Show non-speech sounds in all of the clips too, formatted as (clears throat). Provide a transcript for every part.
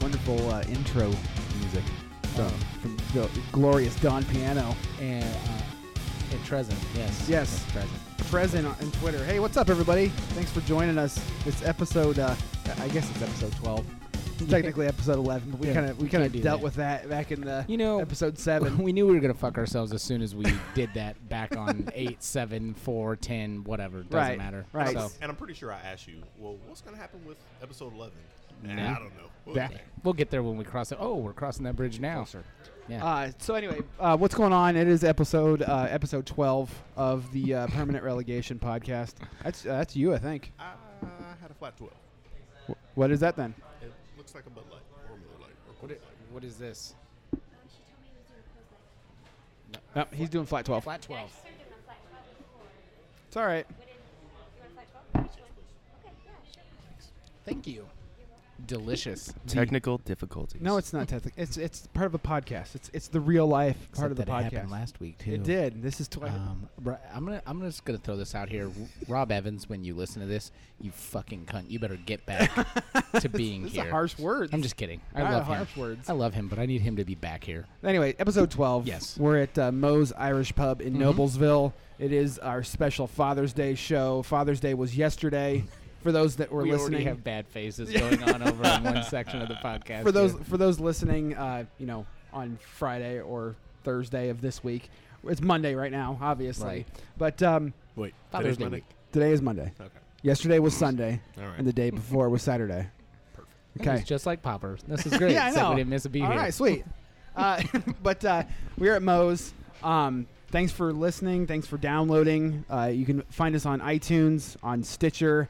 wonderful uh, intro music from, from the glorious Don Piano. And, uh, and Trezin, Yes. yes. Yes, Trezin. Present on Twitter. Hey, what's up, everybody? Thanks for joining us. It's episode, uh, I guess it's episode 12. Technically episode 11, but we Yeah, kind of we we kind of can't do dealt that. with that back in the You know, episode 7. (laughs) we knew we were going to fuck ourselves as soon as we did that (laughs) back on 8, 7, 4, 10, whatever. Doesn't Right, matter. right. So, And I'm pretty sure I asked you, well, what's going to happen with episode 11? Nah, Nah. I don't know. We'll that, get there. we'll get there when we cross it. Oh, we're crossing that bridge now. Yeah. Uh, so anyway, uh, what's going on? It is episode uh, episode 12 of the uh, permanent relegation podcast. That's uh, that's you, I think. I had a flat 12. Wh- What is that then? It looks like a Bud Light or a Miller Light. Or What, Coors is, what is this? No, he's doing flat 12. Uh, Flat 12. It's all right. Thank you. Delicious. Technical difficulties. No, it's not technical. It's it's part of a podcast. It's it's the real life part of the Except that It podcast. happened last week too. It did. This is twice. Um, Ro- I'm gonna I'm just gonna throw this out here. R- Rob Evans, when you listen to this, you fucking cunt. You better get back (laughs) to being These here. are harsh words. I'm just kidding. I Not love Oh. harsh him. words. I love him, but I need him to be back here. Anyway, episode 12. Yes. Mm-hmm. We're at uh, Moe's Irish Pub in Noblesville. It is our special Father's Day show. Father's Day was (laughs) yesterday. For those that were we listening, already have bad faces going on over (laughs) in one section of the podcast. for those here. for those listening, uh, you know, on Friday or Thursday of this week, it's Monday right now, obviously. Right. But um, Wait, Father's today's Day Monday? week. today is Monday. Okay. Yesterday was Sunday, All right. and the day before was Saturday. Okay. It's just like Popper. This is (laughs) great. yeah, I Except know. we didn't miss a beat All here. right, sweet. Uh, (laughs) but uh, we're at Moe's. Um, thanks for listening. Thanks for downloading. Uh, you can find us on iTunes, on Stitcher,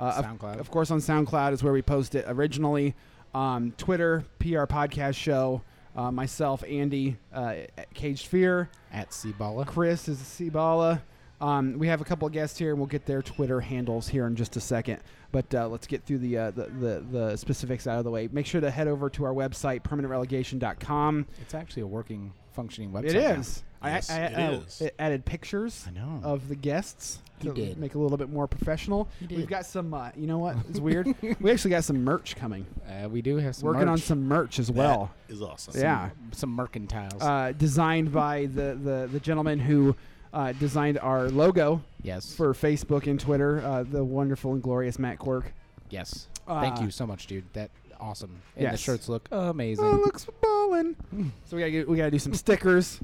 uh, of- SoundCloud. Of, course, on SoundCloud is where we post it originally. Um, Twitter, PR Podcast Show. Uh, myself, Andy, uh, at Caged Fear. At Cibala. Chris is a Cibala. Um, we have a couple of guests here, and we'll get their Twitter handles here in just a second. But uh, let's get through the, uh, the, the the specifics out of the way. Make sure to head over to our website, permanentrelegation.com. It's actually a working, functioning website. It now. is. Yes, I, I, it I- is. it added pictures I know. of the guests He to did. make it a little bit more professional. did. We've got some. Uh, you know what? (laughs) It's weird. we actually got some merch coming. Uh, we do have some Working on merch. some merch as well. That is awesome. yeah. some mercantiles. Uh, designed by the the the gentleman who uh, designed our logo yes. for Facebook and Twitter, uh, the wonderful and glorious Matt Quirk. Yes. Uh, Thank you so much, dude. That awesome. And the Yes. shirts look amazing. Oh, looks ballin'. so we gotta get, we gotta do some stickers.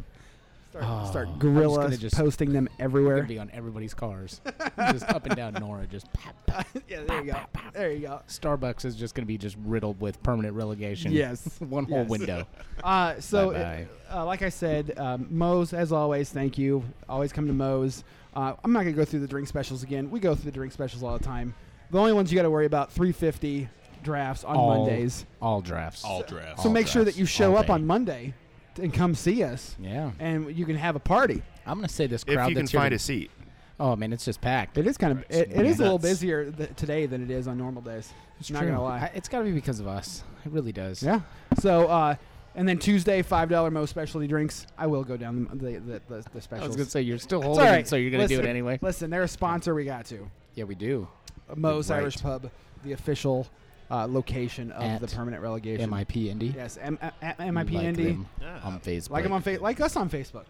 Start, Oh, I'm start just gorilla gonna just- posting (laughs) them They're everywhere. gonna be on everybody's cars, (laughs) just up and down Nora. Just pop, (laughs) pop. yeah, there you go. There you go. Starbucks is just gonna be just riddled with permanent relegation. Yes. (laughs) one whole Yes. window. (laughs) Uh, so, Bye-bye. uh, like I said, um, Moe's, as always, thank you. Always come to Moe's. Uh, I'm not going to go through the drink specials again. We go through the drink specials all the time. The only ones you got to worry about 350 drafts on All- Mondays. All drafts. All drafts. So make sure that drafts, you show all up day. on Monday and come see us, Yeah, and you can have a party. I'm gonna say this crowd. if you can that's here find to- a seat. Oh man, it's just packed. It is kind of it, it is a little Nuts. busier th- today than it is on normal days. It's not true. gonna lie. I- it's gotta be because of us. It really does. Yeah. So uh, and then Tuesday five dollar most specialty drinks. I will go down the the, the, the I specials. was gonna say you're still It's holding all it, right. so you're gonna do Listen- it anyway. Listen, they're a sponsor. We got to Yeah, we do. Moe's Right. Irish Pub, the official uh, location of At the permanent relegation. MIP Indy. Yes, M- uh, at MIP like Indy. them Yeah. on Facebook. Like them on fa- like us on Facebook.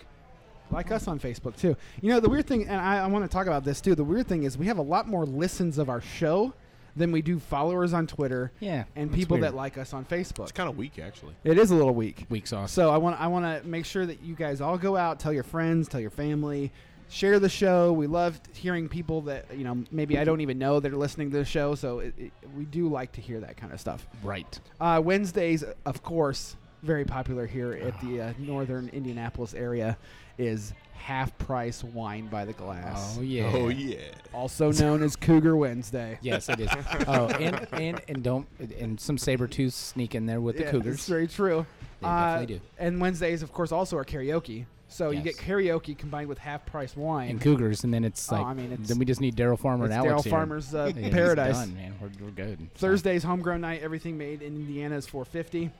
Like us on Facebook too. You know the weird thing, and I, I want to talk about this too. The weird thing is we have a lot more listens of our show than we do followers on Twitter Yeah, and that's people weird. that like us on Facebook. It's kind of weak, actually. It is a little weak. weak sauce. So I want I want to make sure that you guys all go out, tell your friends, tell your family, share the show. We love hearing people that you know maybe I don't even know that are listening to the show. So it, it, we do like to hear that kind of stuff. Right. Uh, Wednesdays, of course, very popular here at the uh, northern Indianapolis area, is half price wine by the glass, Oh yeah. Oh, yeah. also known as Cougar Wednesday. (laughs) Yes, it is. oh, and, and and don't and some saber tooths sneak in there with Yeah, the That's cougars. very true. Uh, They definitely do. And Wednesdays, of course, also are karaoke. So you get Yes. karaoke combined with half price wine. And cougars, and then it's Oh, like I mean, it's- then we just need Daryl Farmer It's and Alex Daryl here. Farmer's uh, Yeah, it's paradise. done, man. We're, we're good. So, Thursday's homegrown night. Everything made in Indiana is four fifty.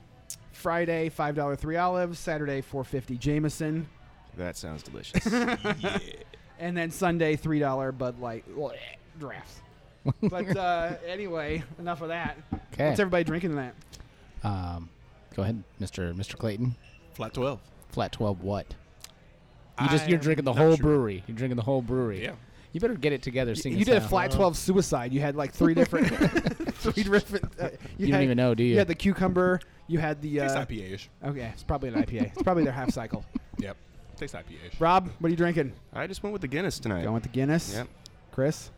Friday five dollar three olives. Saturday four fifty Jameson. That sounds delicious. (laughs) yeah. And then Sunday three dollar Bud Light bleh, (laughs) drafts. but uh, anyway, enough of that. Okay. What's everybody drinking tonight? Um, go ahead, Mister Mister Clayton. Flat 12. Flat twelve. What? You just you're I'm drinking the not whole sure. brewery. You're drinking the whole brewery. Yeah. You better get it together. Sing You, us did a out. flat twelve suicide. You had like three (laughs) different, (laughs) three different. Uh, You, had, don't even know, do you? You had the cucumber. You had the. Tastes Uh, IPA ish. okay, it's probably an IPA. it's probably their half (laughs) cycle. Yep. Tastes IPA ish. Rob, what are you drinking? I just went with the Guinness tonight. Going with the Guinness. Yep. Chris,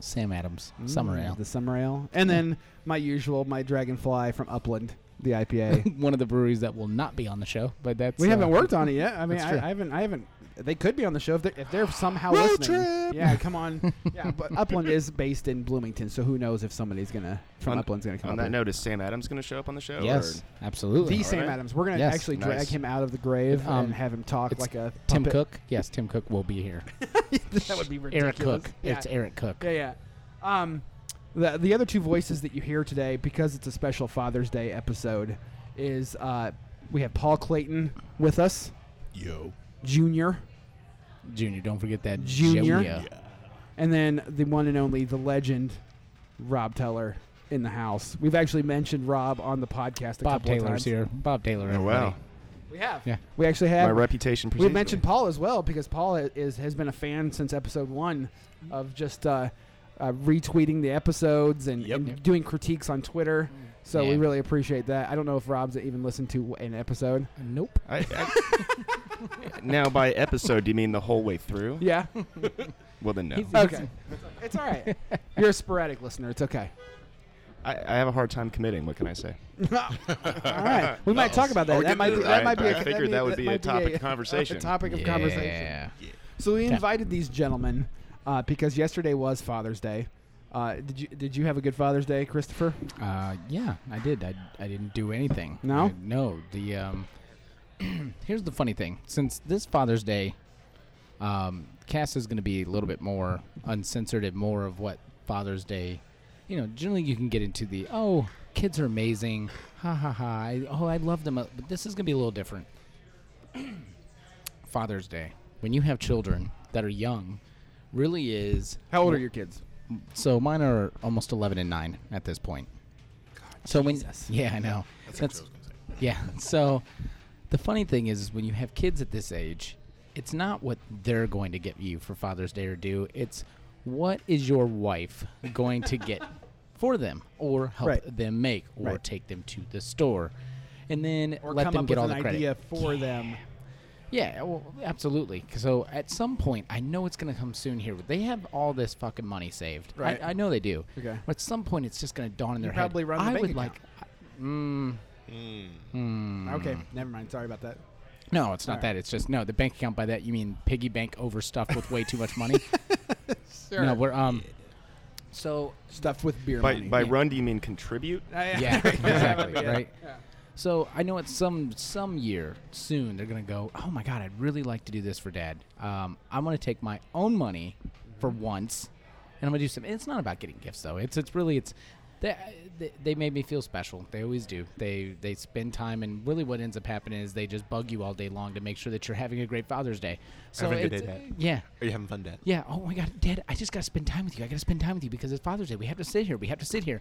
Sam Adams summer Mm, ale. the summer ale, and then my usual, my Dragonfly from Upland, the (laughs) IPA. (laughs) One of the breweries that will not be on the show, but that's we haven't uh, worked on it yet. I mean, That's true. I, I haven't. I haven't. They could be on the show if they're, if they're somehow Road listening. trip! Yeah, come on. (laughs) yeah, but Upland is based in Bloomington, so who knows if somebody's gonna from On- Upland's gonna come On up here. that note, is Sam Adams going to show up on the show? Yes, or- absolutely. The Sam right. Adams. We're gonna Yes, actually drag nice. him out of the grave Um, and have him talk it's like a Tim puppet. Cook. Yes, Tim Cook will be here. (laughs) that would be Eric ridiculous. Cook. Yeah. It's Eric Cook. yeah, yeah. Um, the the other two voices that you hear today, because it's a special Father's Day episode, is uh, we have Paul Clayton with us, Yo. Junior, Junior, don't forget that. Junior? Joey. uh, Yeah. and then the one and only, the legend, Rob Teller in the house. We've actually mentioned Rob on the podcast a Bob couple of Taylor's times. here. Bob Taylor. Oh, everybody. wow. We have. Yeah. We actually My have. reputation we precedes mentioned me. Paul as well because Paul ha- is has been a fan since episode one of just uh, uh, retweeting the episodes and, Yep. and doing critiques on Twitter. So we Yeah. really appreciate that. I don't know if Rob's even listened to an episode. Nope. I, I- (laughs) now, by episode, do you mean the whole way through? Yeah. Well, then no. He's- Okay. it's all right. You're a sporadic listener. It's okay. I, I have a hard time committing. What can I say? All right. We might talk about that. Oh, that good. might be, that I- might be I a, figured that would be a might topic of conversation. A topic of conversation. Yeah. So we Okay. invited these gentlemen uh, because yesterday was Father's Day. Uh, did you did you have a good Father's Day, Christopher? Uh, yeah, I did. I, I didn't do anything. No? I- no. The um, (clears throat) here's the funny thing. Since this Father's Day, um, Cass is going to be a little bit more uncensored and more of what Father's Day. You know, generally you can get into the oh, kids are amazing, ha ha ha. I, oh, I love them, uh, but this is going to be a little different. (clears throat) Father's Day, when you have children that are young, really is How old are your kids? so mine are almost 11 and 9 at this point. so Jesus. when yeah, I know. That's, That's- what I was going to say. yeah. So the funny thing is when you have kids at this age, it's not what they're going to get you for Father's Day or do. It's what is your wife going to (laughs) get for them or help Right. them make or Right. take them to the store. And then Or let come them up get with all an the credit. idea for them. Yeah, well, absolutely. So at some point, I know it's going to come soon here. They have all this fucking money saved. Right. I, I know they do. Okay. But at some point, it's just going to dawn in their head. probably run the I bank would account." like. Mm, mm. Okay, never mind. Sorry about that. No, it's not All right. that. It's just no. The bank account by that you mean piggy bank overstuffed with way too (laughs) much money. No, we're um. So Stuff with beer By, money. by (laughs) yeah. run, do you mean contribute? yeah, exactly, Yeah. right. So I know at some some year soon they're gonna go. Oh my god, I'd really like to do this for dad. Um, I'm gonna take my own money for once, and I'm gonna do some. It's not about getting gifts though. It's it's really it's. They, they- they made me feel special. They always do. They they spend time, and really, what ends up happening is they just bug you all day long to make sure that you're having a great Father's Day. So Having a good it's- day, Dad. yeah, Are you having fun, Dad? yeah. Oh my God, Dad, I just gotta spend time with you. I gotta spend time with you because it's Father's Day. We have to sit here. We have to sit here.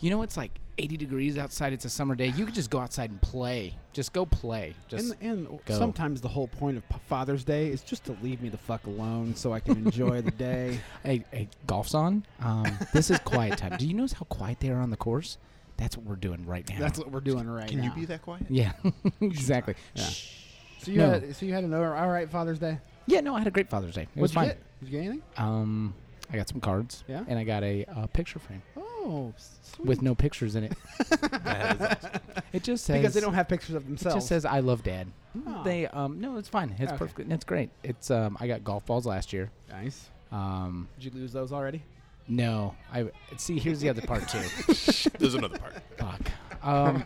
You know, it's like 80 degrees outside. It's a summer day. You could just go outside and play. Just go play. Just And, and go. sometimes the whole point of P- Father's Day is just to leave me the fuck alone so I can enjoy (laughs) the day. hey, hey, golf's on. Um, this is quiet time. Do you notice how quiet they are on the course? That's what we're doing right now. That's what we're doing right Can you now. be (laughs) that quiet? (laughs) yeah, (laughs) exactly. Yeah. Shh. So you No. had so you had an all right Father's Day. Yeah, no, I had a great Father's Day. It What'd was you fine. get? Did you get anything? Um, I got some cards. Yeah? And I got a uh, picture frame Oh, sweet. with no (laughs) pictures in it. That is awesome. It just says because they don't have pictures of It themselves. just says "I love Dad." Oh. They um no, it's fine. It's Okay. perfect. It's great. It's um I got golf balls last year. nice. Um Did you lose those already? no, I see. Here's the other (laughs) part too. There's another part. Fuck. Um,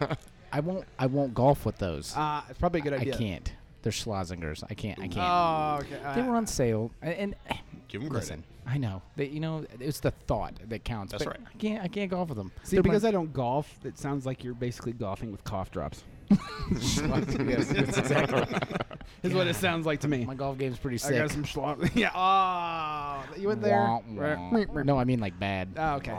I won't. I won't golf with those. Uh, it's probably a good I idea. can't. They're Schlozingers. I can't. I can't. Oh, okay. uh, they were on sale, a- and, eh, Give him credit. listen, I know that you know it's the thought that counts. That's but right. I can't. I can't golf with them. See, because I don't golf, it sounds like you're basically golfing with cough drops. (laughs) (laughs) yes, that's exactly. Is what it sounds like to me. (laughs) My golf game's pretty I sick. got some (laughs) schlong. yeah. Oh, you went there. Wah, wah. Right. Ah, No, I mean like bad. Oh, okay.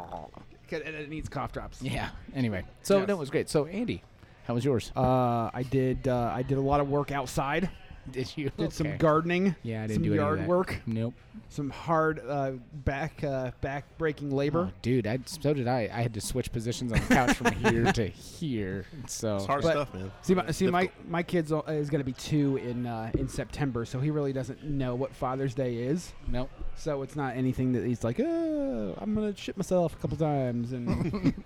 'Cause it, it needs cough drops. Yeah. Anyway, so Yes. no, it was great. So Andy, how was yours? Uh, I did. Uh, I did a lot of work outside. did you Did some okay. gardening. Yeah, I didn't some do any of yard that. work. Nope. Some hard uh, back uh, back breaking labor. Oh, dude, I, so did I. I had to switch positions on the couch (laughs) from here to here. So It's hard But- stuff, Oh, man. See, my, see, my Difficult. my kid's o- is going to be two in uh, in September, so he really doesn't know what Father's Day is. nope. So it's not anything that he's like, oh, I'm gonna shit myself a couple times, and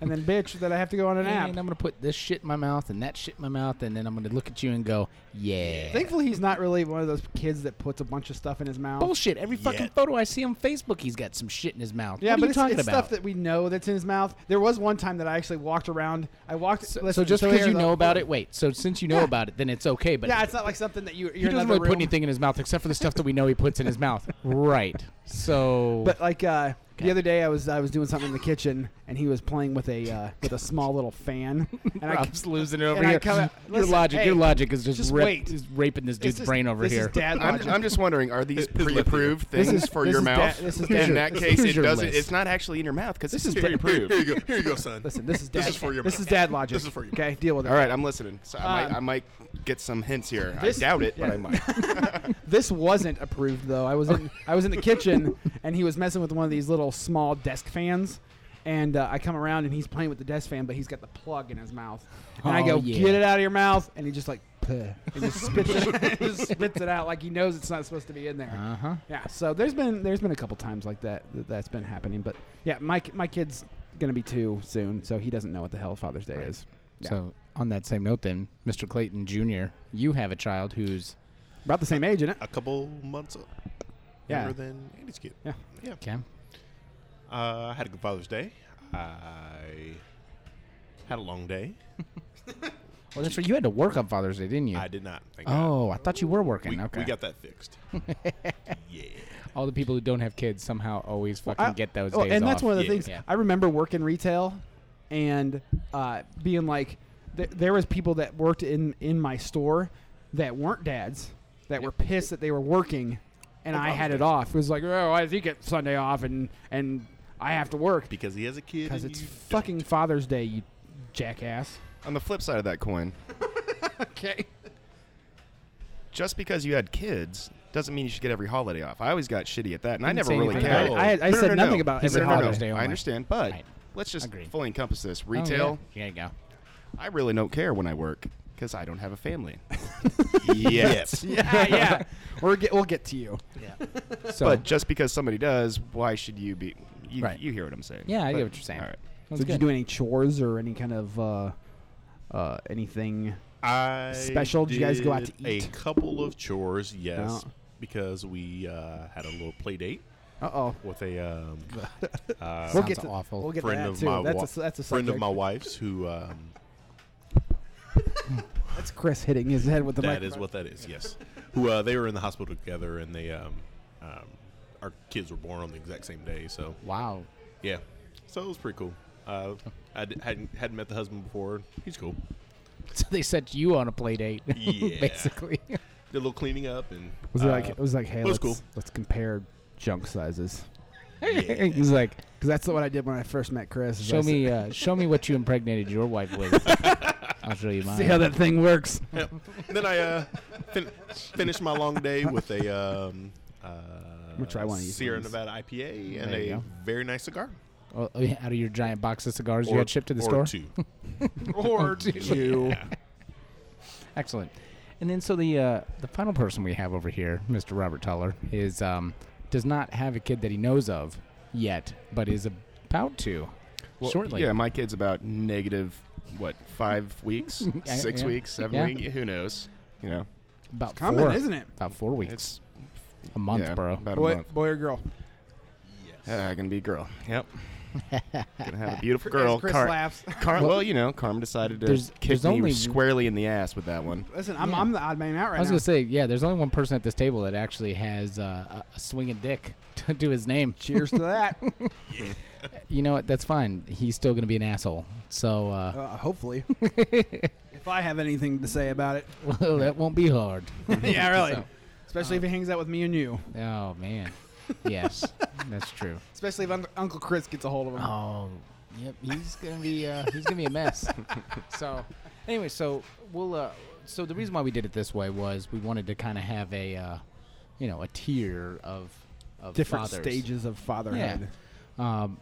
(laughs) and then bitch that I have to go on an And app. I'm gonna put this shit in my mouth and that shit in my mouth, and then I'm gonna look at you and go, yeah. Thankfully, he's not really one of those kids that puts a bunch of stuff in his mouth. Bullshit. Every fucking Yet. photo I see on Facebook, he's got some shit in his mouth. Yeah, what but are you it's, talking it's about? stuff that we know that's in his mouth. There was one time that I actually walked around. I walked. so, listen, so just because here, you though- know about it, wait. So since you know Yeah. about it, then it's okay. But Yeah, it's not like something that you. You're he doesn't another really put room. anything in his mouth except for the stuff that we know he puts in his mouth. (laughs) Right. So But like uh, the Okay. other day, I was I was doing something in the kitchen, and he was playing with a uh, with a small little (laughs) fan, and I Rob's losing it over and I here. come (laughs) out- your listen, logic, hey, your logic is just, just rip- wait. is raping this dude's just- brain over this here. Is dad I'm, logic. I'm just wondering, are these His- his left pre-approved ear. This things is- for this your is da- mouth? this is in da- that this case, is it your doesn't. list. It's not actually in your mouth because this is is da- pre-approved. Here you go. Here you go, son. (laughs) Listen, this is dad. This is for your This mom. is dad logic. This is for you. Okay, deal with it. All right, I'm listening. So I, might, Um, I might get some hints here. this- I doubt it, yeah. but I might. This wasn't approved though. I was (laughs) in I was in the kitchen, and he was messing with one of these little small desk fans. And uh, I come around and he's playing with the desk fan, but he's got the plug in his mouth. And I Oh, go, yeah. "Get it out of your mouth!" And he just like, (laughs) "Puh," and just spits it, (laughs) just spits it out like he knows it's not supposed to be in there. Uh huh. Yeah, so there's been there's been a couple times like that, that that's been happening, but yeah, my ki- my kid's gonna be two soon, so he doesn't know what the hell Father's Day is. Yeah. So on that same note, then, Mr. Clayton Jr., you have a child who's About the same age, isn't it? A couple months up. Yeah. Younger than Andy's kid. Yeah. Yeah. okay. Uh, I had a good Father's Day. I had a long day. Well, that's right. You had to work on Father's Day, didn't you? I did not. Thank God. oh, I thought you were working. We, okay. we got that (laughs) fixed. yeah. All the people who don't have kids somehow always fucking I- get those well, days and that's off. one of the Yeah, things yeah. I remember working retail and uh, being like, th- there was people that worked in in my store that weren't dads that were pissed that they were working, Oh, and On I had it off. Father's It was like, oh, I think it's Sunday off, and and I have to work Because he has a kid. because and it's you fucking (laughs) Father's Day, you (laughs) jackass. On the flip side of that coin, Okay. just because you had kids doesn't mean you should get every holiday off. I always got shitty at that, and I Didn't never say really anything. cared. No. I, I, I No, no, said no, nothing no. about He every said No, no, no. holiday. Day I only. understand, but Right. let's just Agreed. fully encompass this. Oh, yeah. Retail, There you (laughs) go. I really don't care when I work because I don't have a family. Yes. yeah, yeah. (laughs) We're get, we'll get to you. (laughs) So, But just because somebody does, why should you be? You, Right. you hear what I'm saying? yeah, I But- get what you're saying. All right. So Sounds did you good. do any chores or any kind of uh, uh, anything? I Special? Did you guys go out to did a eat? couple of chores? Yes, No. because we uh, had a little play date Uh oh. with (laughs) a um, uh, We'll Sounds get to, awful. We'll get friend to that of too. my that's wa- a, s- that's a friend of subject. my wife's who. Um, That's Chris hitting his head with the that microphone. is what that is. Yes, who uh, they were in the hospital together, and they um, um, our kids were born on the exact same day. So wow. yeah, so it was pretty cool. Uh, I d- hadn't hadn't met the husband before. He's cool. (laughs) So they set you on a play date, (laughs) Yeah. basically. Did a little cleaning up and was it like uh, it was like hey, it was let's, cool. let's compare junk sizes yeah. (laughs) He's like, because that's what I did when I first met Chris. is I show said, me, uh, show me what you impregnated your wife with. I'll show you (laughs) mine. See how that thing works. Yep. (laughs) then I uh, fin- finished my long day with a um, uh, gonna try one of these Sierra ones. Nevada IPA and There you a go. very nice cigar. Oh, oh, yeah, out of your giant box of cigars you had shipped to the store. or Two. or two. Yeah. Excellent. And then so the uh, the final person we have over here, Mr. Robert Tuller, is um, does not have a kid that he knows of yet, but is about to Well, shortly. Yeah, my kid's about negative, what, five weeks, (laughs) Yeah, six yeah. weeks, seven Yeah. weeks, who knows? You know, about (laughs) Common, four, isn't it? About four weeks, it's a month, yeah, bro. About a Boy, month. boy or girl? Ah, gonna be a girl. (laughs) Yep. gonna have a beautiful girl. As Chris Car- laughs. (laughs) Car- Well- well, you know, Carm decided to There's- kick there's me only- squarely in the ass with that one. Listen, I'm, Yeah. I'm the odd man out right I was now. gonna say, yeah. There's only one person at this table that actually has uh, a, a swinging dick (laughs) to, to his name. Cheers to that. (laughs) You know what? That's fine. He's still gonna be an asshole. So uh, Uh, (laughs) hopefully, if I have anything to say about it. well, that won't be (laughs) hard. (laughs) yeah, really. So- Especially if he hangs out with me and you. Oh man, yes, that's true. Especially if Unc Uncle Chris gets a hold of him. (laughs) Oh, Yep, he's gonna be uh, he's gonna be a mess. (laughs) so, anyway, so we'll uh, so the reason why we did it this way was we wanted to kind of have a uh, you know a tier of of Different fathers. stages of fatherhood. Um,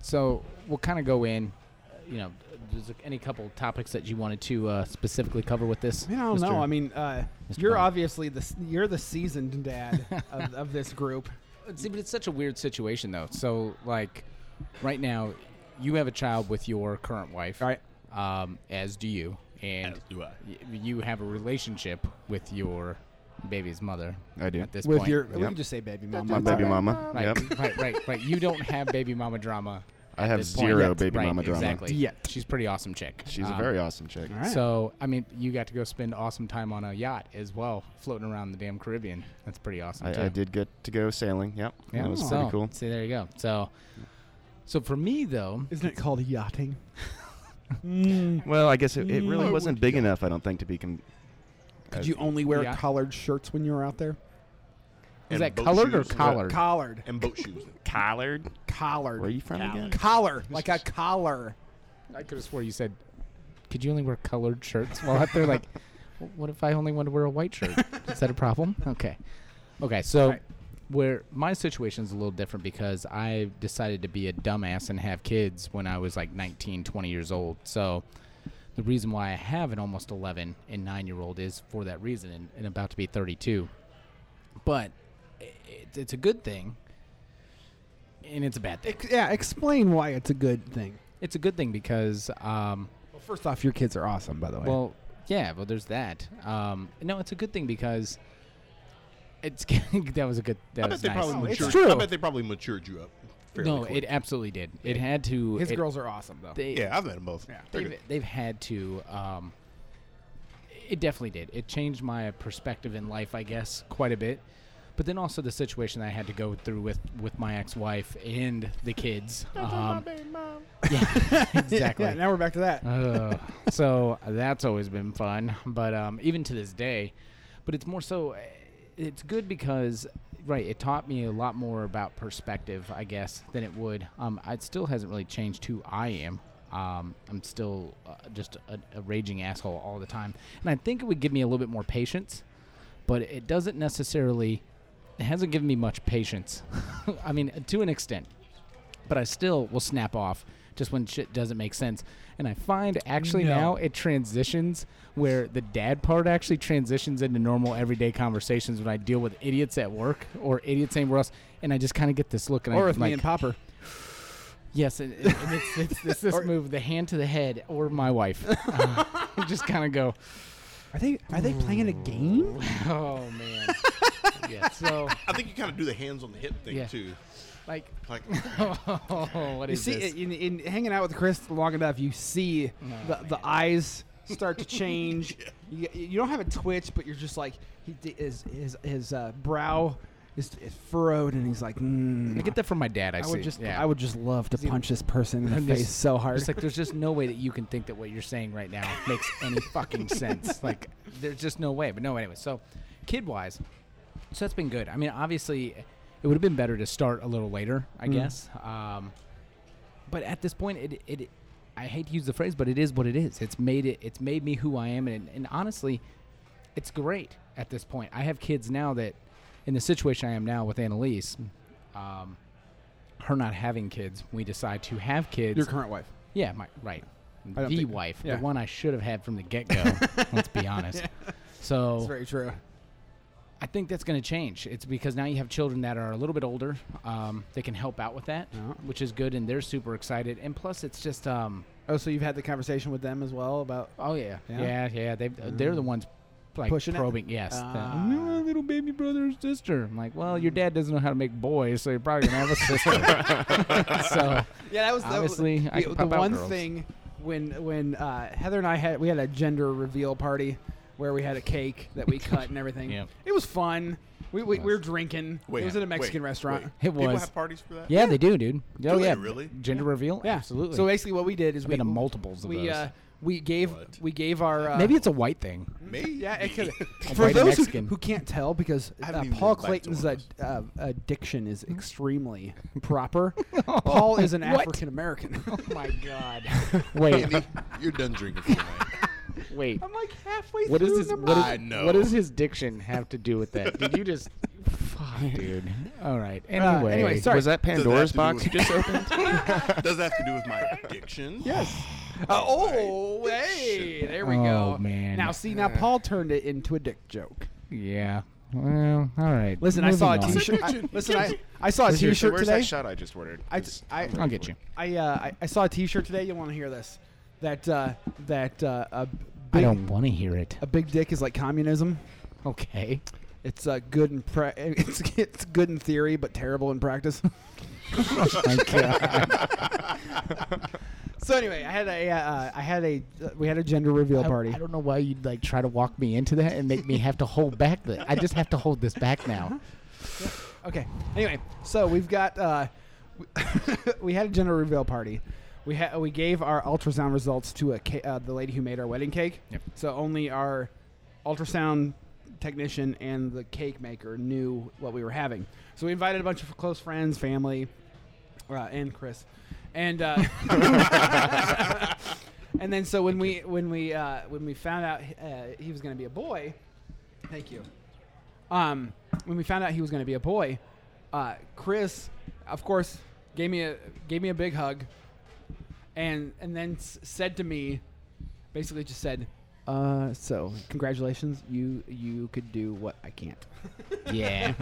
so we'll kind of go in. uh, You know, there's any couple topics that you wanted to uh, specifically cover with this? I, mean, I don't Mr. know. I mean, uh, Mr. you're Bond. obviously the s- you're the seasoned dad (laughs) of, of this group. See, but it's such a weird situation, though. So, like, right now, you have a child with your current wife, All right. Um, as do you, and As do I. y- you have a relationship with your baby's mother. I do. At this With point, your, we Yep. can just say baby My mama. baby mama. right, (laughs) Yep. right, right, right. You don't have baby mama drama. I at have this point. zero Yet. baby Right, mama drama. Exactly. Yet. she's a pretty awesome chick. She's a Um, very awesome chick. All right. So I mean, you got to go spend awesome time on a yacht as well, floating around the damn Caribbean. That's pretty awesome. too. I, I did get to go sailing. Yep. Yeah, Oh. That was so, pretty cool. See, there you go. So, so for me though, Isn't it called yachting? Mm. Well, I guess it, it really Mm. wasn't big enough, I don't think, to be. Com- Could Uh, you only wear Yeah. collared shirts when you were out there? is And that boat colored or shoes. collared? Collared. And (laughs) boat shoes. collared? Collared. Uh, Where are you from again? Collar. Like a collar. I could have swore you said, "Could you only wear colored shirts while out there?" Like, "Well, what if I only want to wear a white shirt? Is that a problem? Okay, okay. So, Right. where my situation is a little different because I decided to be a dumbass and have kids when I was like 19, 20 years old. So. The reason why I have an almost 11 and 9 year old is for that reason, and, and about to be 32. But i it, it's a good thing, and it's a bad thing. Ex- yeah, explain why it's a good thing. It's a good thing because um, Well, first off, your kids are awesome, by the way. well, yeah. Well, there's that. Um, no, it's a good thing because it's (laughs) that was a good. That I was bet they nice. probably Oh, it's matured. true. I bet they probably matured you up. fairly no, quick. it absolutely did. It had to. his it- girls are awesome, though. They, Yeah, I've met them both. Yeah. They're they've, good. they've had to. Um, it definitely did. It changed my perspective in life, I guess, quite a bit. But then also the situation I had to go through with with my ex-wife and the (laughs) kids. Um, (laughs) yeah, exactly. (laughs) Uh, Yeah, now we're back to that. Ugh. (laughs) so that's always been fun, but um, even to this day, but it's more so. uh, It's good because right, it taught me a lot more about perspective, I guess, than it would. Um, it still hasn't really changed who I am. Um, I'm still uh, just a, a raging asshole all the time, and I think it would give me a little bit more patience, but it doesn't necessarily. It hasn't given me much patience. (laughs) I mean, to an extent but I still will snap off just when shit doesn't make sense. And I find actually No. now it transitions where the dad part actually transitions into normal everyday conversations when I deal with idiots at work or idiots anywhere else, and I just kind of get this look and or I'm with like, me and Popper. (sighs) yes, and, and it's, it's, it's (laughs) this Or- move, the hand to the head, or (laughs) my wife, Uh, (laughs) I just kind of go, Are they are they playing a game? oh (laughs) man, yeah. So I think you kind of do the hands on the hip thing Yeah. too. like, Like, (laughs) oh, what You is see, this? in, in hanging out with Chris long enough, you see the, the eyes (laughs) start to change. you, you don't have a twitch, but you're just like he, d- his his his uh, brow is, is furrowed, and he's like, mm, I get that from my dad. I, I see. would just yeah. I would just love to punch this person in I'm the (laughs) just- face so hard. It's like there's just no way that you can think that what you're saying right now makes any fucking sense. Like there's just no way. But no, anyway. So, kid wise, so that's been good. I mean, obviously, it would have been better to start a little later, I guess. Um, but at this point, it it I hate to use the phrase, but it is what it is. It's made it. It's made me who I am, and and honestly, it's great at this point. I have kids now that, in the situation I am now with Annalise. Um, her not having kids, we decide to have kids. your current wife. Yeah, my right. I The don't think- wife, yeah. the one I should have had from the (laughs) get go. let's be honest. That's So very true. I think that's going to change. It's because now you have children that are a little bit older. Um, they can help out with that, Yeah. which is good, and they're super excited. And plus, it's just um, Oh, so you've had the conversation with them as well about oh yeah, Yeah? Mm. yeah, yeah. they they're the ones like Pushing it? probing. Yes, the, Ah. "My little baby brother or sister. I'm like, well, your dad doesn't know how to make boys, so you're probably gonna have a sister. (laughs) so Yeah, that was that was- Obviously, I the, can the pop out one girls. thing when when uh, Heather and I had we had a gender reveal party where we had a cake that we cut and (laughs) everything. Yeah. It was fun. We, we, It we were was. drinking. wait, it was at a wait, Mexican restaurant. wait. It People was. have parties for that. yeah, they do, dude. Oh they yeah, really? Gender reveal, Yeah, absolutely. So basically, what we did is I've we been to multiples of we those. uh, we gave What? we gave our uh, Maybe it's a white thing. Me? yeah. It (laughs) could, for White and those who, Mexican. who can't tell, because I haven't uh, even Paul been back to Clayton's one uh, of uh, uh, diction is (laughs) extremely proper. Paul is an Hmm? What? Oh African (laughs) American. my god. Wait, Andy, (laughs) you're done drinking for (laughs) tonight. (laughs) wait. I'm like halfway What through. is his and I'm what, like, I is, know. what does his diction have to do (laughs) with that? Did you just fuck, dude? All right. Anyway, Uh, anyway, sorry. Was that Does that Pandora's have to do box you with- (laughs) just (laughs) opened? Does that have to do with my addiction? Yes. Uh, oh, hey, there we Oh, go. man. Now, see, now Paul turned it into a dick joke. Yeah. Well, all right. Listen, I saw a Moving on. T-shirt. I, listen, (laughs) I, I saw a Seriously, T-shirt where's today. that shot I just ordered? I- 'Cause I- I'm ready I'll get for you. it. I, uh, I I saw a T-shirt today. You'll want to hear this. That uh, that uh, a big I don't want to hear it. a big dick is like communism. (laughs) Okay. It's uh, good in pra- (laughs) it's it's good in theory, but terrible in practice. (laughs) (laughs) My God. so anyway, I had a uh, uh, I had a uh, we had a gender reveal I, party. I don't know why you'd like try to walk me into that and make me have to hold back. The, I just have to hold this back (laughs) now. Okay. Anyway, so we've got uh, (laughs) we had a gender reveal party. We ha- we gave our ultrasound results to a ca- uh, the lady who made our wedding cake. Yep. So only our ultrasound technician and the cake maker knew what we were having. So we invited a bunch of close friends, family, uh, and Chris, and uh, (laughs) and then so when we when we uh, when we found out uh, he was going to be a boy, thank you. Um, when we found out he was going to be a boy, uh, Chris, of course, gave me a gave me a big hug, and and then s- said to me, basically just said. Uh, so congratulations, you you could do what I (laughs) can't Yeah.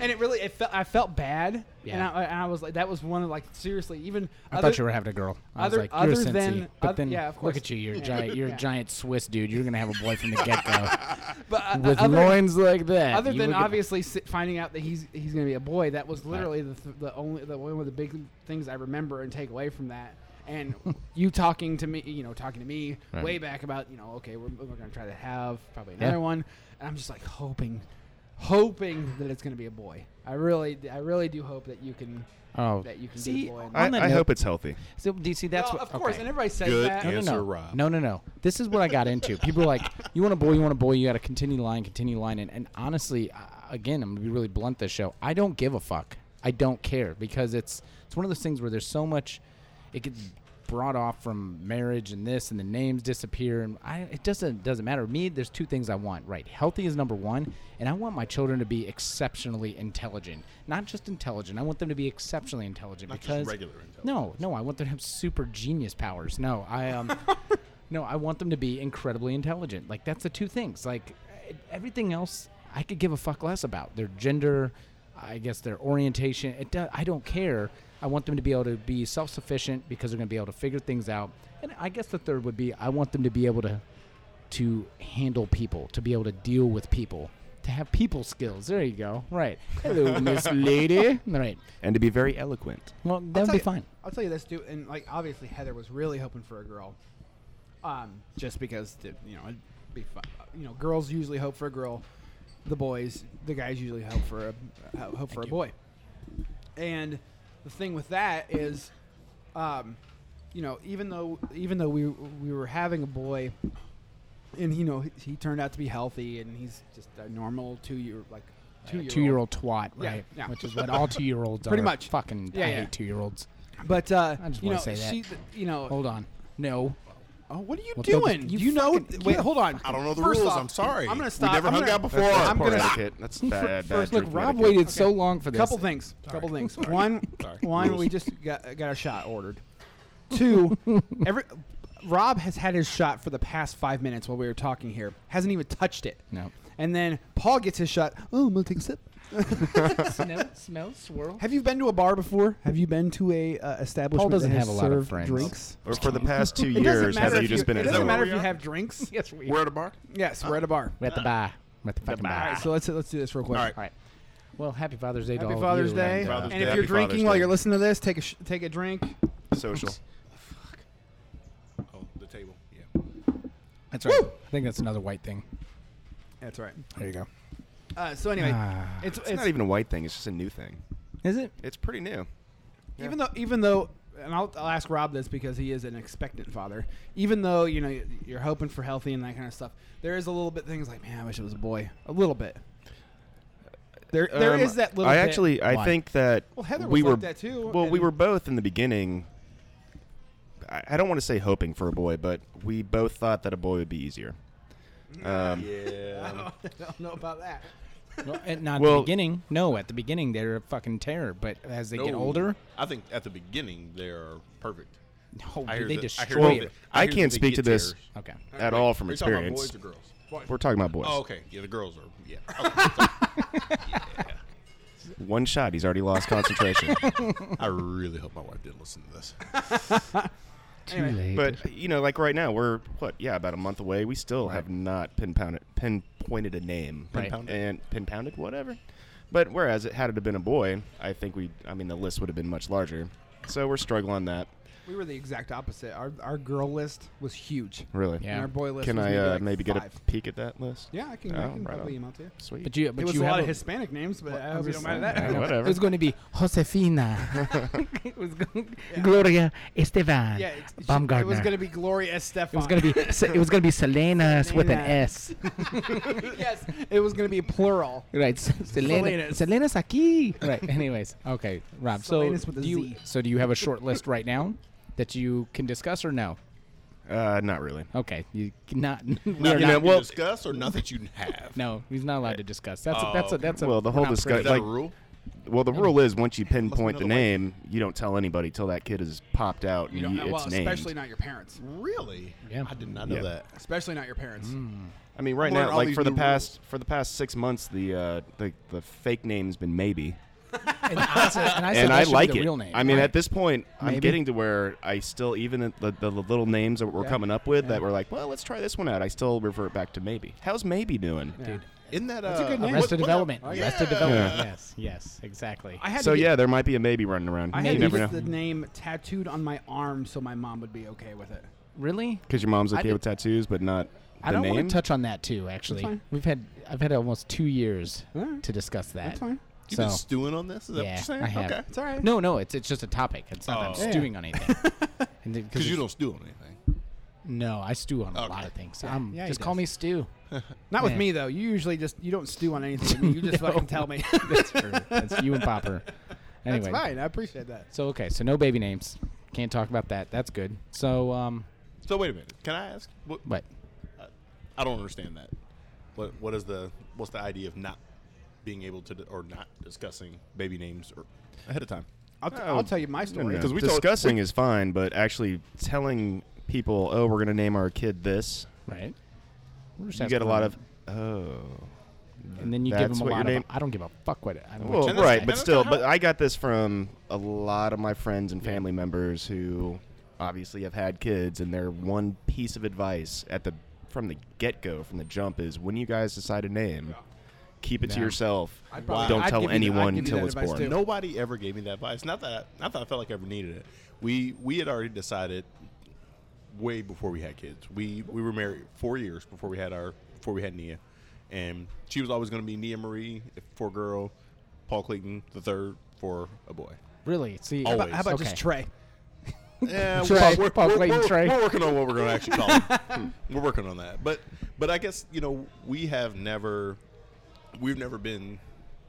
and it really it felt I felt bad. And Yeah. I, and I was like, that was one of like seriously even. I other- thought you were having a girl. I other- was like, you're a other sensei. than- but oth- then, yeah, of course. look at you. You're a Yeah. giant. You're Yeah. a giant Swiss dude. You're gonna have a boy from the get (laughs) go but, uh, with other, loins like that. Other You than would get- obviously si- finding out that he's he's gonna be a boy, that was literally the, th- the only the one of the big things I remember and take away from that. And (laughs) you talking to me, you know, talking to me Right. way back about you know, okay, we're, we're gonna try to have probably another Yeah. one, and I'm just like hoping, hoping that it's gonna be a boy. I really, I really do hope that you can Oh, that you can See, be a boy. and- On that I, I note- hope it's healthy. so do you see that's Well, what? of course, okay. and everybody says Good that. no, no, Answer, no. Rob. no, no, no. This is what I got into. People are like, (laughs) you want a boy, you want a boy, you got to continue lying, continue lying. And, and honestly, I- again, I'm going to be really blunt this show. I don't give a fuck. I don't care because it's it's one of those things where there's so much, it gets brought off from marriage and this and the names disappear and I, it doesn't doesn't matter me there's two things I want right healthy is number 1 and I want my children to be exceptionally intelligent not just intelligent I want them to be exceptionally intelligent Not just because regular intelligence. no, no, I want them to have super genius powers. No, I (laughs) um, no, I want them to be incredibly intelligent. Like that's the two things. Like e- everything else, I could give a fuck less about their gender, I guess their orientation. It do, I don't care. I want them to be able to be self-sufficient because they're going to be able to figure things out. And I guess the third would be I want them to be able to to handle people, to be able to deal with people, to have people skills. There you go. Right. Hello, Miss (laughs) Lady. Right. And to be very eloquent. Well, I'll that would tell be you- fine. I'll tell you this, dude. And like, obviously, Heather was really hoping for a girl, um, just because the- you know, it'd be fun. You know, girls usually hope for a girl. The boys, the guys usually hope for a ho- hope for a boy. And the thing with that is, um, you know, even though even though we we were having a boy, and you know he, he turned out to be healthy, and he's just a normal two year like two year two year old twat, Yeah, right? yeah. Which is what all two year olds (laughs) are. Pretty much. Fucking, Yeah, I yeah. hate two year olds. But uh, I just you know, wanna say that. she, you know, Hold on. No. Oh, what are you Well, don't- doing? you you know. fucking- th- Wait, you hold on. I don't know the First rules. off, I'm sorry. I'm gonna We stop. never I'm hung gonna- out before. That's, that's I'm poor gonna- etiquette. That's bad, bad First, look, drinking Rob etiquette. waited so long for this. Couple things. Couple things. One, Sorry. one. We just got got our shot ordered. (laughs) Two. every Rob has had his shot for the past five minutes while we were talking here. Hasn't even touched it. No. And then Paul gets his shot. Oh, I'm gonna take a sip. smell, smell, swirl. Have you been to a bar before? Have you been to a uh, establishment doesn't that has have a lot of served friends. drinks? Or for the past two It doesn't years, matter. have If you just been it at doesn't home? matter if Where you we are? have drinks. (laughs) Yes, we. We're at a bar. Yes, we're at a (laughs) bar. We're at the bar. We're at the fucking bar. All right, so let's let's do this real quick. All right. All right. Well, happy Father's Day to all Happy of Father's you, Day. and, uh, Father's and Day. if Happy you're drinking Father's while Day. you're listening to this, take a sh- take a drink. Social. Oh, the table. Yeah. That's right. I think that's another white thing. That's right. There you go. Uh, so anyway, Ah. it's, it's, It's not even a white thing. It's just a new thing. Is it? It's pretty new. even though even though and I'll, I'll ask Rob this because he is an expectant father. Even though you know you're hoping for healthy and that kind of stuff, there is a little bit things like, man, I wish it was a boy. A little bit. There, there is Um, that little. I bit. actually, I Why? think that Well, Heather was we were like that too, Well, we and- were both in the beginning. I, I don't want to say hoping for a boy, but we both thought that a boy would be easier. Um, Yeah. (laughs) (laughs) I don't know about that. Well, and not at Well- the beginning. No, at the beginning they're a fucking terror. But as they get No. older, I think at the beginning they're perfect. no, dude, they I hear that- I hear destroy Well, that- it. I hear can't that they speak to get this terror. Okay. at Wait, all from are you talking about experience. boys or girls? We're talking about boys. Oh, okay. Yeah, the girls are. Yeah. Okay, One shot, he's already (laughs) lost concentration. sorry. I really hope my wife didn't listen to (laughs) this. Anyway. but you know, like right now, we're what? Yeah, about a month away. We still have not pinpounded, pinpointed a name, Right. Pinpounded. and pinpounded whatever. But whereas it had it have been a boy, I think we, I mean, the list would have been much larger. So we're struggling on that, We were the exact opposite. Our our girl list was huge. really. Yeah. And our boy list. Can was I maybe, uh, like maybe get five. a peek at that list? Yeah, I can. I Oh, can right probably on. email to you. Sweet. but you, it but was you a have lot of Hispanic names, but I hope you don't mind that. saying, (laughs) No, Whatever. It was going to be Josefina. it was going, Gloria (laughs) Estevan. (laughs) Yeah, it's- it, should- Baumgartner. it was going to be Gloria Estefan. It was gonna be. (laughs) It was gonna be Selena's with an Selena. S. (laughs) yes, it was going to be plural. Right, S- Selena. Selena's. Selena's aquí. Right. Anyways, okay, Rob. Selena's so with a do you Z. so do you have a short list right now that you can discuss or no? Uh, not really. Okay, you not. Not you that know, you well- discuss or not that you have. no, he's not allowed to discuss. That's a, Oh, that's a okay. that's a. Well, the we're whole not discuss- friends. Is that like- a rule? Well, the rule is once you pinpoint the another way. name, you don't tell anybody till that kid is popped out You and don't you, know, well, it's named. especially not your parents. Really? Yeah. I did not know Yeah. that. Especially not your parents. Mm, I mean, right Learn now, all like these for the new past for the past six months, the uh, the the fake name's been maybe, And I, said, and I, said (laughs) that and I should be like the it. Real name. I mean, at this point, I'm Maybe. getting to where I still even at the, the, the little names that we're Yeah. coming up with that we're like, well, let's try this one out. I still revert back to maybe. How's maybe doing? dude. Isn't that uh, a good name. Arrested what- what- Development. Oh, yeah. Arrested Development. Yes. Yes. Exactly. I had So to get, yeah, there might be a maybe running around. I you had to never get know the name tattooed on my arm so my mom would be okay with it. Really? because your mom's I okay did- with tattoos, but not I the don't name. want to touch on that too. Actually, fine. we've had I've had almost two years Alright. to discuss that. That's fine. You've So been stewing on this? Is that what yeah, you're saying? I have. Okay. It's all right. No, no, it's it's just a topic. It's not that I'm Oh. Yeah, yeah. stewing (laughs) on anything. And then- Because you it's- don't stew on anything. No, I stew on a lot Okay. of things. Um, yeah, he just call does. me Stew. Not with Man. me though. You usually just you don't stew on anything. (laughs) You just No. fucking tell me. (laughs) That's true. That's you and Popper. Anyway, That's fine. I appreciate that. so okay, so no baby names. Can't talk about that. That's good. So um, So wait a minute. Can I ask? What, but I don't understand that. What What is the What's the idea of not being able to di- or not discussing baby names or ahead of time? I'll, t- Oh, I'll tell you my story. No, 'Cause no. we told- discussing is fine, but actually telling people, oh, we're gonna name our kid this, right. We're just you get a asking lot them. of oh. and then you give that's them a what your lot name- of. I don't give a fuck what. I mean, Well, what you that's- right, say. but that's still, kinda but I got this from a lot of my friends and family members who obviously have had kids, and their one piece of advice at the from the get go, from the jump, is when you guys decide a name, keep it to Yeah. yourself. I'd probably- Don't I'd tell give you the- I'd give anyone you until that it's advice born. too. Nobody ever gave me that advice. Not that not that I felt like I ever needed it. We we had already decided way before we had kids. We we were married four years before we had our before we had Nia, and she was always going to be Nia Marie if- for a girl, Paul Clayton the third for a boy. really see. How Always. about, how about just Okay. Trey? Yeah, Trey. well, we're, Paul we're- Clayton we're- Trey. we're working on what we're going to actually call (laughs) him. we're working on that. But but I guess you know we have never we've never been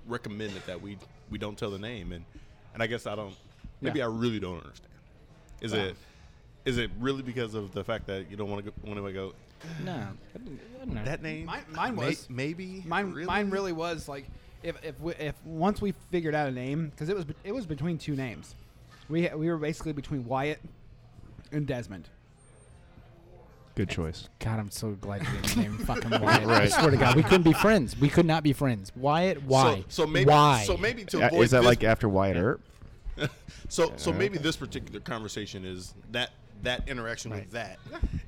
recommended that we we don't tell the name and and I guess I don't maybe Yeah. I really don't understand. Is it is it really because of the fact that you don't want to want to go No, I don't- I don't know. that name? Mine- mine May- was. maybe Mine, really? mine really was like if if we, if once we figured out a name because it was it was between two names, we we were basically between Wyatt and Desmond. Good choice. God, I'm so glad you didn't (laughs) name fucking Wyatt. I Right. swear to God, we couldn't be friends. We could not be friends. Wyatt, why? So, so maybe why? so maybe to avoid Uh, Is that this- like after Wyatt Earp? So so maybe this particular conversation is that that interaction Right. with that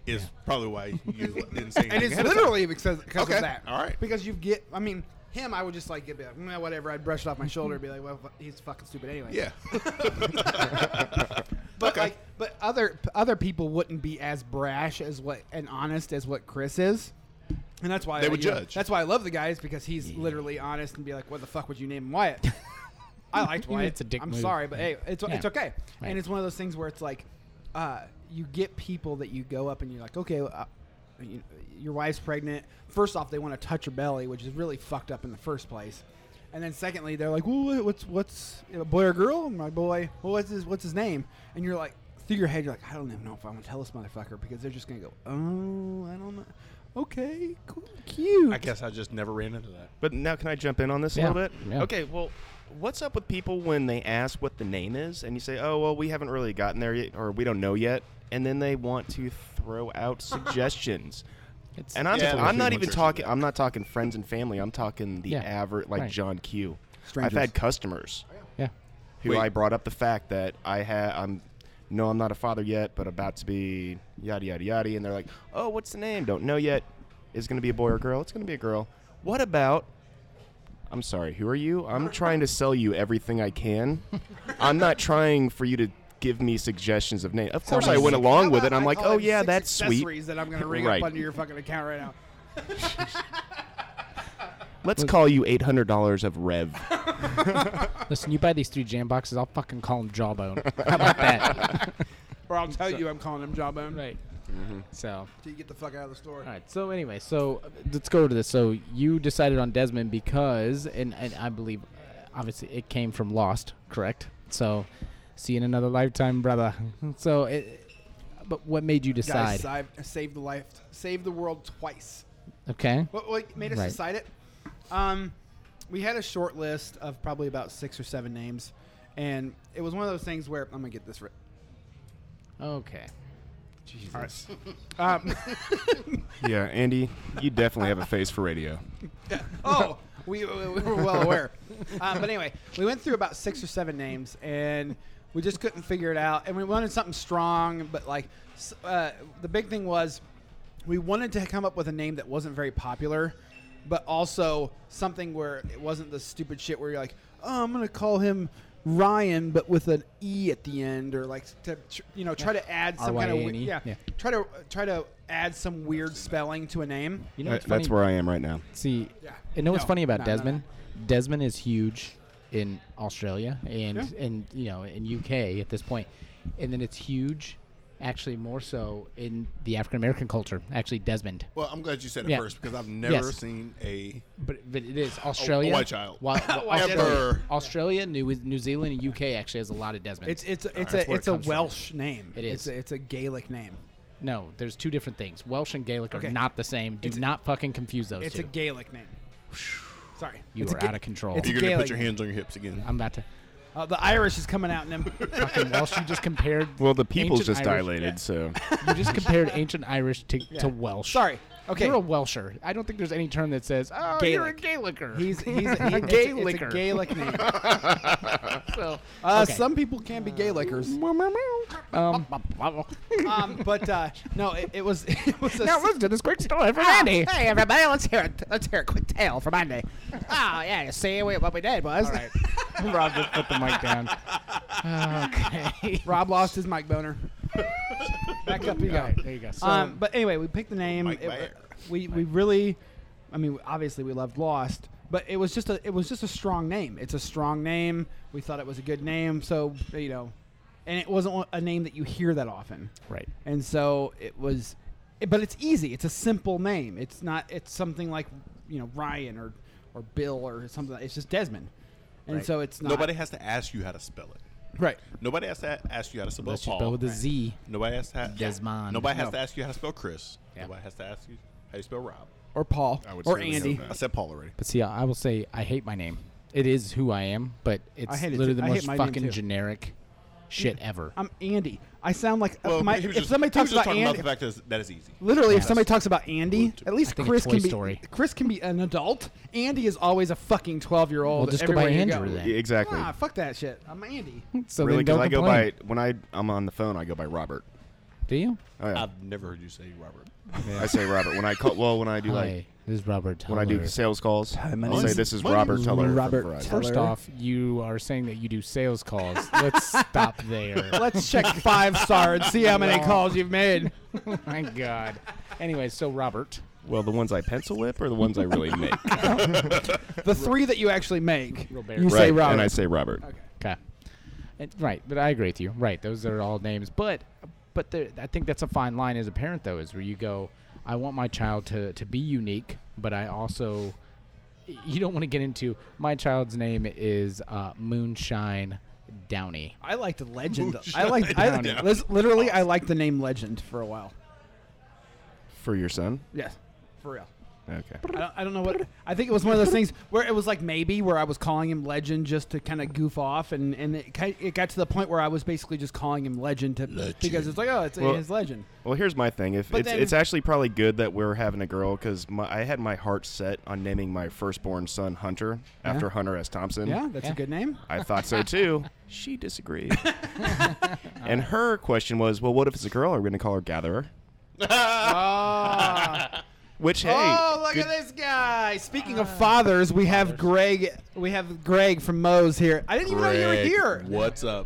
is probably why you (laughs) didn't say anything. And it's ahead of time. literally because because Okay. of that. All right. Because you get I mean him I would just like get be like "Meh, whatever I'd brush it off my shoulder and be like well fu- he's fucking stupid anyway. Yeah. But Okay. like but other other people wouldn't be as brash as what and honest as what Chris is. And that's why They I- would you know, (laughs) judge. that's why I love the guys because he's literally honest and be like, "What the fuck would you name him Wyatt?" I liked Wyatt. It's a dick I'm move. sorry, but hey, it's Yeah. it's okay. Right. And it's one of those things where it's like, uh, you get people that you go up and you're like, okay, uh, you, your wife's pregnant. First off, they want to touch her belly, which is really fucked up in the first place. And then secondly, they're like, well, what's what's a boy or girl? My boy. Well, what's his what's his name? And you're like, through your head, you're like, I don't even know if I'm gonna tell this motherfucker because they're just gonna go, oh, I don't know. Okay, cool, cute. I guess I just never ran into that. But now, can I jump in on this Yeah, a little bit? yeah. Okay, well, what's up with people when they ask what the name is and you say, oh, well, we haven't really gotten there yet, or we don't know yet, and then they want to throw out suggestions? It's, And I'm, Yeah, I'm not that's even what talking. I'm not talking friends and family. I'm talking the Yeah, average, like right. John Q. Strangers. have had customers yeah. who Wait. I brought up the fact that I had. I'm no, I'm not a father yet, but about to be. Yada yada yada, and they're like, "Oh, what's the name? Don't know yet. Is it going to be a boy or girl? It's going to be a girl. What about? I'm sorry. Who are you? I'm trying to sell you everything I can. I'm not trying for you to give me suggestions of name. Of course, I like went six- How along with about it. and I'm I like, call "Oh in yeah, six that's sweet. accessories that I'm gonna ring Right. up under your fucking account right now. Let's call you $800 of Rev." Listen, you buy these three jam boxes, I'll fucking call them Jawbone. How about (laughs) that? Or I'll tell you I'm calling him Jawbone. right. Mm-hmm. So, Till you get the fuck out of the store. all right. So anyway, so uh, let's go over to this. So you decided on Desmond because, and, and I believe, uh, obviously, it came from Lost, correct? So, see you in another lifetime, brother. (laughs) So, it, but what made you decide? Guys, save, save the life, save the world twice. okay. What, what made us Right. decide it? Um, we had a short list of probably about six or seven names, and it was one of those things where I'm gonna get this right. Okay. Jesus. Um, (laughs) Yeah, Andy, you definitely have a face for radio. (laughs) oh, we, we we were well aware. Um, but anyway, we went through about six or seven names, and we just couldn't figure it out. And we wanted something strong, but like s- uh, the big thing was we wanted to come up with a name that wasn't very popular, but also something where it wasn't the stupid shit where you're like, oh, I'm gonna call him. Ryan, but with an e at the end, or like to tr- you know, try to add some kind of R Y A N E. yeah, Yeah. try to try to add some weird spelling to a name. You know what's funny? That's where I am right now. See, Yeah. and know what's No, funny about no, no, no. Desmond? Desmond is huge in Australia and Yeah. and you know in UK at this point, and then it's huge, actually more so in the African American culture. Actually, Desmond, Well, I'm glad you said it Yeah. first because I've never Yes. seen a. but but it is Australia. Oh, white child. (laughs) Wa- wa- Ever. Australia, Australia, New New Zealand, and UK actually has a lot of Desmond. It's it's it's that's a where it it's a comes from. Welsh name. It is. It's a, it's a Gaelic name. no, there's two different things. Welsh and Gaelic are Okay. not the same. Do It's a- not fucking confuse those It's two. a Gaelic name. Sorry, you It's a are Ga- out of control. it's- You're gonna Gaelic. put your hands on your hips again. I'm about to Uh, the Irish is coming out, (laughs) and (laughs) fucking Welsh. You just compared. Well, the people's ancient just Irish- dilated, so You just compared ancient Irish to, to Welsh. sorry. Okay, You're a Welsher. I don't think there's any term that says, "Oh, you're a Gaelicker." he's he's (laughs) he, it's a- It's a Gaelicker. Gaelic name. (laughs) so, Uh, okay. Some people can be Gaelickers, (laughs) (laughs) Um, um, but uh, no, it, it was (laughs) it was a now s- listen to this quick story from Andy. Ah, Hey everybody, let's hear it. Let's hear a quick tale from (laughs) Andy. Oh yeah, you see we- what we did was. (laughs) Rob just put the mic down. (laughs) Okay. Rob lost his mic boner. Back up, you All guys. right, there you go. So, um, but anyway, we picked the name. Mike It- uh, Bayer. we we really, I mean, obviously we loved Lost, but it was just a it was just a strong name. It's a strong name. We thought it was a good name, so you know, and it wasn't one- a name that you hear that often, right. and so it was. it- but it's easy. It's a simple name. It's not. It's something like you know Ryan or or Bill or something. It's just Desmond, and so it's not Nobody has to ask you how to spell it. right. Nobody has to ask you how to spell Let's Paul. just go with a Z. Nobody has to. Ha- Desmond. Nobody has No. to ask you how to spell Chris. Yeah. Nobody has to ask you how you spell Rob. or Paul or Andy. I said Paul already. But see, I I will say I hate my name. It is who I am, but it's hate it literally too. the I hate most my name fucking too. generic shit ever. I'm Andy. I sound like uh, Well, my, he if was just, somebody he was talks just about talking Andy. about the fact that is, that is easy. Literally, if somebody talks about Andy, at least think of Chris Toy can be Story. Chris can be an adult. Andy is always a fucking twelve year old. Well, just go by Andrew then. exactly. Ah, fuck that shit. I'm Andy. So really, then because don't I go complain. by when I I'm on the phone, I go by Robert. Do you? Oh, yeah. I've never heard you say Robert. I say Robert when I call. Well, when I do like Hi, this is Robert. when I do Tyler. sales calls, my I'll name say is- this is my name Robert is Teller. from Robert Verizon." Teller. First Hello? off, you are saying that you do sales calls. (laughs) Let's stop there. (laughs) Let's check five star and see how many calls you've made. My God. Anyway, so Robert, Well, the ones I pencil whip or the ones I really make. The three that you actually make, Robert. you (laughs) say right. Robert. And I say Robert. Okay. And- right, but I agree with you. Right, those are all names, but but there, I think that's a fine line as a parent though, is where you go, I want my child to to be unique, but I also you don't want to get into my child's name is uh, Moonshine Downey. I liked Legend. I (laughs) Moonshine liked. I, Downey. lis- literally, I liked the name Legend for a while. For your son? Yes, for real. Okay. I don't, I don't know what. I think it was one of those things where it was like maybe where I was calling him Legend just to kind of goof off, and and it, ki- it got to the point where I was basically just calling him Legend, to, because it's like oh, it's Well- his Legend. Well, here's my thing. If But it's, then- it's actually probably good that we're having a girl because I had my heart set on naming my firstborn son Hunter after Hunter S. Thompson. Yeah, that's Yeah. a good name. I thought (laughs) so too. she disagreed. (laughs) and her question was, well, what if it's a girl? Are we going to call her Gatherer? Which, hey, Ah. oh, look good- at this guy! Speaking of Ah. fathers, we have Greg. We have Greg from Moe's here. I didn't even know you were Greg, here. What's up?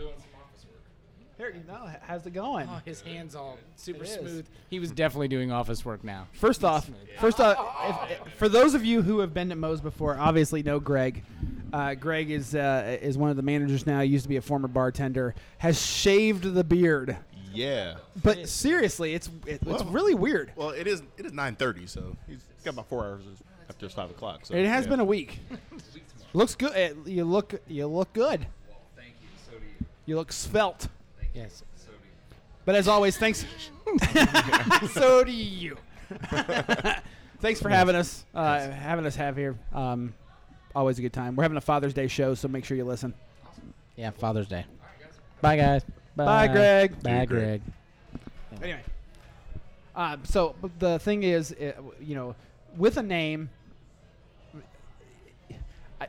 Here, you know, how's it going? Oh, his hands all super It is. smooth. He was definitely doing office work now. First off, first off, if, for those of you who have been to Moe's before, obviously know Greg. Uh, Greg is uh, is one of the managers now. Used to be a former bartender. Has shaved the beard, Yeah. but seriously, it's it, it's Whoa. really weird. Well, it is. It is nine thirty, so he's got about four hours after five o'clock. So It has yeah. been a week. Looks good. eh, You look you look good. Thank you. So do you. You look svelte. Yes. So do you. But as always, (laughs) thanks. so do you. (laughs) thanks for having us. Uh, having us have here. Um, always a good time. We're having a Father's Day show, so make sure you listen. Yeah, Father's Day. Bye guys. Bye, Greg. Bye, Dude, Greg. Greg. Anyway, uh, so but the thing is, uh, you know, with a name, I,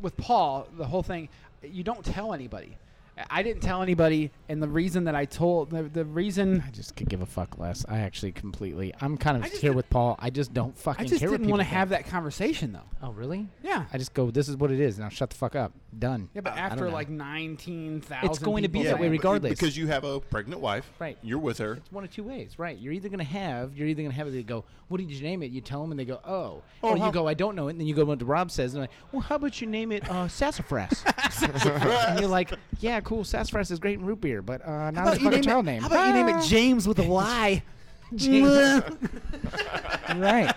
with Paul, the whole thing, you don't tell anybody. I- I didn't tell anybody, and the reason that I told the, the reason I just could give a fuck less. I actually completely. I'm kind of I just here did- with Paul. I just don't fucking. I just care what didn't want to people have that conversation, though. think. Oh really? Yeah, I just go. This is what it is. Now shut the fuck up. Done. yeah, but I don't after know. like nineteen thousand, It's going to be that way but- regardless. because you have a pregnant wife. Right. You're with her. It's one of two ways, right? You're either gonna have. You're either gonna have it. They go. What did you name it? You tell them, and they go, Oh. or you go, I don't know it. And then you go, What Rob says, and I'm like, Well, how about you name it uh, (laughs) Sassafras? and you're like, Yeah, cool. Sassafras is great in root beer, but uh, not as a fucking child name. How about you name (laughs) (laughs) Ah. it James with a (laughs) Y? (laughs) right.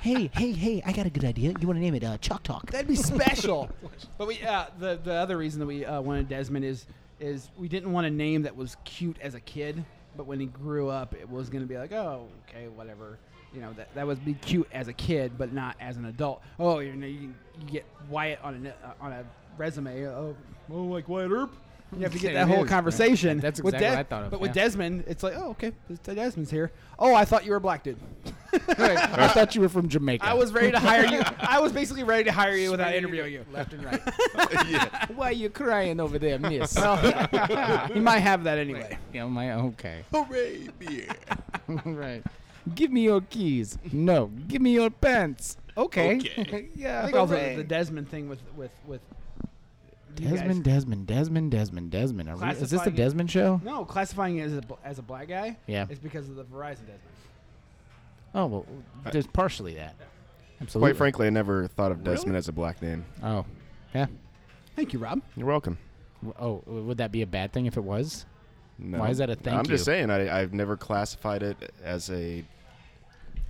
hey, hey, hey! I got a good idea. You want to name it uh, Chalk Talk? That'd be (laughs) special. but we uh, the the other reason that we uh, wanted Desmond is is we didn't want a name that was cute as a kid, but when he grew up, it was going to be like, oh, okay, whatever. You know that that would be cute as a kid, but not as an adult. Oh, you know, you, you get Wyatt on a ne- uh, on a resume. Oh, oh, like Wyatt Earp. You have to get Yeah, that it whole is, conversation. right. That's With exactly what I thought of, But with yeah. Desmond, it's like, oh, okay, Des- Desmond's here. Oh, I thought you were a black dude. I thought you were from Jamaica. I was ready to hire (laughs) you. I was basically ready to hire you without Ready to- interviewing you. left and right. yeah. Why are you crying over there, (laughs) miss? you Ah, might have that anyway. Oh, yeah, my okay. (laughs) Hooray, beer. right. Give me your keys. No, give me your pants. Okay. Okay. (laughs) yeah. I think also hooray. the Desmond thing with with with you guys- Desmond, Desmond, Desmond, Desmond, Desmond. Are we, is this the Classifying it- Desmond show? No, classifying it as a, bl- as a black guy. Yeah. Is because of the Verizon Desmond. Oh well, there's partially that. Absolutely. Uh, quite frankly, I never thought of Desmond as a black name. Oh, yeah. Thank you, Rob. You're welcome. W- Oh, w- would that be a bad thing if it was? No. Why is that a thank I'm you? just saying, I, I've never classified it as a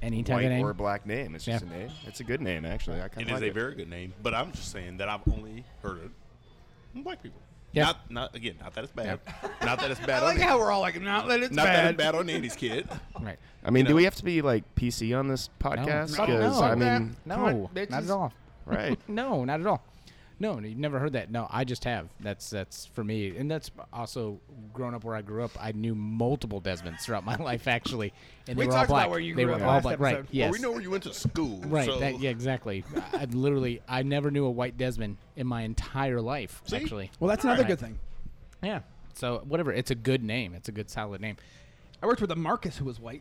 Any type of white name? or black name. It's just Yeah. a name. It's a good name, actually. (laughs) I It kind is of like a it. very good name, but I'm just saying that I've only heard it from black people. Yeah. Not, not again. Not that it's bad. (laughs) Not that it's bad. on we're all like, not that it's not that it's bad on Andy's kid. Right. I mean, you do know. we have to be like PC on this podcast? No. No. 'Cause, I mean, No, Come on, not bitches. at all. right. (laughs) No, not at all. No, you've never heard that. No, I just have. That's that's for me, and that's also growing up where I grew up. I knew multiple Desmonds throughout my (laughs) life, actually, and We they were all talked about black. where you they grew were up all last black, right? episode. Yes, Well, we know where you went to school. right. So that- yeah, exactly. I, I literally, I never knew a white Desmond in my entire life. See? Actually, Well, that's another Right. good thing. yeah. So whatever, it's a good name. It's a good solid name. I worked with a Marcus who was white.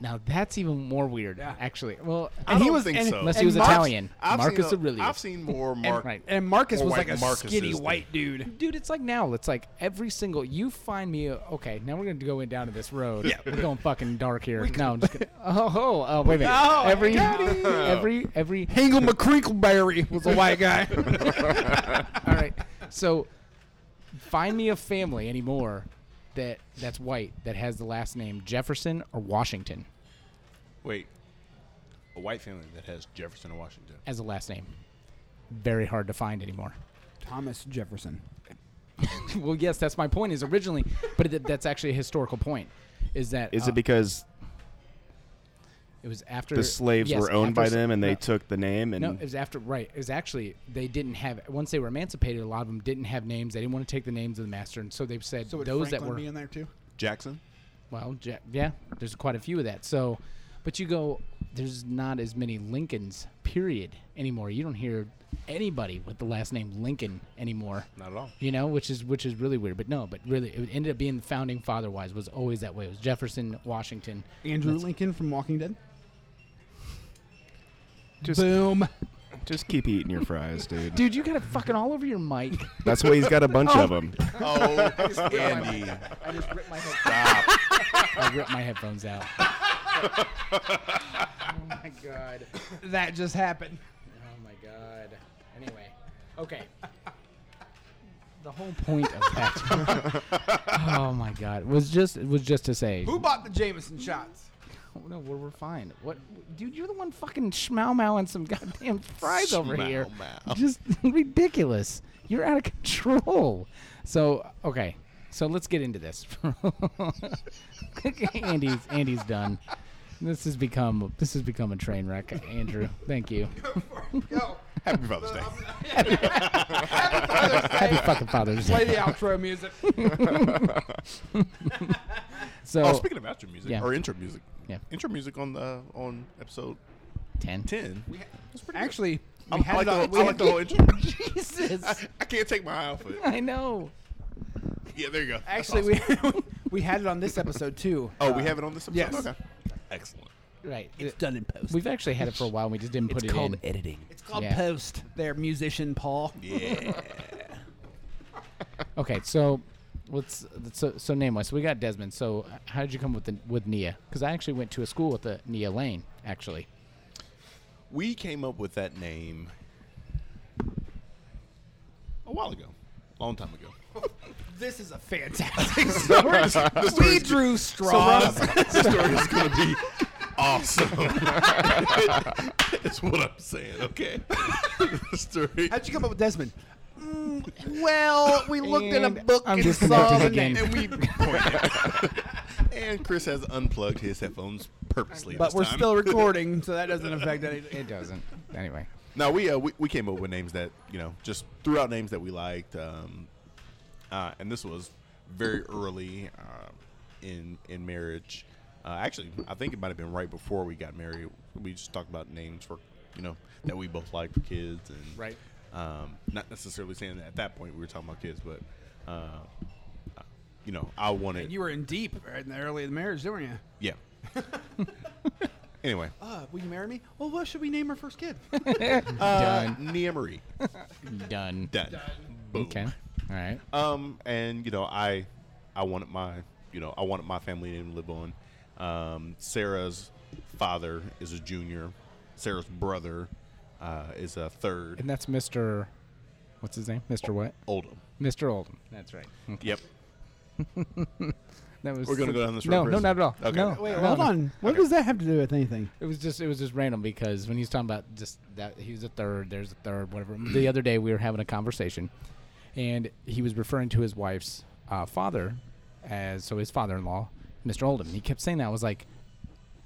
Now that's even more weird, actually. Well, I And he don't was- think and- so. unless he was Marcus- Italian, I've Marcus seen a- Aurelius. I've seen more Mark. right. And Marcus Or was white like a Marcuses, skinny dude. white dude. dude, it's like now. It's like every single you find me. Okay, now we're gonna go in down to this road. Yeah, (laughs) we're going fucking dark here. no, I'm just gonna, oh, oh, oh, wait a minute. Oh, every, got every, every. Hingle McCreekleberry was a white guy. All right, so find me a family anymore that that's white that has the last name Jefferson or Washington Wait, a white family that has Jefferson and Washington. as a last name. Very hard to find anymore. (laughs) (laughs) Thomas Jefferson. well, yes, that's my point. Is originally, but th- that's actually a historical point. Is that Is uh, it because it was after the slaves yes, were owned after by s- them and they no. took the name and No, Mm. it was after right. It was actually they didn't have once they were emancipated. A lot of them didn't have names. They didn't want to take the names of the master, and so they've said So would those that Franklin were be in there too? Jackson. well, ja- yeah. There's quite a few of that. So, but you go, there's not as many Lincolns. Period anymore. You don't hear anybody with the last name Lincoln anymore. Not at all. You know, which is which is really weird. But no, but really, it ended up being founding father wise was always that way. It was Jefferson, Washington. Andrew Lincoln from Walking Dead. just Boom. just keep eating your (laughs) fries, dude. Dude, you got it fucking all over your mic. (laughs) That's why he's got a bunch of them. (laughs) (laughs) Oh, Andy. I just ripped my headphones. I ripped my headphones out. (laughs) oh my god. That just happened. Oh my god. Anyway, okay. The whole point of that. (laughs) oh my god, was just was just to say. Who bought the Jameson shots? Oh, no, we're, we're fine. What, dude? You're the one fucking schmow mowing some goddamn fries over here. Schmow-mow. Just (laughs) ridiculous. You're out of control. So okay, so let's get into this. (laughs) Andy's Andy's done. This has become this has become a train wreck. Andrew, thank you. Happy Father's (laughs) Day. Happy fucking Father's Play Day. the outro (laughs) music. So Oh, speaking of outro music Yeah. or intro music. Yeah. Intro music on the on episode ten. ten. Actually, we I'm, I had it like the, on- whole- we I had- like the whole intro. (laughs) Jesus, I can't take my eye off it. (laughs) I know. Yeah, there you go. That's (laughs) Actually, awesome. we (laughs) we had it on this episode too. Uh, Oh, we have it on this episode. yes. Okay. Excellent. Right. done in post. We've actually had it for a while. and We just didn't put it in. editing. It's called Yeah. post. There, musician Paul. Yeah. Okay, so let's so so name wise. So we got Desmond. So how did you come with the, with Nia? Because I actually went to a school with the Nia Lane. Actually, (laughs) we came up with that name a while ago, long time ago. This is a (laughs) fantastic story. we drew straws. (laughs) this story is going to be awesome. That's what I'm saying. Okay. (laughs) this story. How'd you come up with (laughs) Desmond? well, we looked at at a a And book book I'm and and saw disconnected saw the the again. name. name. and (laughs) we and Chris has unplugged his headphones purposely. But this we're time. (laughs) still recording, so that doesn't affect anything. it doesn't. Anyway, No, we, uh, we we came up with names that you know just threw out names that we liked, um, uh, and this was very early uh, in in marriage. Uh, actually, I think it might have been right before we got married. We just talked about names for you know that we both liked for kids and Right. Um, not necessarily saying that at that point we were talking about kids, but uh, you know I wanted You were in deep right in the early of the marriage, weren't you? yeah. (laughs) anyway, Uh, will you marry me? Well, what should we name our first (laughs) kid? uh, Nia Marie done. done. Boom. Okay. All right. Um, and you know, I I wanted my you know I wanted my family name to live on. Um, Sarah's father is a junior. Sarah's brother uh, is a third. And that's Mr. What's his name? Mr. What? Oldham. Mr. Oldham. That's right. Okay. Yep. That was We're gonna go down this No, road, no, Chris? not at all. Okay. No, Wait, no, Hold no. on. What does that have to do with anything? It was just it was just random because when he was talking about just that he was a third, there's a third, whatever. the other day we were having a conversation, and he was referring to his wife's uh, father as so his father-in-law, Mr. Oldham. He kept saying that I was like,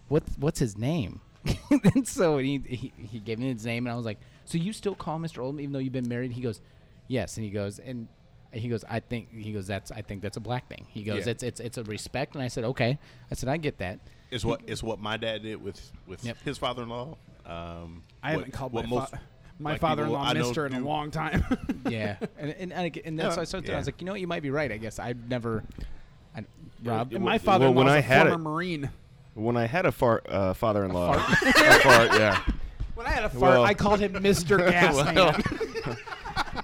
what what's his name? (laughs) and so he, he he gave me his name, and I was like, so you still call Mr. Oldham even though you've been married? He goes, yes, and he goes and. He goes. I think he goes. That's. I think that's a black thing. He goes. Yeah. It's. It's. It's a respect. And I said, okay. I said, I get that. Is what is what my dad did with with Yep. his father-in-law. Um, I what- haven't called what my, most fa- my black people I father-in-law know Mister in a do. long time. (laughs) yeah, (laughs) and and and, I g- and that's why I started. I Yeah. was like, you know, what, you might be right. I guess I've never, I, Rob. And my (laughs) (laughs) well, father-in-law when was I a had former it- Marine. When I had a far, uh, father-in-law, a fart, yeah, When I had a fart, Well- I called him Mr. Gasman.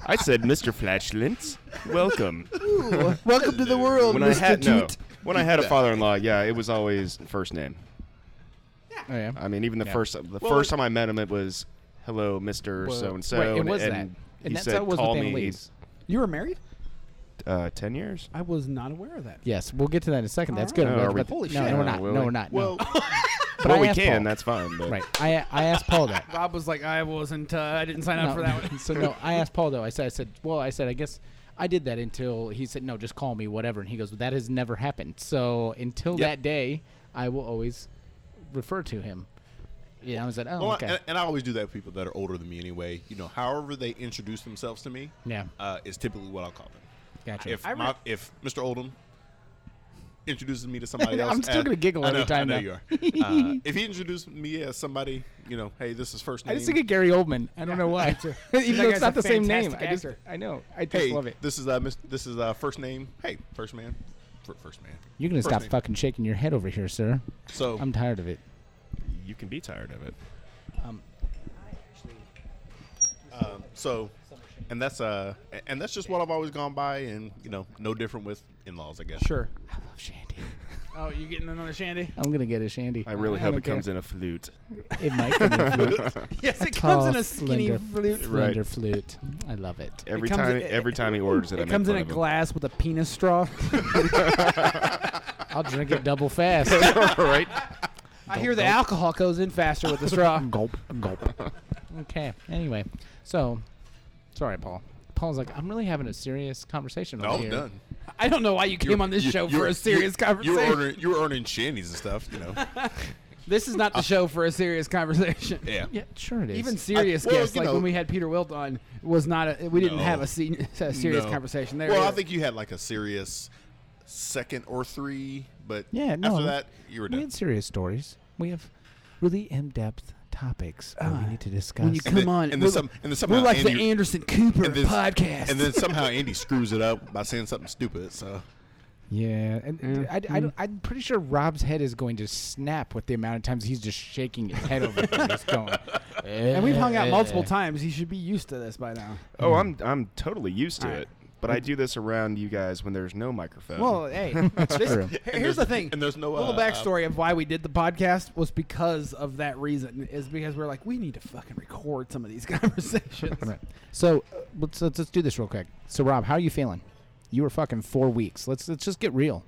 I sasaid, Mr. Flatulence, welcome. Welcome (laughs) to the world, when I Mr. had no, Toot. when I had a father-in-law, yeah, it was always first name. Oh, yeah. I mean, even the Yeah. first the first time I met him, it was hello, Mister Well, So and So, right, it and was that. and And he that's said, how it was with call me Annalise. You were married? uh, ten years. I was not aware of that. Yes, we'll get to that in a second. That's All good. right. I'm glad Oh, are we- about that. Holy no, shit. no, we're No, not. will no, we're we? not. (laughs) no. Well, But well, I we asked can. Paul. That's fine. (laughs) But right. I I asked Paul that. (laughs) Rob was like, I wasn't. Uh, I didn't sign up No, for (laughs) that one. (laughs) so no, I asked Paul though. I said, I said, well, I said, I guess I did that until he said, no, just call me whatever. And he goes, well, that has never happened. So until that day, I will always refer to him. Yeah, I was like, oh, Well, uh, okay. and, and I always do that with people that are older than me anyway. You know, however they introduce themselves to me Yeah. uh, is typically what I'll call them. gotcha. If my, if Mr. Oldham introduces (laughs) me to somebody else, I'm still as- gonna giggle I every know- time I know now. you (laughs) are. Uh, if he introduced me as somebody, you know, hey, this is first name. I just think of Gary Oldman. (laughs) I don't know why. (laughs) Even That though guy's it's not a the same name. fantastic I just, actor. I know. I just hey, love it. this is uh, mis- this is uh, first name. Hey, first man, Fir- first man. You're gonna First stop name. fucking shaking your head over here, sir. So I'm tired of it. You can be tired of it. um, um, So, and that's uh, a- and that's just what I've always gone by, and you know, no different with in-laws, I guess. Sure. I love Shandy. Oh, you getting another shandy? I'm gonna get a Shandy. I really hope it comes in a flute. It might come in (laughs) a flute. Yes, it Tall, comes in a skinny slender, flute. Right. slender flute. I love it. Every comes time, in- every time he orders it, I It make comes in fun a of him. glass with a penis straw. I'll drink it double fast. (laughs) right? I hear the alcohol goes in faster with the (laughs) straw. gulp, gulp. Okay. Anyway, so sorry, Paul. Paul's like, I'm really having a serious conversation No, over I'm here. done. I don't know why you came on this show for a serious conversation. You were ordering, you were ordering shandies and stuff, you (laughs) know. (laughs) this is not (laughs) the show for a serious conversation. Yeah. Yeah, sure it is. Even serious I- well, guests, you like know- when we had Peter Wilt on, was not a. We didn't No. have a, se- (laughs) a serious No. conversation there. Well, I either. think you had like a serious second or three, but yeah, after no. that, you were We done. had serious stories. We have really in-depth topics that we need to discuss. Ah, when you come then- on, and then we're, some- like- and then somehow we're like the Andy- Anderson Cooper And then- podcast. (laughs) And then somehow Andy screws it up by saying something stupid. So yeah, and I, am pretty sure Rob's head is going to snap with the amount of times he's just shaking his head over here, just going. (laughs) "Eh." and we've hung out multiple times. He should be used to this by now. Oh, I'm I'm totally used to Alright. it. But I do this around you guys when there's no microphone. Well, hey, (laughs) this- true. here- Uh, And here's there's- the thing. and there's no, little uh, uh, backstory of why we did the podcast was because of that reason. Is because we're like we need to fucking record some of these (laughs) conversations. Right. So uh, let's, let's let's do this real quick. So Rob, how are you feeling? You were fucking four weeks. Let's let's just get real.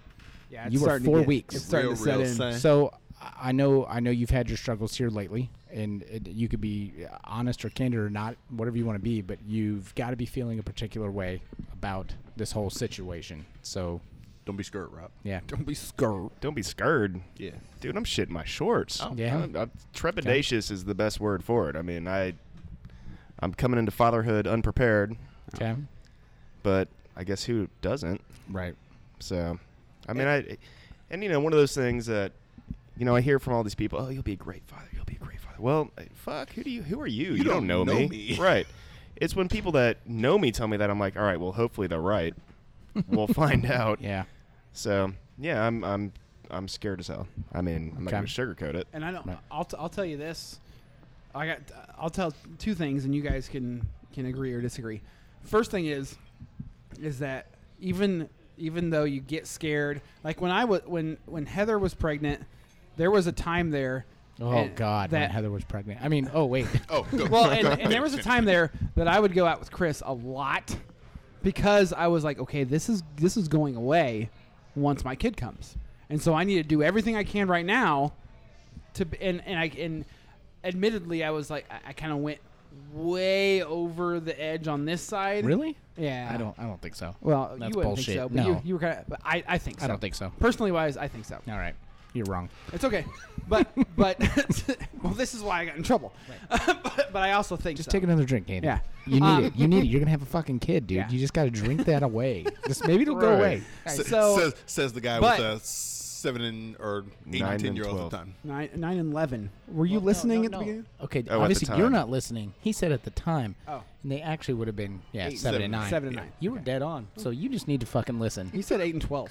Yeah, You were starting to four get- weeks. It's starting Real, to set real in. son. So I- I know I know you've had your struggles here lately, and it, you could be honest or candid or not, whatever you want to be, but you've got to be feeling a particular way about this whole situation. So don't be scared, Rob. yeah, (laughs) Don't be scared. don't be scared. Yeah. Dude, I'm shitting my shorts. Yeah. I'm, I'm- trepidatious is the best word for it. I mean, I I'm coming into fatherhood unprepared, okay, but I guess who doesn't? right, So, I mean, Eh. I and you know, one of those things that you know, I hear from all these people, "Oh, you'll be a great father. You'll be a great father." Well, eh, fuck, who do you who are you? You, don't know me. (laughs) Right. It's when people that know me tell me that I'm like, "All right, well, hopefully they're right. (laughs) We'll find out." yeah, So, yeah, I'm I'm I'm scared as hell. I mean, I'm not Okay. going to sugarcoat it. And I don't. Right. I'll, t- I'll tell you this. I got. I'll tell two things, and you guys can can agree or disagree. First thing is, is that even even though you get scared, like when I was when when Heather was pregnant, there was a time there. oh and- god, when that Heather was pregnant. I mean, oh wait, Oh, go. well, and, and there was a (laughs) time there that I would go out with Chris a lot because I was like, okay, this is this is going away once my kid comes, and so I need to do everything I can right now to b- and and I and admittedly I was like I, I kind of went way over the edge on this side. (laughs) really? Yeah. I don't I don't think so. Well, That's you wouldn't bullshit. think so, but no, you, you were kind of. I, I think so. I don't think so. Personally wise, I think so. All right, you're wrong. It's okay, but but (laughs) well, this is why I got in trouble. (laughs) but, but I also think Just so. take another drink, Andy. Oh. Yeah. You need Um, it. You (laughs) need it. You're gonna have a fucking kid, dude. Yeah. You just gotta drink (laughs) that away. Just maybe it'll go away. All right, Sa- so says, says the guy but- with a seven and or eight Nine and ten and year old at 12. the time. Nine, nine and eleven. Were you listening at the beginning? Okay, Oh, at the obviously you're time. not listening. He said at the time. Oh. And they actually would have been yeah seven Eight, seven, and nine. Seven and nine. You were dead on. So you just need to fucking listen. You said eight and twelve.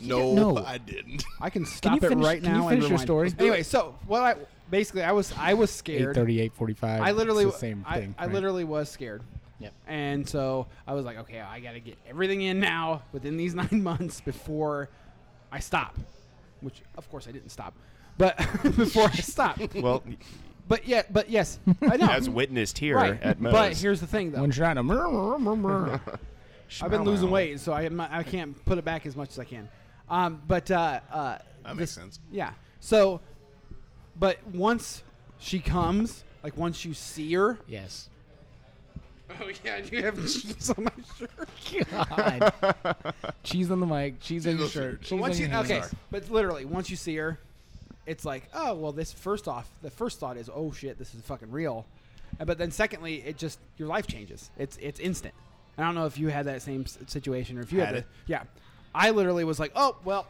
No, No. I didn't. (laughs) I can stop it finish- right can you now. and finish your rewind. story? Anyway, so well, I, basically, I was I was Eight scared. thirty-eight forty-five. I literally, it's the same I, thing. I right? literally was scared. Yep. And so I was like, okay, I got to get everything in now within these (laughs) nine months before I stop, which of course I didn't stop, but (laughs) before (laughs) I stop. (laughs) Well, But yeah, but yes, I know. as witnessed here right. at most. But here's the thing, though. One shot of murr, murr, murr, murr. (laughs) I've been losing weight, so I am not, I can't put it back as much as I can. Um, but uh, uh, That makes sense. yeah. So, but once she comes, like once you see her, yes. (laughs) oh yeah, (laughs) you have cheese on my shirt. God. cheese on the mic. Cheese in the on your- shirt. But Cheese once on you your okay, hands. but literally once you see her, it's like oh well. This first off, the first thought is oh shit, this is fucking real. Uh, But then secondly, it just your life changes. It's it's instant. I don't know if you had that same s- situation or if you had, Had that. it. Yeah, I literally was like oh well,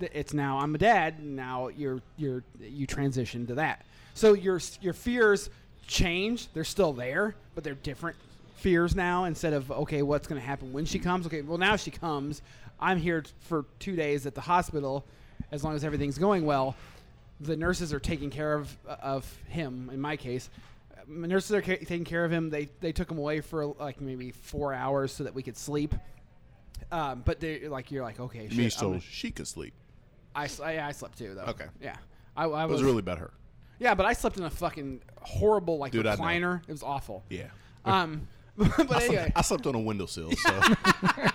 th- it's now I'm a dad. and Now you're you're you transition to that. So your s- your fears change. They're still there, but they're different fears now instead of okay what's going to happen when she comes okay well now she comes i'm here t- for two days at the hospital as long as everything's going well the nurses are taking care of uh, of him in my case Um, the nurses are ca- taking care of him they they took him away for like maybe four hours so that we could sleep um, but they like you're like okay shit, Me I'm so gonna- she could sleep. I, sl- I, I slept too though Okay. yeah I, I It was really about her. yeah but I slept in a fucking horrible like Dude, I know. recliner it was awful Yeah. um (laughs) but I slept, anyway I slept on a windowsill, so (laughs)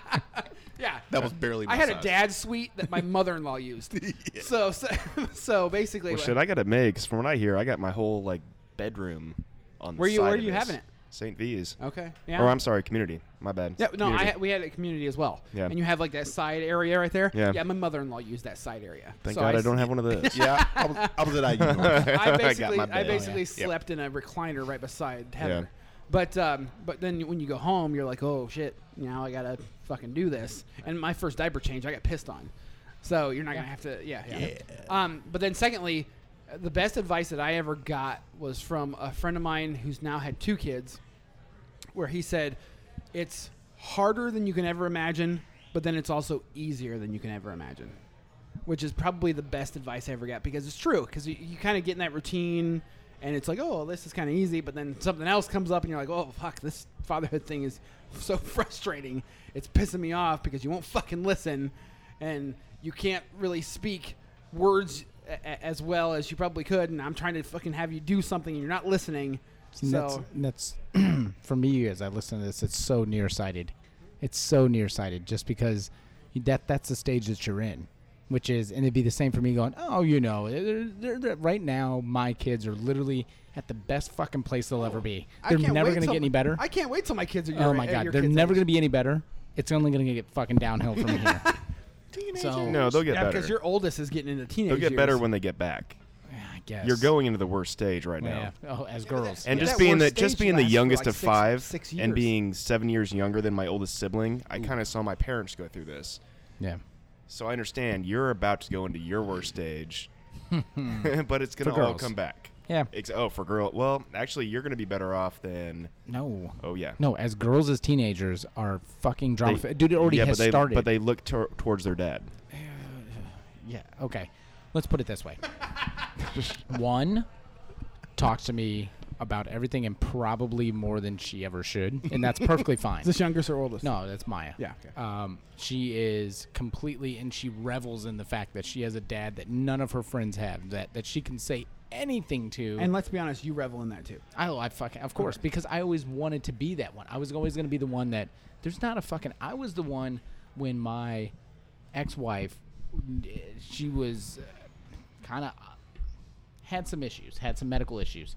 yeah that was barely. My I had a size. dad's suite that (laughs) my mother-in-law used. so, (laughs) so so basically, Well, shit, I got to make. 'cause from what I hear, I got my whole like bedroom on the Where you- side where of you this. having it? St. V's. okay, yeah. Or I'm sorry, community. My bad. yeah, no, I Community. ha- we had a community as well. Yeah. And you have like that side area right there. Yeah. Yeah, my mother-in-law used that side area. Thank so God I, I, don't have one (laughs) of those. Yeah, I was, I was at IU. North. (laughs) I got basically my I, bed. basically Yep. slept in a recliner right beside Yeah. Heather. But um, but then when you go home, you're like, oh shit, now I gotta fucking do this. And my first diaper change, I got pissed on. So you're not gonna have to, yeah, yeah. Um, but then secondly, uh, the best advice that I ever got was from a friend of mine who's now had two kids, where he said, it's harder than you can ever imagine, but then it's also easier than you can ever imagine which is probably the best advice I ever got because it's true. Because you, you kind of get in that routine, and it's like, oh, well, this is kind of easy. But then something else comes up, and you're like, oh, fuck, this fatherhood thing is (laughs) so frustrating. It's pissing me off because you won't fucking listen, and you can't really speak words a- a- as well as you probably could. And I'm trying to fucking have you do something, and you're not listening. And that's, so and that's (clears throat) for me as I listen to this. It's so nearsighted. It's so nearsighted just because you- that that's the stage that you're in, which is and it'd be the same for me going, oh, you know, they're, they're, they're, right now my kids are literally at the best fucking place they'll ever be. I They're can't never wait gonna till- get any better. I can't wait till my kids are. Your, oh my uh, god, your they're kids' never age. gonna be any better. It's only gonna get fucking downhill (laughs) from here. so No, they'll get Yeah, better. because your oldest is getting into teenage. they'll get better years. when they get back. I guess You're going into the worst stage right now. Yeah. Oh, as girls. And Yeah. just That being worst the just stage being the lasts for, youngest like, of six- five six years. Mm. and being seven years younger than my oldest sibling, I kind of saw my parents go through this. yeah. Oh. So I understand you're about to go into your (laughs) worst stage, (laughs) but it's gonna For all girls. come back. Yeah. Ex- oh, for girl. Well, actually, you're gonna be better off than. No. Oh yeah. No, as girls as teenagers are fucking drama. They- Dude, it already yeah, has but they, started. But they look to- towards their dad. Yeah. Okay. Let's put it (laughs) this way. One, talks to me about everything and probably more than she ever should, and (laughs) that's perfectly fine. Is this youngest or oldest? no, that's Maya. Yeah, okay. Um, she is completely and she revels in the fact that she has a dad that none of her friends have that that she can say anything to. And let's be honest, you revel in that too. I, I fucking of course because I always wanted to be that one. I was always going to be the one that there's not a fucking. I was the one when my ex-wife she was kind of had some issues, had some medical issues.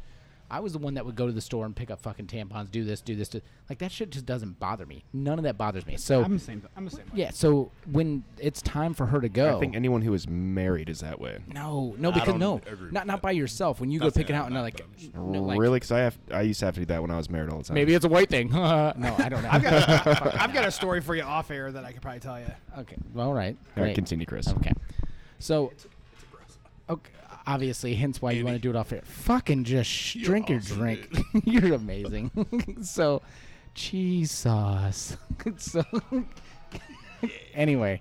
I was the one that would go to the store and pick up fucking tampons, do this, do this, do, like that shit just doesn't bother me. None of that bothers me. So I'm the same. I'm the same. Way. yeah, so when it's time for her to go, I Oh. think anyone who is married is that way. no, no, I because don't no, agree with not not that. by yourself. When you Not go pick it saying out I'm and not, like, but I'm just- no, like really? Because I have I used to have to do that when I was married all the time. maybe it's a white thing. (laughs) no, I don't know. I've got a story for you off air that I could probably tell you. (laughs) Okay. All right. All right, great. continue, Chris. Okay. So, okay. Obviously, hence why you want to do it off here. Fucking just sh- drink awesome, your drink. (laughs) You're amazing. so, cheese (laughs) sauce. so, anyway,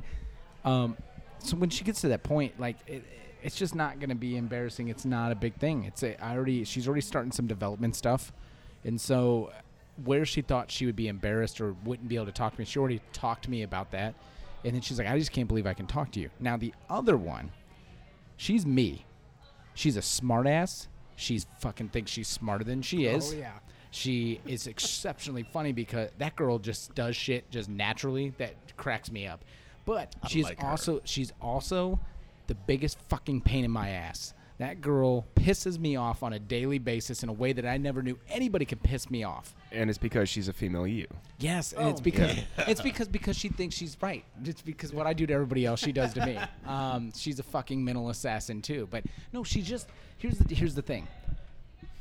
um, so when she gets to that point, like it, it's just not going to be embarrassing. It's not a big thing. It's a, I already she's already starting some development stuff, and so where she thought she would be embarrassed or wouldn't be able to talk to me, she already talked to me about that, and then she's like, I just can't believe I can talk to you. Now the other one, she's me. She's a smartass. She's fucking thinks she's smarter than she is. Oh, yeah. She is exceptionally funny because that girl just does shit just naturally that cracks me up. But she's like her. also she's also the biggest fucking pain in my ass. That girl pisses me off on a daily basis in a way that I never knew anybody could piss me off. and it's because she's a female you. Yes, and it's because (laughs) it's because because she thinks she's right. It's because what I do to everybody else, she does to me. Um, she's a fucking mental assassin too. But no, she just here's the here's the thing.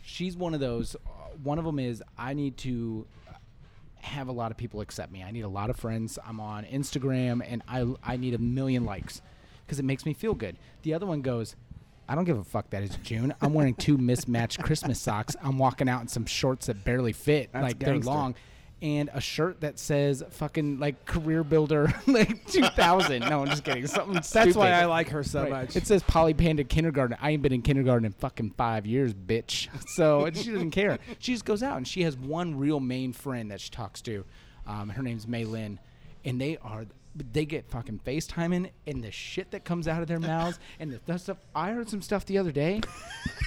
She's one of those. Uh, one of them is I need to have a lot of people accept me. I need a lot of friends. I'm on Instagram and I I need a million likes because it makes me feel good. The other one goes. I don't give a fuck that it's June. I'm wearing (laughs) two mismatched Christmas socks. I'm walking out in some shorts that barely fit. like gangster. they're long and a shirt that says fucking like career builder (laughs) like 2000 no i'm just kidding something That's why I like her so much. it says Polly Panda kindergarten. I ain't been in kindergarten in fucking five years, bitch. (laughs) So and she doesn't care. She just goes out and she has one real main friend that she talks to. Um, her name's May Lin, and they are they get fucking FaceTiming and the shit that comes out of their mouths and the, the stuff. I heard some stuff the other day. (laughs)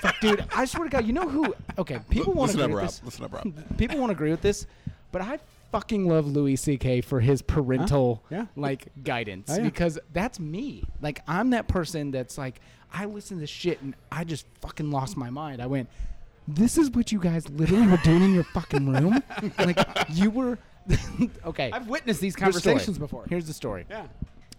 Fuck, dude, I swear to God, you know who? Okay, people want Listen to up, agree with Rob. this. Listen up, Rob. People won't agree with this, but I fucking love Louis C.K. for his parental Yeah. Oh, like guidance yeah. because that's me. Like I'm that person that's like I listen to shit and I just fucking lost my mind. I went, this is what you guys literally were doing in your fucking (laughs) room. like you were. (laughs) okay, I've witnessed these Here's the story. conversations before. Here's the story. yeah.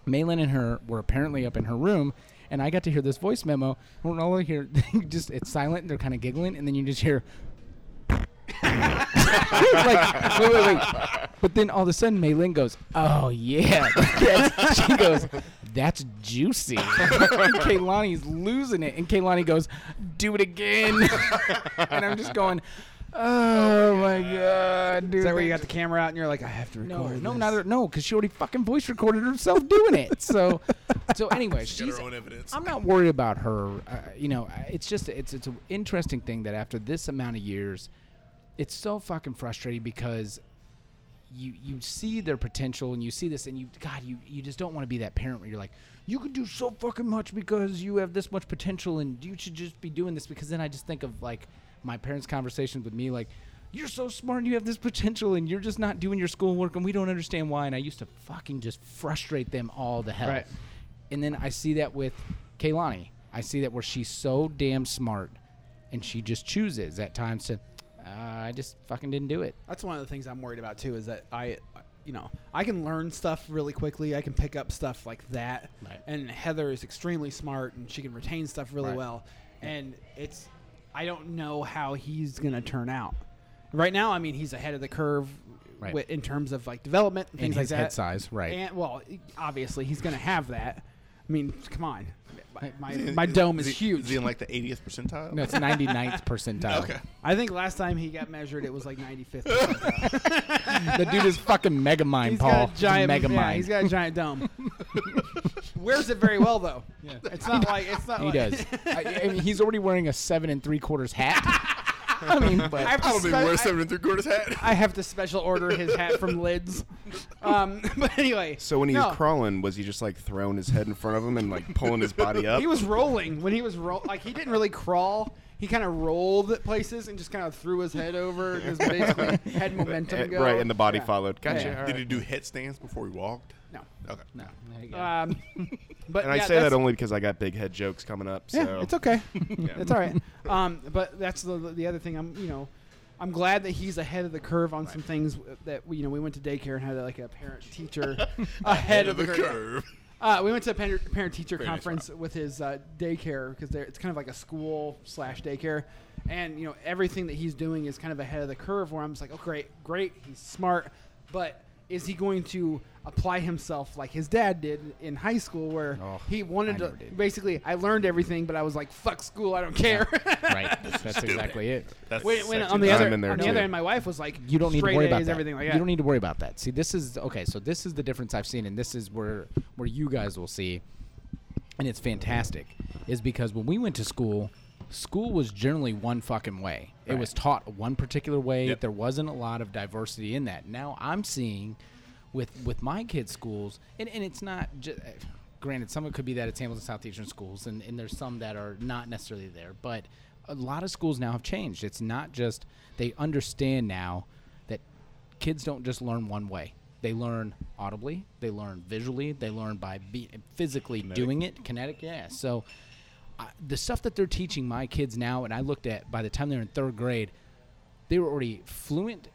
Malin and her were apparently up in her room, and I got to hear this voice memo. We're all here, (laughs) just it's silent, and they're kind of giggling, and then you just hear. (laughs) like, wait, wait, wait. But then all of a sudden, Maylin goes, "Oh yeah," (laughs) That's- she goes, "That's juicy." (laughs) and Kaylani's losing it, and Kaylani goes, "Do it again," (laughs) and I'm just going, "Oh my god, dude!" Is that where you they got the camera out and you're like, I have to no, record? no, this. not at- no, because she already fucking voice recorded herself doing it. So, so anyway, she's. evidence. I'm not worried about her. Uh, you know, I- it's just it's it's an interesting thing that after this amount of years, it's so fucking frustrating because you you see their potential and you see this and you God you you just don't want to be that parent where you're like you can do so fucking much because you have this much potential and you should just be doing this because then I just think of like my parents' conversations with me like you're so smart and you have this potential and you're just not doing your schoolwork and we don't understand why and I used to fucking just frustrate them all the hell Right. and then I see that with Kaylani I see that where she's so damn smart and she just chooses at times to uh, I just fucking didn't do it That's one of the things I'm worried about too. Is that I, you know, I can learn stuff really quickly. I can pick up stuff like that. Right. And Heather is extremely smart, and she can retain stuff really Right. well. And it's, I don't know how he's gonna turn out. Right now, I mean, he's ahead of the curve. Right. wi- In terms of like development and And things like his that, head size, right. And well, e, obviously he's going to have that. I mean, come on, my, (laughs) my, my dome is he, huge. Is he in like the 80th percentile? No, it's 99th percentile. (laughs) Okay. I think last time he got measured, it was like (laughs) 95th. The dude is fucking mega mind, He's Paul. got a giant mega yeah, mind. He's got a giant dome. (laughs) Wears it very well though. It's not like it's not he like (laughs) does. I, I mean, he's already wearing a seven and three quarters hat. (laughs) I mean, but I have, to I don't spe- think wear I, seven and three quarters hat. I have to special order his hat from (laughs) Lids. Um, but anyway. So when he no, was crawling, was he just like throwing his head in front of him and like pulling his body up? he was rolling when he was roll like he didn't really crawl. He kind of rolled at places and just kind of threw his head over. Just basically (laughs) (laughs) had momentum And- go. right, and the body Yeah. followed. Gotcha. Yeah. all Did right. he do headstands before he walked? No. Okay. no, there you go. Um, (laughs) but And I yeah, say that that's- only because I got big head jokes coming up. So. Yeah, it's okay. It's all right. (laughs) Um, but that's the the other thing. I'm you know, I'm glad that he's ahead of the curve on some things w- that we you know we went to daycare and had like a parent teacher (laughs) ahead of the, curve. Uh, we went to a parent teacher nice, conference with his uh, daycare because it's kind of like a school slash daycare, and you know everything that he's doing is kind of ahead of the curve. Where I'm just like, oh great, great, he's smart, but is he going to apply himself like his dad did in high school, where Oh, he wanted I to never did. basically I learned everything, but I was like, fuck school, I don't care. right. That's exactly it. That's when, when such on a- the I'm other in there on the too. other end, my wife was like, you don't need to straight worry about A's, that. everything like that. You don't need to worry about that. See, this is okay. So this is the difference I've seen, and this is where where you guys will see, and it's fantastic, is because when we went to school, school was generally one fucking way. It was taught one particular way. Yep. There wasn't a lot of diversity in that. Now I'm seeing with with my kids' schools, and, and it's not just. Granted, some of it could be that it's Hamilton Southeastern schools, and, and there's some that are not necessarily there. But a lot of schools now have changed. It's not just they understand now that kids don't just learn one way. They learn audibly, they learn visually, they learn by be- physically doing it. Kinetic, yeah. So I, the stuff that they're teaching my kids now, and I looked at by the time they're in third grade, they were already fluent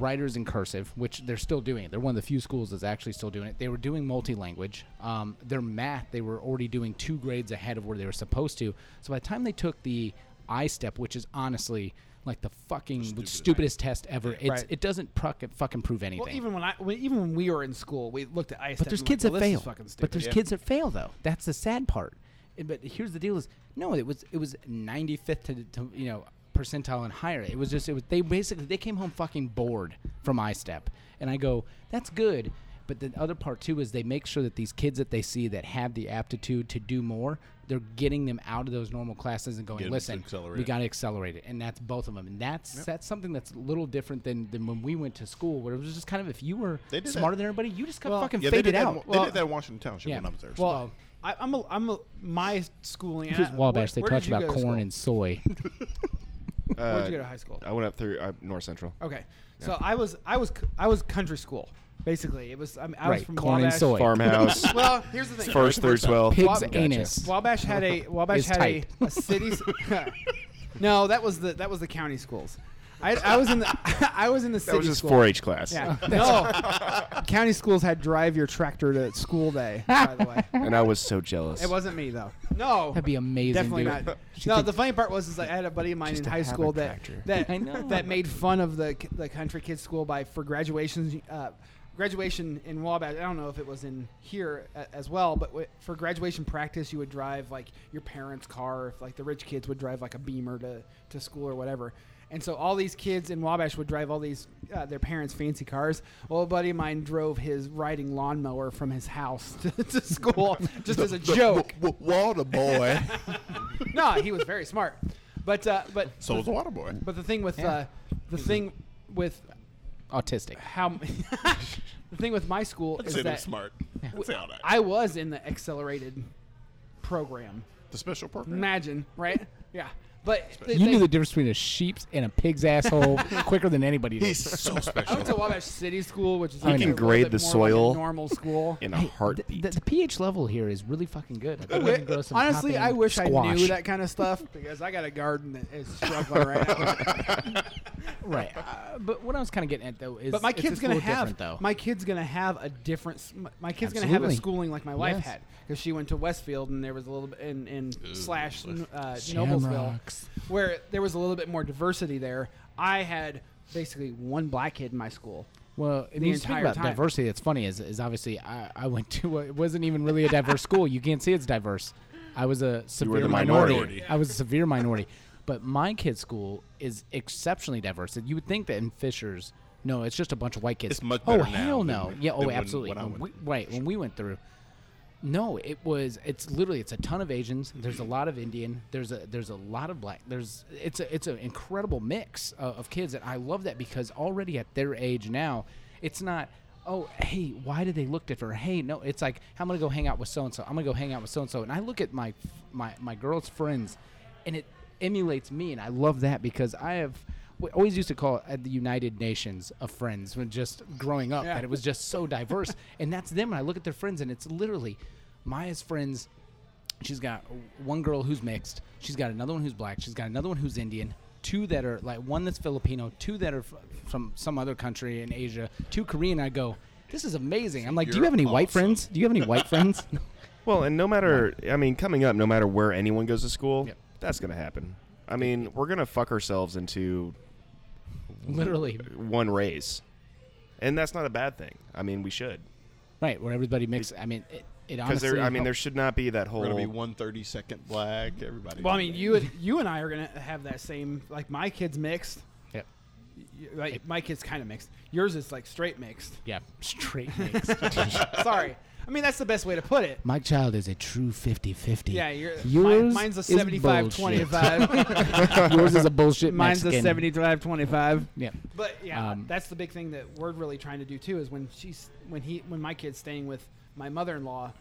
writers in cursive, which they're still doing. it. They're one of the few schools that's actually still doing it. They were doing multi-language. Um, their math, they were already doing two grades ahead of where they were supposed to. So by the time they took the I step, which is honestly like the fucking stupidest, test ever, it's, Right. it doesn't pruck, fucking prove anything. Well, even when I when, even when we were in school, we looked at ISTEP. But there's kids that fail. But there's Yeah. kids that fail though. That's the sad part. And- But here's the deal: is no, it was it was 95th to, to you know percentile and higher. It was just it was they basically they came home fucking bored from iStep, and I go that's good. But the other part too is they make sure that these kids that they see that have the aptitude to do more, they're getting them out of those normal classes and going, Get 'em to listen, accelerate we it." got to accelerate it, and that's both of them, and that's that's something that's a little different than, than when we went to school, where it was just kind of if you were They did that. smarter than everybody, you just got Well, fucking yeah, they faded did that. out. in- they did that in Washington Township when I was there. so- Well, I, I'm a, I'm a, my schooling. Here's I- Wabash. where- they where talked did you about go to corn school? (laughs) and soy. Where'd Uh, you go to high school? I went up through uh, North Central. Okay, so I was I was c- I was country school basically. It was I, mean, I was Right, from corn and Wabash. soy. (laughs) (laughs) Farmhouse, Well, here's the thing. first through 12. Pig's Gotcha. anus. Wabash had (laughs) a Wabash It's had a, tight. a city. s- (laughs) no, that was the that was the county schools. I, I was in the (laughs) I was in the city That was just school. 4-H (laughs) class. Yeah. no. (laughs) county schools had drive your tractor to school day. By the (laughs) way, And I was so jealous. it wasn't me though. No. That'd be amazing. Definitely dude. (laughs) not. She No, think- the funny part was is I had a buddy of mine Just in to high have a school that tractor. that, (laughs) I know. that made fun of the c- the country kids school by for graduation uh, graduation in Wabash. I don't know if it was in here a, as well, but w- for graduation practice, you would drive like your parents' car. If like the rich kids would drive like a Beamer to to school or whatever. And so all these kids in Wabash would drive all these uh, their parents' fancy cars. Well, a buddy of mine drove his riding lawnmower from his house (laughs) to, to school just (laughs) as a joke. W- w- (laughs) water boy. no, he was very smart. But uh, but so was the water boy. but the thing with uh, the thing with autistic. how (laughs) the thing with my school is Said I'm that smart. That's all right. I was in the accelerated program. the special program. Imagine, right? Yeah, but they, You they- knew the difference between a sheep's and a (laughs) pig's asshole quicker than anybody did. He's so I went special. to Wabash City School, which is You like can a little grade bit the more soil like a normal school. in a Hey, heartbeat. the, the, the pH level here is really fucking good. I think we can grow some Honestly, hopping I wish I squash. knew that kind of stuff because I got a garden that is struggling right (laughs) now. Right, uh, but what I was kind of getting at though is, But my it's kid's just a gonna little have different, though. my kid's gonna have a different. s- my- My kid's gonna have a Absolutely. schooling like my wife Yes. had because she went to Westfield and there was a little bit in, in slash uh, Noblesville Shamrocks. where there was a little bit more diversity there. I had basically one black kid in my school. Well, I the mean, speaking entire about time. diversity, it's funny is, is obviously I, I went to (laughs) what wasn't even really a diverse school. You can't say it's diverse. I was a severe the minority. minority. I was a severe minority, but my kid's school is exceptionally diverse. You would think that in Fishers, no, it's just a bunch of white kids. It's much oh better now hell than no! when- yeah, than oh when- absolutely. when I When went we- right when we went through, no, it was. It's literally. It's a ton of Asians. There's a lot of Indian. There's a. There's a lot of black. There's. It's a. It's an incredible mix of, of kids, and I love that because already at their age now, it's not. Oh, hey, why do they look different? Or, Hey, no, it's like I'm gonna go hang out with so and so. I'm gonna go hang out with so and so, and I look at my my my girl's friends, and it emulates me, and I love that because I have. We always used to call it uh, the United Nations of friends when just growing up, Yeah. that it was just so diverse, and that's them. And I look at their friends, and it's literally Maya's friends she's got one girl who's mixed. She's got another one who's black. She's got another one who's Indian. Two that are like one that's Filipino. Two that are f- from some other country in Asia. Two Korean. I go, this is amazing. I'm like, do you You're have any white awesome. friends? Do you have any white friends? (laughs) Well, and no matter, I mean, coming up, no matter where anyone goes to school, Yep. that's going to happen. I mean, we're going to fuck ourselves into Literally. one race. and that's not a bad thing. I mean, we should right where everybody makes. I mean, it, it because honestly. there. I mean, there should not be that whole. We're gonna be one thirty second black. Everybody. Well, I mean, you and, you and I are gonna have that same like my kids mixed. Yep. Y- Like my kids kind of mixed. Yours is like straight mixed. Yeah, straight (laughs) mix. Sorry. I mean, that's the best way to put it. My child is a true 50-50. Yeah, you're, mine, Yours mine's a is 75 bullshit. (laughs) 25. (laughs) Yours is a bullshit mine's a Mexican. 75 25. Yep. But yeah, Um, that's the big thing that we're really trying to do too is when she's when he when my kid's staying with my mother-in-law,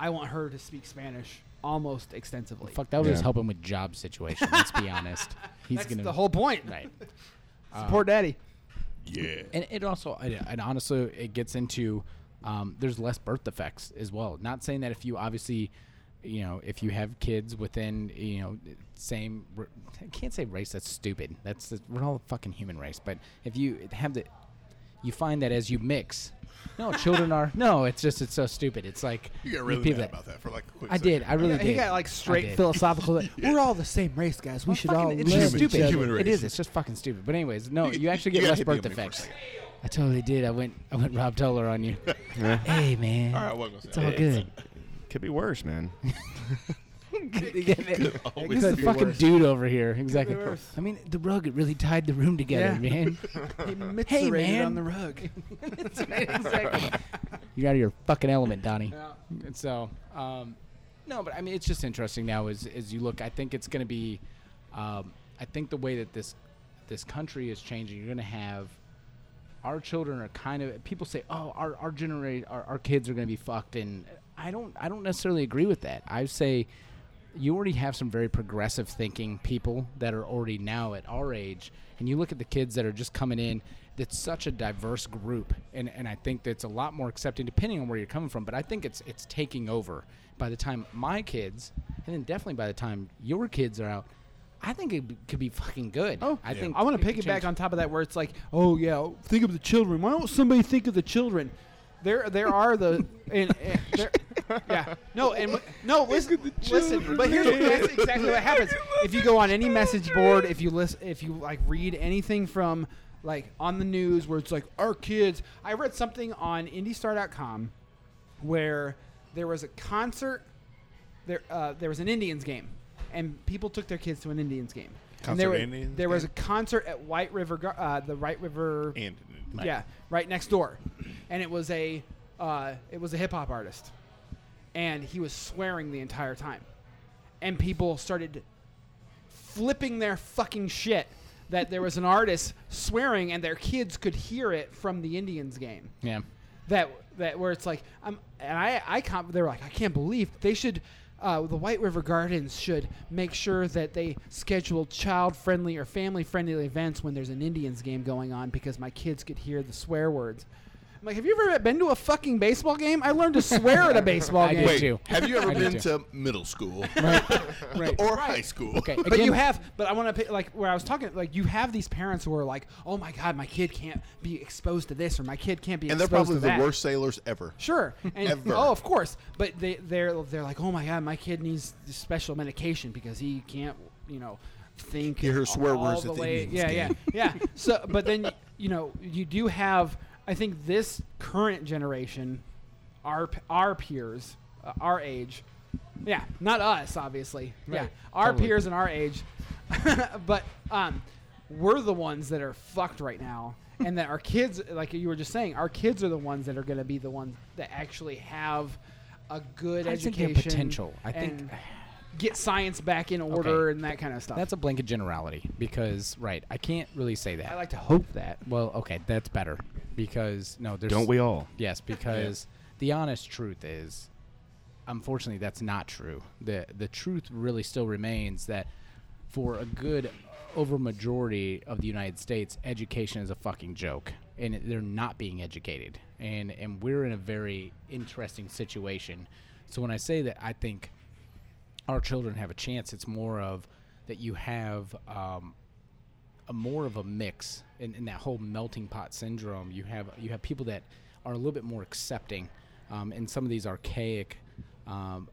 I want her to speak Spanish almost extensively. Fuck, that was just Yeah. helping with job situation. Let's be honest. He's that's gonna the whole point. right. Uh, Support daddy. yeah. and it also and and honestly it gets into um, there's less birth defects as well not saying that if you obviously you know if you have kids within you know same r- i can't say race that's stupid that's that's- we're all a fucking human race but if you have the you find that as you mix no children (laughs) are no it's just it's so stupid it's like You got with really people mad that- about that for like a quick. i did i really He did got like I straight did. philosophical. (laughs) like, We're all the same race, guys. We should all Fucking- it's live just stupid. together." Human It race. is. It's just fucking stupid. But anyways, no, You- you actually you get gotta less hit me birth on me for a defects. second. I totally did. I went. I went Rob Toller on you. hey man, All right, I wasn't it's all gonna say (laughs) good. could be worse, man. This is the fucking dude over here. Exactly. worse. I mean, the rug it really tied the room together, Yeah. man. (laughs) He Hey, mitserated man. on the rug. (laughs) exactly. You're out of your fucking element, Donnie. And so, um, no, but I mean, it's just interesting now as as you look. I think it's going to be, um, I think the way that this this country is changing, you're going to have our children are kind of people say, oh, our our generation, our, our kids are going to be fucked, and I don't I don't necessarily agree with that. I say. You already have some very progressive thinking people that are already now at our age, and you look at the kids that are just coming in. That's such a diverse group, and, and I think that's a lot more accepting depending on where you're coming from. But I think it's it's taking over by the time my kids, and then definitely by the time your kids are out. I think it b- could be fucking good. Oh, I think I want it to could piggyback change- on top of that, where it's like, oh yeah, think of the children. Why don't somebody think of the children? There, there are (laughs) the, and, and there, yeah, no, and w- no, listen, listen. But here's that's exactly what happens. If you go on any message board, if you list, if you like read anything from like on the news where it's like our kids. I read something on IndyStar.com where there was a concert there uh, there was an Indians game, and people took their kids to an Indians game. and there, Concert were- Indians there was a game? concert at White River, Gar- uh, the White River, And yeah, right next door, and it was a uh, it was a hip hop artist, and he was swearing the entire time, and people started flipping their fucking shit that there was an artist swearing and their kids could hear it from the Indians game Yeah. that that where it's like um and I I can't they were like I can't believe they should uh, the White River Gardens should make sure that they schedule child-friendly or family-friendly events when there's an Indians game going on because my kids could hear the swear words. I'm like, have you ever been to a fucking baseball game? I learned to swear (laughs) at a baseball I game. did Wait. too. have you ever I do been too. to middle school (laughs) Right. or high school? Okay. But you have, but I want to like where I was talking, like you have these parents who are like, oh my god, my kid can't be exposed to this or my kid can't be And they're exposed probably to the that. worst sailors ever. (laughs) Sure. And, Ever. Oh, of course. But they they're they're like, oh my god, my kid needs this special medication because he can't, you know, think. Hear her and swear all words the at the way. Indians yeah, game. yeah, yeah. So, but then you know, you do have. I think this current generation, our p- our peers, uh, our age, yeah, not us, obviously. Yeah, Right. our Totally. peers and our age, (laughs) but um, we're the ones that are fucked right now, and that our kids, like you were just saying, our kids are the ones that are going to be the ones that actually have a good I think education, their potential. I think- and get science back in order Okay. and that kind of stuff. That's a blanket generality because right, I can't really say that. I like to hope that. Well, okay, that's better because no, there's Don't we all? Yes, because the honest truth is, unfortunately, that's not true. the The truth really still remains that for a good over majority of the United States, education is a fucking joke, and it- they're not being educated. and And we're in a very interesting situation. So when I say that, I think our children have a chance. It's more of that you have um, a more of a mix in, in that whole melting pot syndrome. You have you have people that are a little bit more accepting um, in some of these archaic um,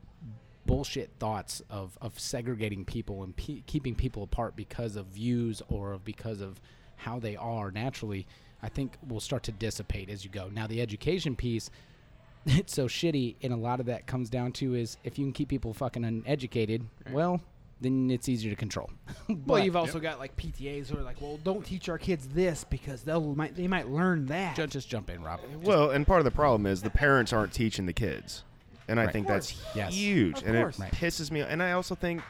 bullshit thoughts of, of segregating people and pe- keeping people apart because of views or because of how they are naturally, I think will start to dissipate as you go. Now the education piece, (laughs) it's so shitty, and a lot of that comes down to is if you can keep people fucking uneducated, well, then it's easier to control. (laughs) Well, you've also got like PTAs who are like, well, don't teach our kids this because they'll might they might learn that. Ju- just jump in, Rob. Well, and part of the problem is the parents aren't teaching the kids, and I think that's Yes. huge, Of and it course. Right. pisses me. And I also think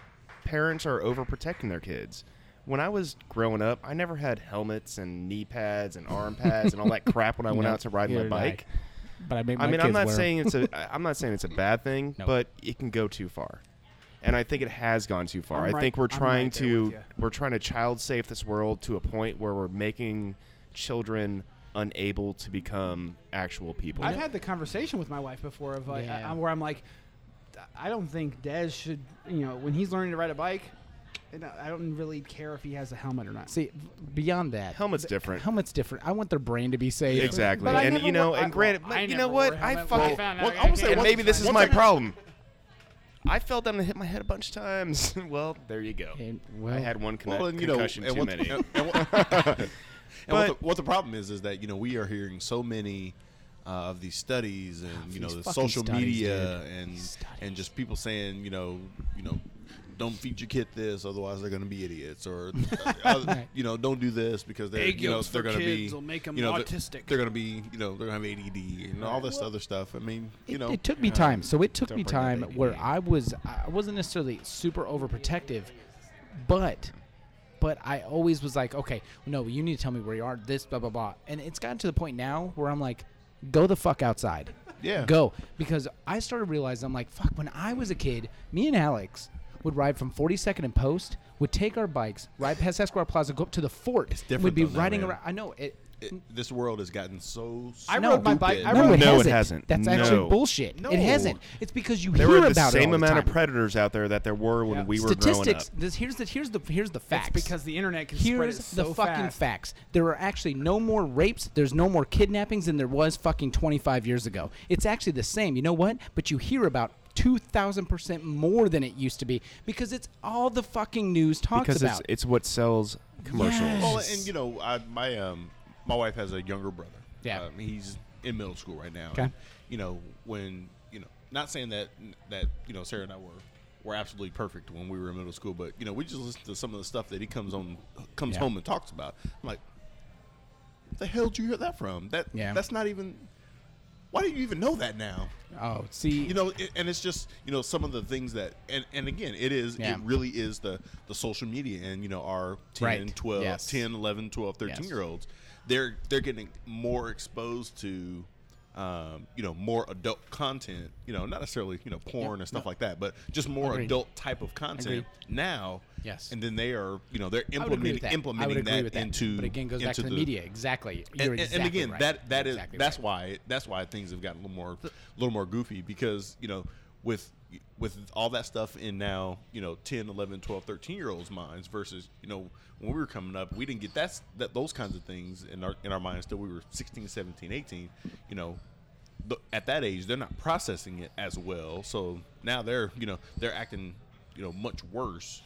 parents are overprotecting their kids. When I was growing up, I never had helmets and knee pads and arm pads and all that crap when I went No, out to ride my neither did I. bike. But I made my I mean, kids I'm not wear 'em. saying (laughs) it's a I- I'm not saying it's a bad thing, No. but it can go too far. And I think it has gone too far. i I'm right- think we're I'm trying right there with to ya. we're trying to child safe this world to a point where we're making children unable to become actual people. I've had the conversation with my wife before of like, Yeah. I, where I'm like, I don't think Dez should, you know, when he's learning to ride a bike, and I I don't really care if he has a helmet or not. See, beyond that, Helmet's different. helmet's different. I want their brain to be safe. Exactly. But I and never you know, wa- I- and granted, well, but I you know never what? wore a I helmet when I fucking found out I got I kicked. maybe this is Once my I got- problem. I fell down and hit my head a bunch of times. (laughs) well, there you go. And, well, I had one conne- Well, and, you know, concussion and too what- (laughs) many. and- and what- and what, the, But- what the problem is is that you know we are hearing so many uh, of these studies and you know These the fucking social studies, media dude. and These studies. and just people saying you know you know don't feed your kid this otherwise they're going to be idiots or uh, you know don't do this because they're Egg you know yolks they're for going to be kids will make 'em you know, they're- autistic. they're going to be you know they're going to have ADD and all this other stuff I mean you it, know it took me time. So it took me bring up time ADD. where I was I wasn't necessarily super overprotective, but but I always was like, okay, no, you need to tell me where you are. This blah blah blah. And it's gotten to the point now where I'm like, go the fuck outside. (laughs) Yeah. Go because I started realizing I'm like, fuck. When I was a kid, me and Alex would ride from 42nd and Post. Would take our bikes, ride past Esquire Plaza, go up to the fort. It's We'd different be though now, riding man. around. I know it. It- this world has gotten so I No, rode my stupid. bike. I no, rode it No, it hasn't. hasn't. That's No. actually bullshit. No. It hasn't. It's because you There hear were the about it same all amount the of time. predators out there that there were when Yeah. we were growing up. Statistics. This, here's the here's the here's the That's facts. because the internet can spread it here's so the fucking fast. facts. There are actually no more rapes. There's no more kidnappings than there was fucking 25 years ago. It's actually the same. You know what? But you hear about 2,000% more than it used to be because it's all the fucking news talks because about. it's it's what sells commercials. Well, and you know, I, my um, my wife has a younger brother. Yeah. um, he's in middle school right now. 'Kay. And, you know, when you know, not saying that that you know Sarah and I were were absolutely perfect when we were in middle school, but you know, we just listen to some of the stuff that he comes on comes Yeah. home and talks about. I'm like, the hell did you hear that from? That Yeah. that's not even. Why do you even know that now? oh, see. you know it, and it's just you know some of the things that and, and again it is Yeah. it really is the the social media and you know our 10 Right. 12 Yes. 10 11 12 13 Yes. year olds they're they're getting more exposed to um, you know more adult content you know not necessarily you know porn and stuff like that but just more Agreed. adult type of content now Yes. and then they are you know they're I would agree implementing with that. implementing I would agree that, with that. into but again, goes back into to the, media. Exactly. and, You're and- and exactly again, right. that that is Exactly that's right. why that's why things have gotten a little more a little more goofy because you know with with all that stuff in now you know 10 11 12 13 year olds minds versus you know when we were coming up we didn't get that's that those kinds of things in our in our minds till we were 16 17 18 you know th- at that age they're not processing it as well so now they're you know they're acting you know much worse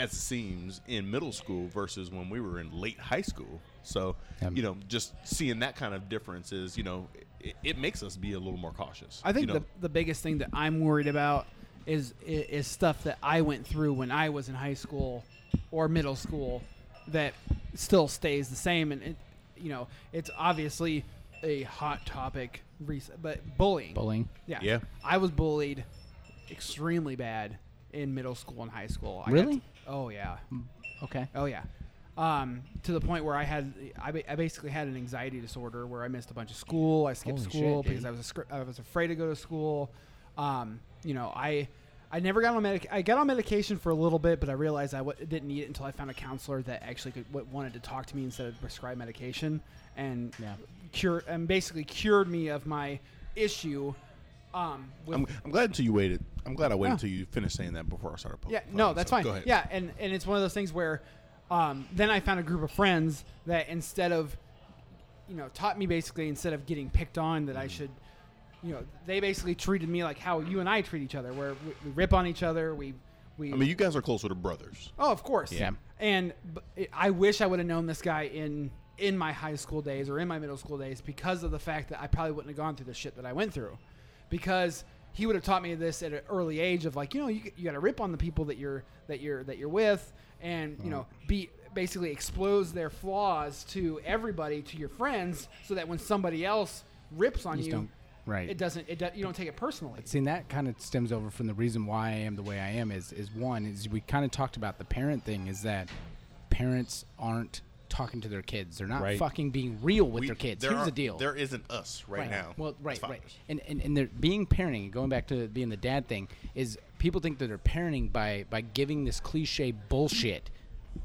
as it seems in middle school versus when we were in late high school so Um, you know just seeing that kind of difference is you know it, it makes us be a little more cautious I think you know? the, the biggest thing that I'm worried about is, is stuff that I went through when I was in high school or middle school that still stays the same and it, you know it's obviously a hot topic recent but bullying Bullying. yeah Yeah. I was bullied extremely bad in middle school and high school I got Really? Mm. to- oh yeah Okay. oh yeah um, to the point where I had I, ba- I basically had an anxiety disorder where I missed a bunch of school I skipped Holy school shit, dude. because I was a scr- I was afraid to go to school um, you know I I never got on medic I got on medication for a little bit but I realized I w- didn't need it until I found a counselor that actually could, w- wanted to talk to me instead of prescribe medication and Yeah. cure and basically cured me of my issue um, with I'm, I'm glad until you waited i'm glad i waited Oh. until you finished saying that before i started po- Yeah, talking, no, that's so fine. Oh, go ahead. Yeah, and and it's one of those things where um, then I found a group of friends that instead of you know taught me basically instead of getting picked on that I should you know they basically treated me like how you and I treat each other where we, we rip on each other we we i mean you guys are closer to brothers oh of course Yeah. And b- it- I wish I would have known this guy in in my high school days or in my middle school days because of the fact that I probably wouldn't have gone through the shit that I went through, because he would have taught me this at an early age of like you know you, g- you got to rip on the people that you're that you're that you're with and you know Uh-huh. be basically expose their flaws to everybody to your friends so that when somebody else rips on you, just don't- right. it doesn't it do, you don't take it personally See, and that kind of stems over from the reason why I am the way I am is is one is we kind of talked about the parent thing is that parents aren't talking to their kids. They're not Right. fucking being real with We- their kids. there Here's are- the deal. There isn't us right, now. Well, It's right, fine. right. And, and and they're being parenting and going back to being the dad thing is people think that they're parenting by by giving this cliche bullshit.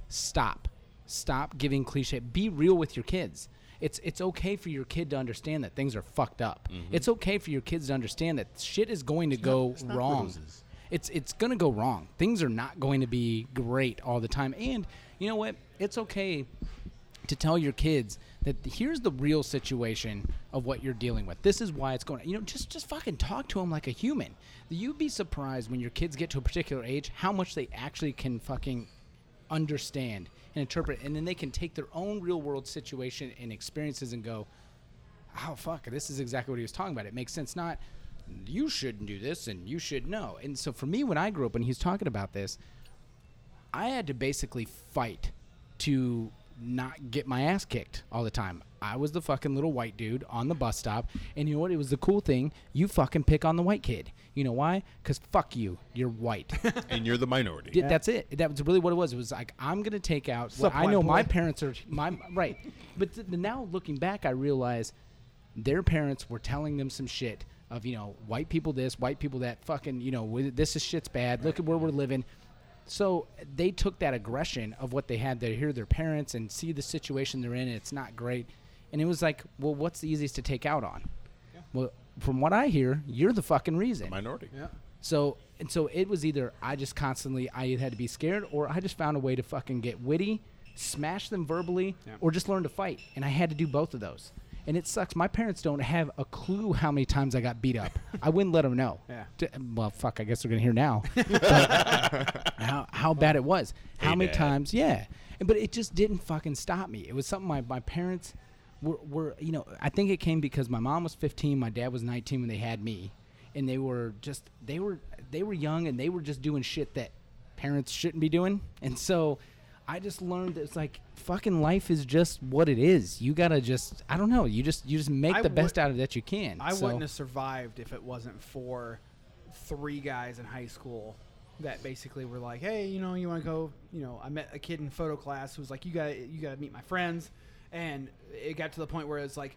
Stop. Stop giving cliche. Be real with your kids. It's it's okay for your kid to understand that things are fucked up. Mm-hmm. It's okay for your kids to understand that shit is going to go not wrong roses. it's it's gonna go wrong. Things are not going to be great all the time. And you know what? It's okay to tell your kids that here's the real situation of what you're dealing with. This is why it's going. You know, just just fucking talk to them like a human. You'd be surprised when your kids get to a particular age how much they actually can fucking understand and interpret, and then they can take their own real world situation and experiences and go, oh fuck this is exactly what he was talking about it makes sense not you shouldn't do this and you should know and so for me when i grew up when he's talking about this i had to basically fight to not get my ass kicked all the time i was the fucking little white dude on the bus stop and you know what it was the cool thing you fucking pick on the white kid you know why because fuck you you're white And you're the minority. Th- That's it. That was really what it was. It was like I'm gonna take out. what Sup, I know white my boy? parents are my right, but th- now looking back, I realize their parents were telling them some shit of you know white people this, white people that. Fucking you know with- this is shit's bad. Look at where we're living. So they took that aggression of what they had to hear their parents and see the situation they're in. and It's not great, and it was like, well, what's the easiest to take out on? Well, from what I hear, you're the fucking reason. Minority. yeah So and so it was either I just constantly I either had to be scared or I just found a way to fucking get witty, smash them verbally, or just learn to fight. And I had to do both of those. And it sucks. My parents don't have a clue how many times I got beat up. I wouldn't let them know. Yeah. D- well, fuck. I guess they're gonna hear now. But how how bad it was. How many Dad. times? Yeah. And- But it just didn't fucking stop me. It was something my my parents were were you know I think it came because my mom was 15, my dad was 19 when they had me, and they were just they were they were young and they were just doing shit that parents shouldn't be doing. And so I just learned that it's like fucking life is just what it is. You gotta just I don't know. You just you just make I the best would- out of it that you can. I So- wouldn't have survived if it wasn't for three guys in high school that basically were like, "Hey, you know, you want to go?" You know, I met a kid in photo class who was like, "You got, to you got to meet my friends," and it got to the point where it's like,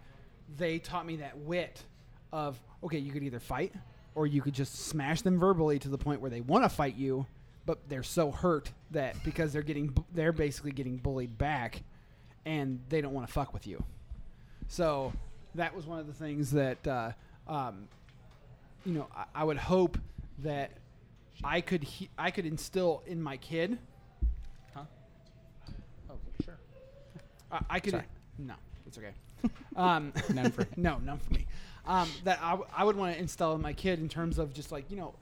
they taught me that wit of, okay, you could either fight or you could just smash them verbally to the point where they want to fight you, but they're so hurt that because they're getting, bu- they're basically getting bullied back, and they don't want to fuck with you. So that was one of the things that, uh, um, you know, I, I would hope that I could he- I could instill in my kid. Huh? Oh, sure. I, I could. No, it's (laughs) okay. Um, None (laughs) for- no, none for me. Um, that I, w- I would want to instill in my kid in terms of just like you know,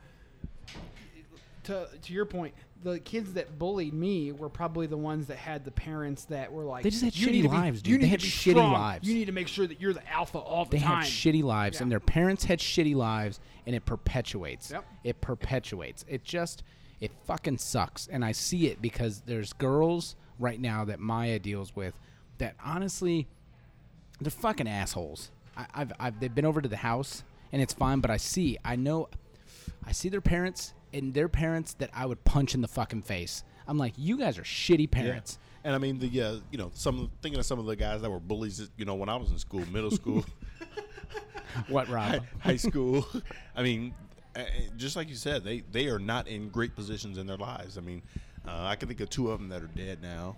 to to your point, the kids that bullied me were probably the ones that had the parents that were like They just had "You shitty need to be- lives, dude. You need They to had be shitty strong. lives." You need to make sure that you're the alpha all the they time. had shitty lives and Yeah. their parents had shitty lives and it perpetuates Yep. it perpetuates it just it fucking sucks and i see it because there's girls right now that maya deals with that honestly they're fucking assholes I, I've, I've they've been over to the house and it's fine but i see i know i see their parents and their parents that i would punch in the fucking face i'm like you guys are shitty parents And I mean the uh, you know some thinking of some of the guys that were bullies you know when I was in school (laughs) middle school what high, (laughs) rob high school I mean uh, uh, just like you said they they are not in great positions in their lives I mean uh, I can think of two of them that are dead now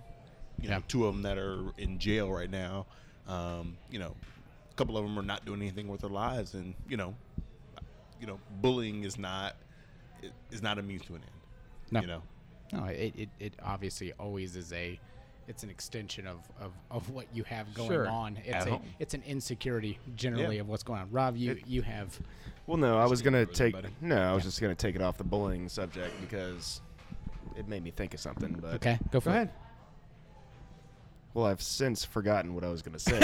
you know Yeah. two of them that are in jail right now um, you know a couple of them are not doing anything with their lives and you know you know bullying is not i- is not a means to an end No. you know No, it, it, it obviously always is a it's an extension of, of, of what you have going Sure. on. It's At a, home. it's an insecurity generally Yeah. of what's going on. Rob, you you have Well, no, I was gonna Speaking of take everybody. no, I was just gonna take it off the bullying subject because it made me think of something. But okay. Go for Go it. ahead. Well, I've since forgotten what I was going (laughs) to say.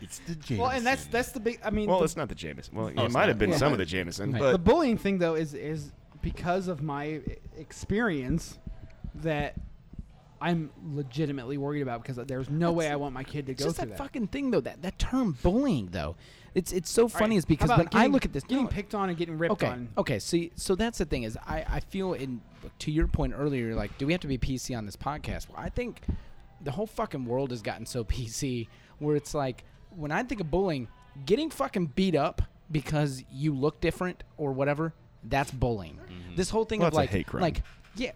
It's the Jameson. Well, and that's that's the big. I mean, well, the, it's not the Jameson. Well, it Oh, it's might not. have been Yeah. some of the Jameson, Right. the but bullying thing though is is because of my e- experience that I'm legitimately worried about because there's no way I want my kid to It's go just through that, that. fucking thing though. That that term bullying though. It's it's so All right, funny is how because about when I getting- look at this, getting no, picked on and getting ripped okay, on. okay. See, so that's the thing is I I feel in to your point earlier, like do we have to be PC on this podcast? Well, I think the whole fucking world has gotten so (laughs) PC where it's like when I think of bullying, getting fucking beat up because you look different or whatever, that's bullying. This whole thing Mm-hmm. Well, of that's a like hate crime. like (laughs) yeah,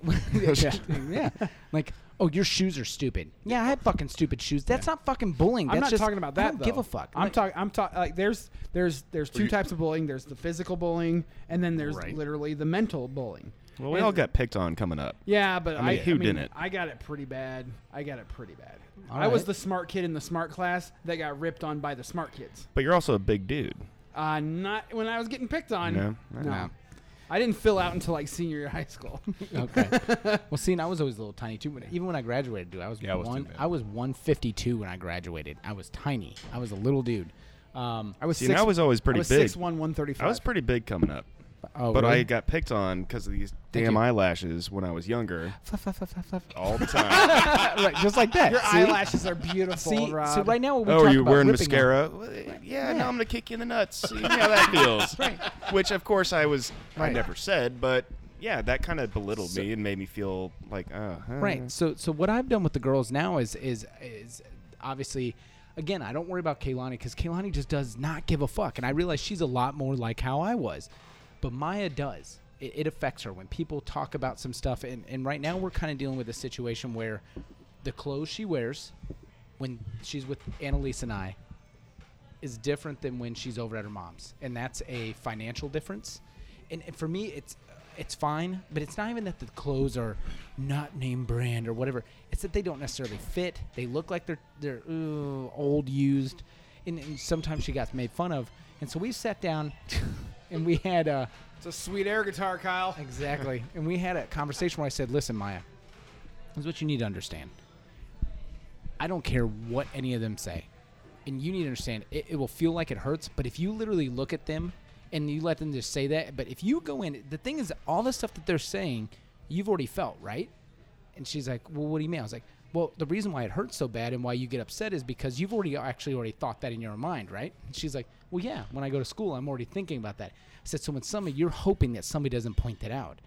(laughs) yeah, yeah. Like, oh, your shoes are stupid. Yeah, I had fucking stupid shoes. That's not fucking bullying. I'm That's not just- talking about I that. don't though. give a fuck. I'm Like, talking. I'm talking. Like there's there's there's two types of bullying. There's the physical bullying, and then there's Right. literally the mental bullying. well, we And- all got picked on coming up. Yeah, but I, I mean, who I mean, didn't? I got it pretty bad. I got it pretty bad. All I was right. the smart kid in the smart class that got ripped on by the smart kids. But you're also a big dude. Uh, not when I was getting picked on. No, no. no. I didn't fill out until like senior year of high school. okay. (laughs) Well, see, and I was always a little tiny too. But even when I graduated, dude, I was Yeah, I was too, one. man. I was one fifty two when I graduated. I was tiny. I was a little dude. Um, I was See, and six. (laughs) I was always pretty I was big. six one one thirty five. I was pretty big coming up, oh, but really? I got picked on because of these damn you. eyelashes when I was younger, Fluff, fluff, fluff, fluff, fluff. all the time. (laughs) right, just like that. Your see? eyelashes are beautiful, See, Rob. so right now when we oh, talk are you about wearing ripping on- mascara? Well, yeah, no, I'm gonna kick you in the (laughs) nuts. See how that feels. right. Which, of course, I was. I Right. never said, but yeah, that kind of belittled me and made me feel like, uh, huh. Right. So so what I've done with the girls now is is is obviously again I don't worry about Kaylani because Kaylani just does not give a fuck, and I realize she's a lot more like how I was, but Maya does. It, it affects her when people talk about some stuff, and and right now we're kind of dealing with a situation where the clothes she wears when she's with Annalise and I is different than when she's over at her mom's, and that's a financial difference. And, and for me, it's it's fine, but it's not even that the clothes are not name brand or whatever. It's that they don't necessarily fit. They look like they're they're ooh, old, used, and, and sometimes she got made fun of. And so we sat down, (laughs) and we had a it's a sweet air guitar, Kyle. exactly, and we had a conversation where I said, "Listen, Maya, this is what you need to understand. I don't care what any of them say. And you need to understand, it, it will feel like it hurts, but if you literally look at them and you let them just say that, but if you go in, the thing is, all the stuff that they're saying, you've already felt, right? And she's like, Well, what do you mean? I was like, Well, the reason why it hurts so bad and why you get upset is because you've already actually already thought that in your own mind, right? And she's like, Well, yeah, when I go to school, I'm already thinking about that. I said, So when somebody, you're hoping that somebody doesn't point that out.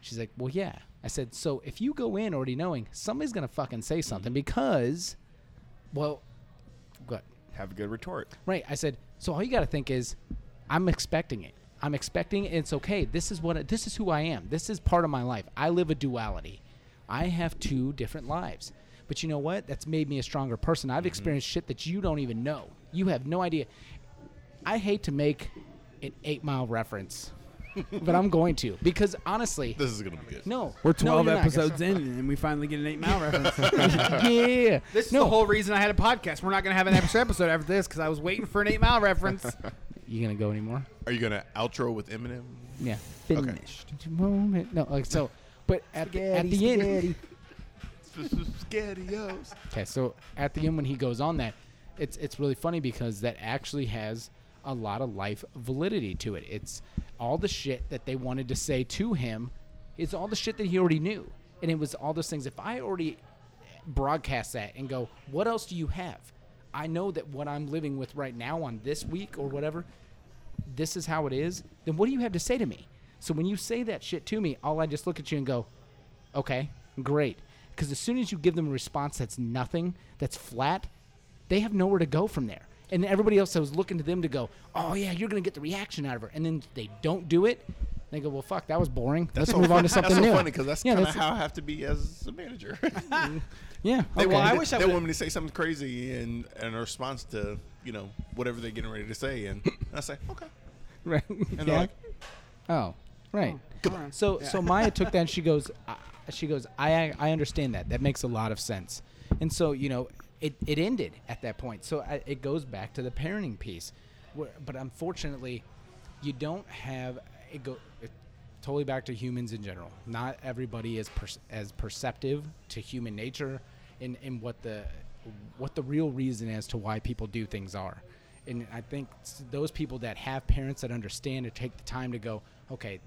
She's like, Well, yeah. I said, So if you go in already knowing, somebody's going to fucking say something because, well, what? Have a good retort. Right. I said, So all you got to think is, I'm expecting it. I'm expecting it. It's okay. This is what, I- this is who I am. This is part of my life. I live a duality. I have two different lives. But you know what? That's made me a stronger person. Mm-hmm. I've experienced shit that you don't even know. You have no idea. I hate to make an eight (laughs) mile reference, but I'm going to because honestly, This is gonna be good. no, We're no, 12 you're not. (laughs) episodes in, and we finally get an 8 Mile reference. yeah. (laughs) This is no. the whole reason I had a podcast. We're not going to have an extra episode after this because I was waiting for an 8 Mile (laughs) reference. you gonna go anymore? Are you gonna outro with Eminem? Yeah. Okay. Finished. Moment. No. Like so. But at the, at the end. Spaghettios. Okay. So at the end when he goes on that, it's it's really funny because that actually has a lot of life validity to it. It's all the shit that they wanted to say to him. It's all the shit that he already knew, and it was all those things. If I already broadcast that and go, what else do you have? I know that what I'm living with right now on this week or whatever this is how it is, then what do you have to say to me? So when you say that shit to me, all I just look at you and go, okay, great. Because as soon as you give them a response that's nothing, that's flat, they have nowhere to go from there. And everybody else that was looking to them to go, oh yeah, you're gonna get the reaction out of her, and then they don't do it. They go, well, fuck, that was boring. Let's move on to something (laughs) that's new. So funny because that's yeah, kind of that's- how I have to be as a manager. (laughs) yeah. okay. they want, I me- wish I they would've- want me to say something crazy in in response to you know whatever they're getting ready to say, and, and I say okay, (laughs) Right. and they're like, Oh, right. So so Maya took that and she goes, I, she goes, I I understand that. That makes a lot of sense. And so you know, it it ended at that point. So I, it goes back to the parenting piece, where, but unfortunately, you don't have it go. It, Totally back to humans in general. Not everybody is per, as perceptive to human nature and and what the what the real reason as to why people do things are. And I think s- those people that have parents that understand or take the time to go, okay,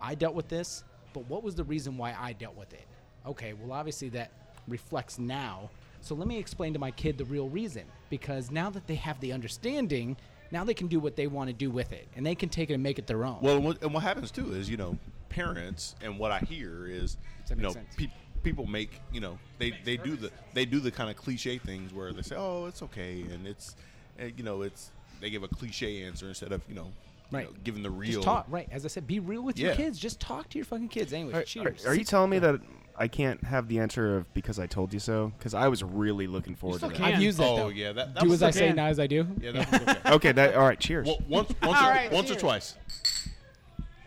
I dealt with this, but what was the reason why I dealt with it? Okay, well, obviously that reflects now. So let me explain to my kid the real reason because now that they have the understanding, now they can do what they want to do with it and they can take it and make it their own. Well, and what, and what happens too is you know parents and what I hear is that you know make sense? pe- people make you know they they do the they do the kind of cliche things where they say oh it's okay and it's and, you know it's they give a cliche answer instead of you know, you Right. know, giving the real Just talk, right? As I said, be real with your Yeah. kids. Just talk to your fucking kids. Anyways, Are- Are, cheers. are you telling me that I can't have the answer of because I told you so? Because I was really looking forward to still that. can. I've used that Oh, though. yeah, that- that do as was I the- say, Yeah. not as I do. yeah that was okay. Okay, that all right. (laughs) Cheers. Well, once once or, right, once or cheers. twice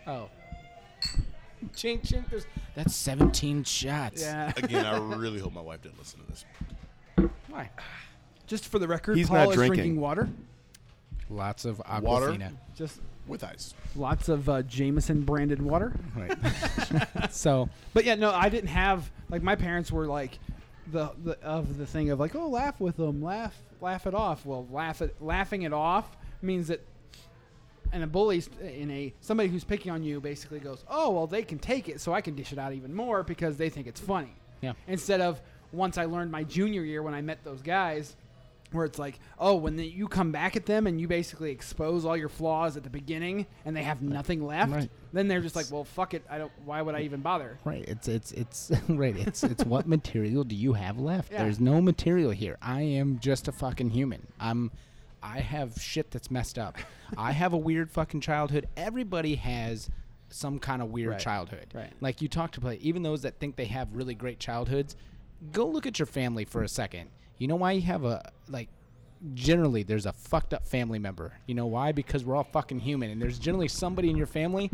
Oh. Ching ching. There's, that's 17 shots. Yeah. again I really hope my wife didn't listen to this Why? Just for the record, He's Paul not is drinking. drinking water. Lots of Water? aquafina. Just with ice lots of uh, Jameson branded water. So But yeah, no, I didn't have like my parents were like the, the of the thing of like oh laugh with them laugh laugh it off. Well, laugh it laughing it off means that and a bully s- in a somebody who's picking on you basically goes oh well they can take it so I can dish it out even more because they think it's funny. Yeah. Instead of once I learned my junior year when I met those guys. Where it's like, oh, when the, you come back at them and you basically expose all your flaws at the beginning, and they have nothing left, Right. then they're just like, well, fuck it, I don't. Why would I even bother? right, it's it's it's (laughs) right. It's it's (laughs) what material do you have left? Yeah. There's no material here. I am just a fucking human. I'm I have shit that's messed up. I have a weird fucking childhood. Everybody has some kind of weird Right. childhood. Right. Like you talked about, even those that think they have really great childhoods, go look at your family for a second. You know why you have a like generally there's a fucked up family member. You know why? Because we're all fucking human and there's generally somebody in your family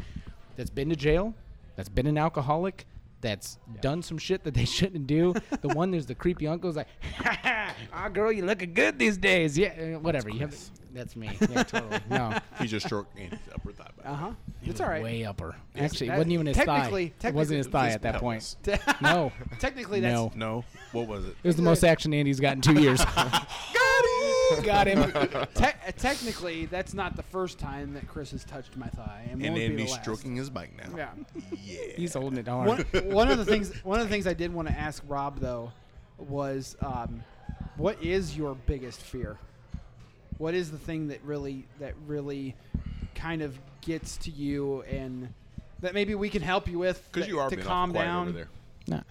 that's been to jail, that's been an alcoholic, that's done some shit that they (laughs) shouldn't do. the one there's the creepy uncle's like, (laughs) ha ha, ah girl, you looking good these days. Yeah, uh, whatever. you have that's me. (laughs) Yeah, totally. No. he just stroked Andy's upper thigh back. Uh huh. It's all right. Way upper. Actually, it that- wasn't even his technically- thigh. It wasn't his thigh Just at that pelvis. (laughs) point. No. Technically, that's No. no what was it It was the most action Andy's got in two years. (laughs) Got him. Got him. te- uh, technically that's not the first time that Chris has touched my thigh, and, and won't be Andy's the last. stroking his bike now Yeah. yeah He's holding it hard. One, one of the (laughs) things one of the things I did want to ask Rob though was um, what is your biggest fear? What is the thing that really that really kind of gets to you and that maybe we can help you with because that- you are to being calm awful quiet down over there No,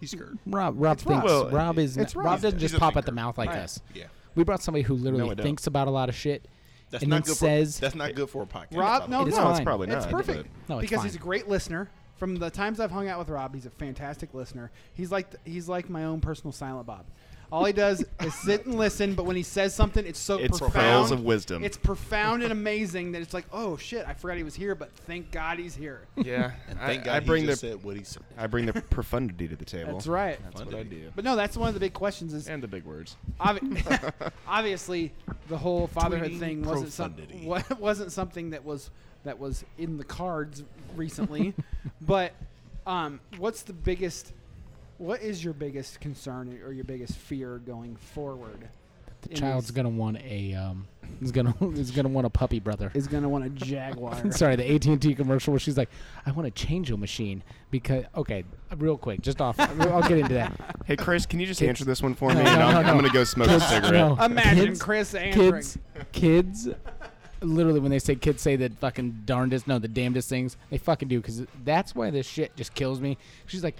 he's scared Rob, Rob thinks. Well, Rob, is it's Rob, Rob. doesn't He's just a pop at the thinker. mouth like Right. us. yeah We brought somebody who literally I don't. thinks about a lot of shit, That's and not then good says says, for, that's not good for a podcast. Rob, by the no, way. It is no, it's fine. probably not. It's perfect No, it's because fine. he's a great listener. From the times I've hung out with Rob, he's a fantastic listener. He's like th- he's like my own personal silent Bob. All he (laughs) does is sit and listen, but when he says something, it's so It's profound. pearls of wisdom. It's profound and amazing that it's like, oh shit, I forgot he was here, but thank God he's here. (laughs) Yeah, And thank I, God I bring he the just said what he said. (laughs) I bring the profundity to the table. That's right. That's what I do. But no, that's one of the big questions. Is And the big words. obvi- (laughs) (laughs) obviously the whole fatherhood Tweeting thing wasn't profundity. something (laughs) wasn't something that was that was in the cards (laughs) recently, but um, what's the biggest? What is your biggest concern or your biggest fear going forward? "The in child's this- gonna want a um, is gonna (laughs) is gonna want a puppy brother." is gonna want a jaguar. (laughs) Sorry, the AT and T commercial where she's like, "I want a change machine because." Okay, real quick, just off. I'll get into that. Hey, Chris, can you just Kids- answer this one for me? No, And no, I'm, no, I'm no. going to go smoke a cigarette. No. (laughs) Imagine Kids- Chris answering. (laughs) kids, kids, literally when they say kids say the fucking darndest, no, the damnedest things, they fucking do because that's why this shit just kills me. She's like,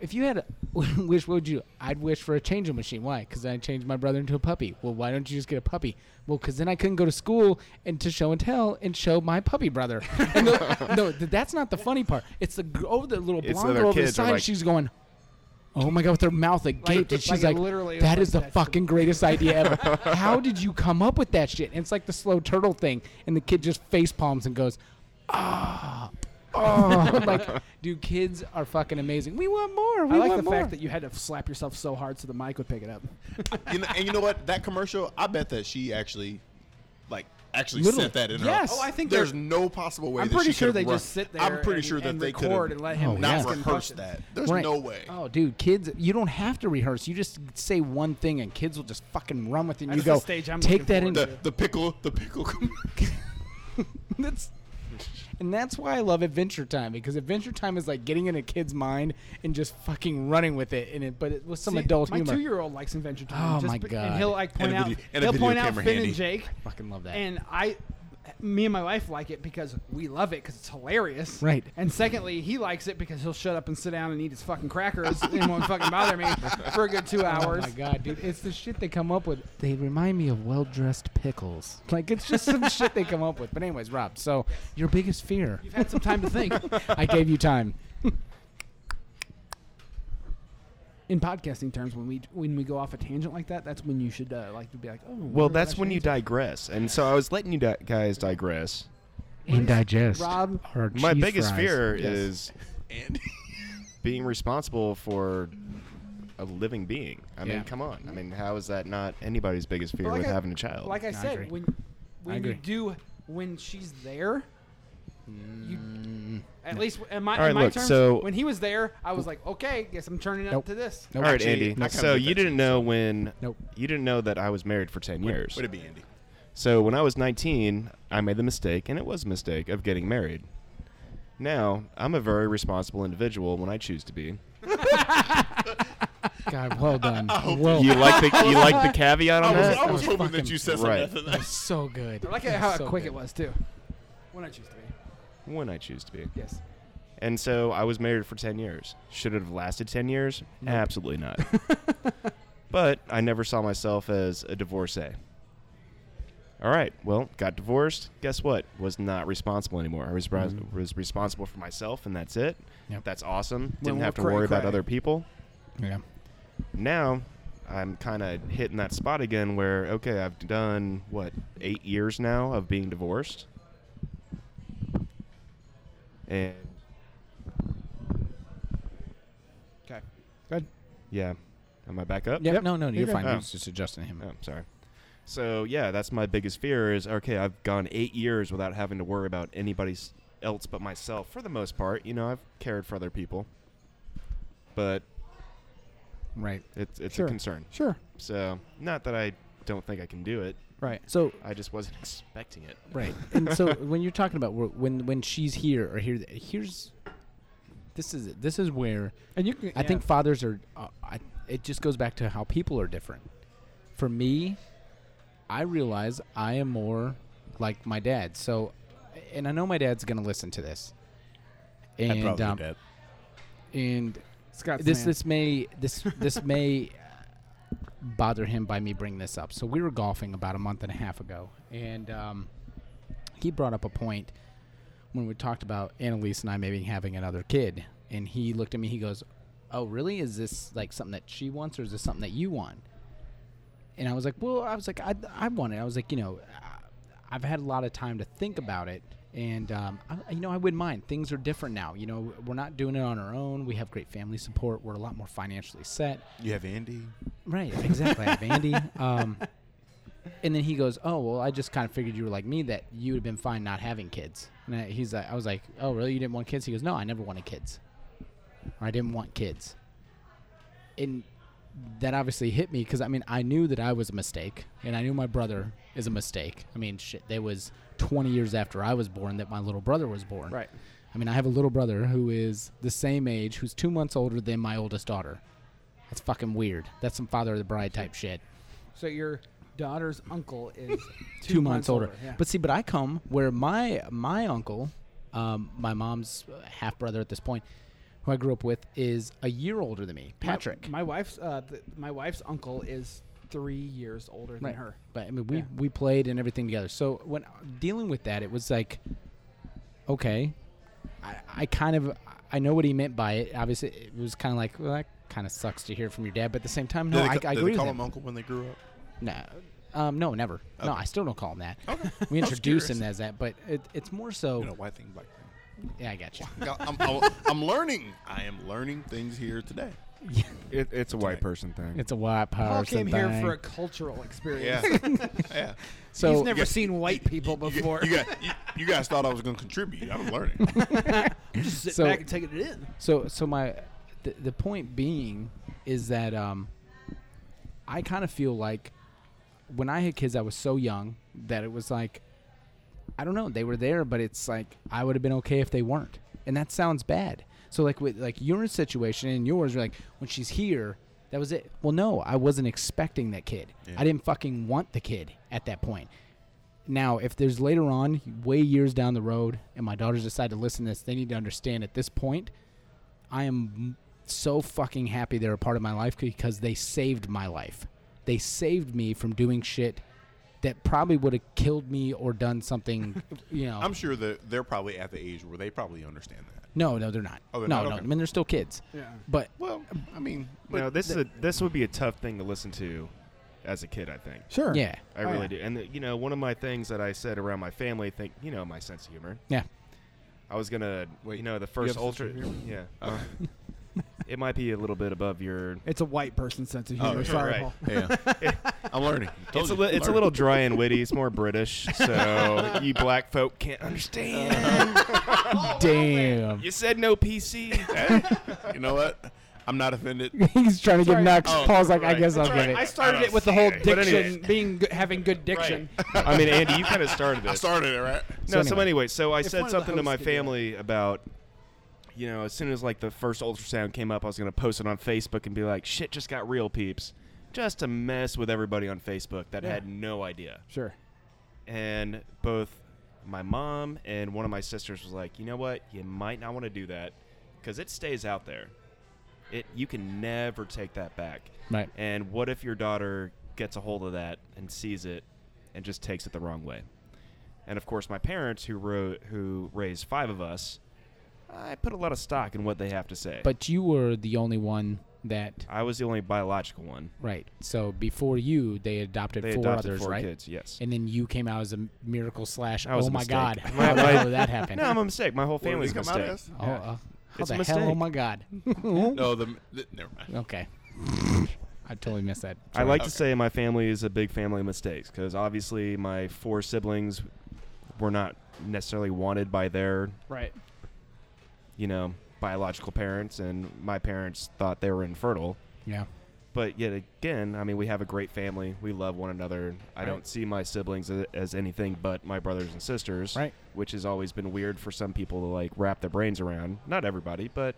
if you had a (laughs) wish, what would you? I'd wish for a changing machine. Why? Because I changed my brother into a puppy. Well, why don't you just get a puppy? Well, because then I couldn't go to school and to show and tell and show my puppy brother. And the, (laughs) no, th- that's not the funny part. It's the gr- over the little It's blonde other girl over the kids are side. like- she's going. Oh my god, with her mouth agape, and she's like like, it literally is "That like is the that shit." fucking greatest idea (laughs) ever." How did you come up with that shit? And it's like the slow turtle thing, and the kid just face palms and goes, "Ah, oh, (laughs) like, dude, kids are fucking amazing. We want more. We I like want the more. fact that you had to slap yourself so hard so the mic would pick it up. You know, and you know what? That commercial, I bet that she actually, like, actually Literally. set that in. Yes. Her. Oh, I think there's they're- no possible way. I'm that pretty she sure could've they run- just sit there. I'm pretty and- sure that and they could've record and let him Oh, ask not yeah. him rehearse questions. that. There's Right. no way. Oh, dude, kids, you don't have to rehearse. You just say one thing, and kids will just fucking run with it. And you That's go, the stage I'm take looking that forward into The the pickle the pickle. (laughs) that's and that's why I love Adventure Time because Adventure Time is like getting in a kid's mind and just fucking running with it in it, but it with some See, adult my humor. two-year-old likes Adventure Time. Oh, just my be- And God. he'll like point And a out, video- and a he'll video point out camera Finn handy. and (laughs) Jake. fucking love that. And I, me and my wife like it because we love it because it's hilarious. Right. And secondly, he likes it because he'll shut up and sit down and eat his fucking crackers and won't fucking bother me for a good two (laughs) Oh hours. my god, dude! It's the shit they come up with. They remind me of well-dressed pickles. Like it's just some (laughs) shit they come up with. But anyways, Rob. So your biggest fear? You've had some time to think. (laughs) I gave you time. In podcasting terms, when we when we go off a tangent like that, that's when you should uh, like to be like, oh. Well, wonder if that's I when you changed it. digress. And so I was letting you di- guys digress. And digest. Rob, our My cheese biggest fries. fear Yes. (laughs) is and being responsible for a living being. I Yeah. mean, come on. I mean, how is that not anybody's biggest fear But like with I- having a child? Like I No, I said, agree. when when agree. you do when she's there, you at least in my, Mm. All in right, my look, terms, so- when he was there, I was like, okay, guess I'm turning Nope. up to this. Nope. All right, Actually, I Andy. kinda so get you that didn't know when. Nope. You didn't know that I was married for ten years. would it be Andy? So when I was 19, I made the mistake, and it was a mistake, of getting married. Now I'm a very responsible individual when I choose to be. God, well (laughs) done. well, Oh, You like the you (laughs) like the caveat on I was, that? I was was hoping that fucking you said right. something. Right. so good. I like it how quick it was too. When I choose to be, when I choose to be. yes. And so I was married for 10 years. Should it have lasted 10 years? Absolutely not. but I never saw myself as a divorcee. All right, well, got divorced. Guess what? Was not responsible anymore. I was, res- was responsible for myself, and that's it. Yep. That's awesome. When Didn't we're have to cray worry about cray. other people. Yeah. Now I'm kind of hitting that spot again where, okay, I've done, what, eight years now of being divorced? And Okay. Good. Yeah. Am I back up? Yep. No, no, you're good. fine. I Oh. was just adjusting him. Oh, sorry. So yeah, that's my biggest fear is okay, I've gone eight years without having to worry about anybody s- else but myself for the most part. You know, I've cared for other people. But Right. it's it's Sure. a concern. Sure. So not that I don't think I can do it. Right. So I just wasn't (laughs) expecting it. right. (laughs) And so when you're talking about wh- when when she's here or here, here's this is it. This is where And you, can, I think fathers are. Uh, I, it just goes back to how people are different. For me, I realize I am more like my dad. So, and I know my dad's going to listen to this. And um, and Scott's this man. this may this this may (laughs) bother him by me bringing this up. So we were golfing about a month and a half ago, and um, he brought up a point when we talked about Annalise and I maybe having another kid, and he looked at me. He goes, "Oh, really? Is this like something that she wants, or is this something that you want?" And I was like, "Well, I was like, I, I want it. I was like, you know, I- I've had a lot of time to think about it, and um, I, you know, I wouldn't mind. Things are different now. You know, we're not doing it on our own. We have great family support. We're a lot more financially set. You have Andy. Right, exactly. I have (laughs) Andy. Um, and then he goes, "Oh well, I just kind of figured you were like me that you would have been fine not having kids." And I, he's like, "I was like, oh really? You didn't want kids?" He goes, "No, I never wanted kids. Or I didn't want kids." And that obviously hit me because I mean I knew that I was a mistake, and I knew my brother is a mistake. I mean, shit, that was 20 years after I was born that my little brother was born. Right. I mean, I have a little brother who is the same age, who's two months older than my oldest daughter. That's fucking weird. That's some father of the bride type shit. so. Your daughter's uncle (laughs) is Two, months, older. yeah. But see, but I come where my my uncle, um, my mom's half brother at this point, who I grew up with, is a year older than me, My- Patrick. My, wife's uh, th- my wife's uncle is three years older than her. But I mean, we Yeah. we played and everything together. So when dealing with that, it was like, okay, I, I kind of I know what he meant by it. Obviously, it was kind of like well, that kind of sucks to hear from your dad. But at the same time, no, did I, they, I did agree they with call him. him uncle when they grew up? No, um, no, never. No, I still don't call him that. We introduce him as that, but it, it's more so. You know, white thing, black thing. yeah, I got you. I'm, I'm, I'm learning. I am learning things here today. It, it's a white person thing. It's a white power. Paul came here thing. for a cultural experience. (laughs) (laughs) Yeah. yeah. so He's never Yeah. seen white people before. You, got, you, you guys thought I was going to contribute. I was (laughs) learning. Just sit So- back and take it in. So so my the, the point being is that um I kind of feel like when I had kids I was so young that it was like I don't know, they were there but it's like I would have been okay if they weren't. And that sounds bad. So like with like your situation and yours you're like when she's here that was it. Well no, I wasn't expecting that kid. I didn't fucking want the kid at that point. Now, if there's later on, way years down the road, and my daughters decide to listen to this, they need to understand at this point I am so fucking happy they're a part of my life because they saved my life. They saved me from doing shit that probably would have killed me or done (laughs) something, you know. I'm sure that they're probably at the age where they probably understand that. no, no, they're not. Oh, they're no, not? no. Okay. I mean, they're still kids. Yeah. But Well, I mean, no, this is a, this would be a tough thing to listen to as a kid. I think. Sure. yeah, I Oh, really yeah. do. And the, you know, one of my things that I said around my family, think you know, my sense of humor. yeah. I was gonna, Wait, you know, you the have first a sense ultra. of humor? Yeah. (laughs) it might be a little bit above your. It's a white person sense of Oh, humor. right. Sorry, Right. Paul. yeah. (laughs) I'm learning. Told It's a, you. li- it's a Learning. little dry and witty. It's more British, so you black folk can't understand. Oh, Damn. you said no PC. You know what? I'm not (laughs) offended. (laughs) He's trying to get knocked. Oh, Paul's like, I right. guess I'll That's give it. I started it with the whole diction, being good, having good diction. I mean, Andy, you kind of started it. (laughs) I started it, right? No, So so anyway, so I one said of the something to my hosts could do that. family about, you know, as soon as like the first ultrasound came up, I was gonna post it on Facebook and be like, "Shit, just got real, peeps," just to mess with everybody on Facebook that had no idea. Sure. And both my mom and one of my sisters was like, "You know what? You might not want to do that because it stays out there. It you can never take that back. Right. And what if your daughter gets a hold of that and sees it and just takes it the wrong way? And of course, my parents, who wrote, who raised five of us, I put a lot of stock in what they have to say. But you were the only one that. I was the only biological one. Right. So before you, they adopted They four adopted others, four right? kids. Yes. And then you came out as a miracle slash. I was oh a my mistake. god! (laughs) My- How the my- hell did that happen? no, I'm a mistake. My whole did family's he a come out mistake. as? Oh, uh, how It's the a hell? Oh mistake. my god. No, the, the never mind. okay. (laughs) I totally missed that. I like Okay. to say my family is a big family of mistakes because obviously my four siblings were not necessarily wanted by their, Right. you know, biological parents, and my parents thought they were infertile. Yeah. But yet again, I mean, we have a great family. We love one another. I don't see my siblings a- as anything but my brothers and sisters, Right. which has always been weird for some people to like wrap their brains around. Not everybody, but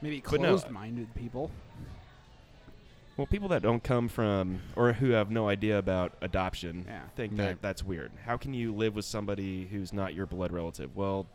Maybe But no. closed-minded people. Well, people that don't come from or who have no idea about adoption Yeah. think Yeah. that that's weird. How can you live with somebody who's not your blood relative? Well,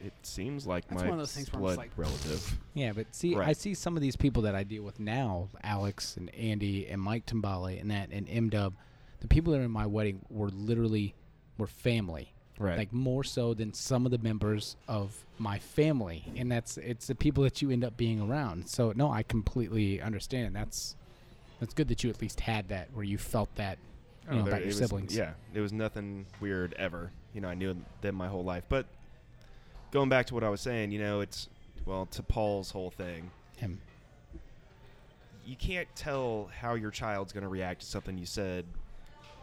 it seems like That's my one of those things where I'm blood just like- relative. Yeah, but see, I Right. see some of these people that I deal with now, Alex and Andy and Mike Tambale and that and M Dub, the people that are in my wedding were literally were family. Right. Like more so than some of the members of my family, and that's it's the people that you end up being around. So no, I completely understand. That's that's good that you at least had that where you felt that you know, Oh, There- about it your was- siblings. yeah, it was nothing weird ever. You know, I knew them my whole life. But going back to what I was saying, you know, it's well to Paul's whole thing. Him. You can't tell how your child's going to react to something you said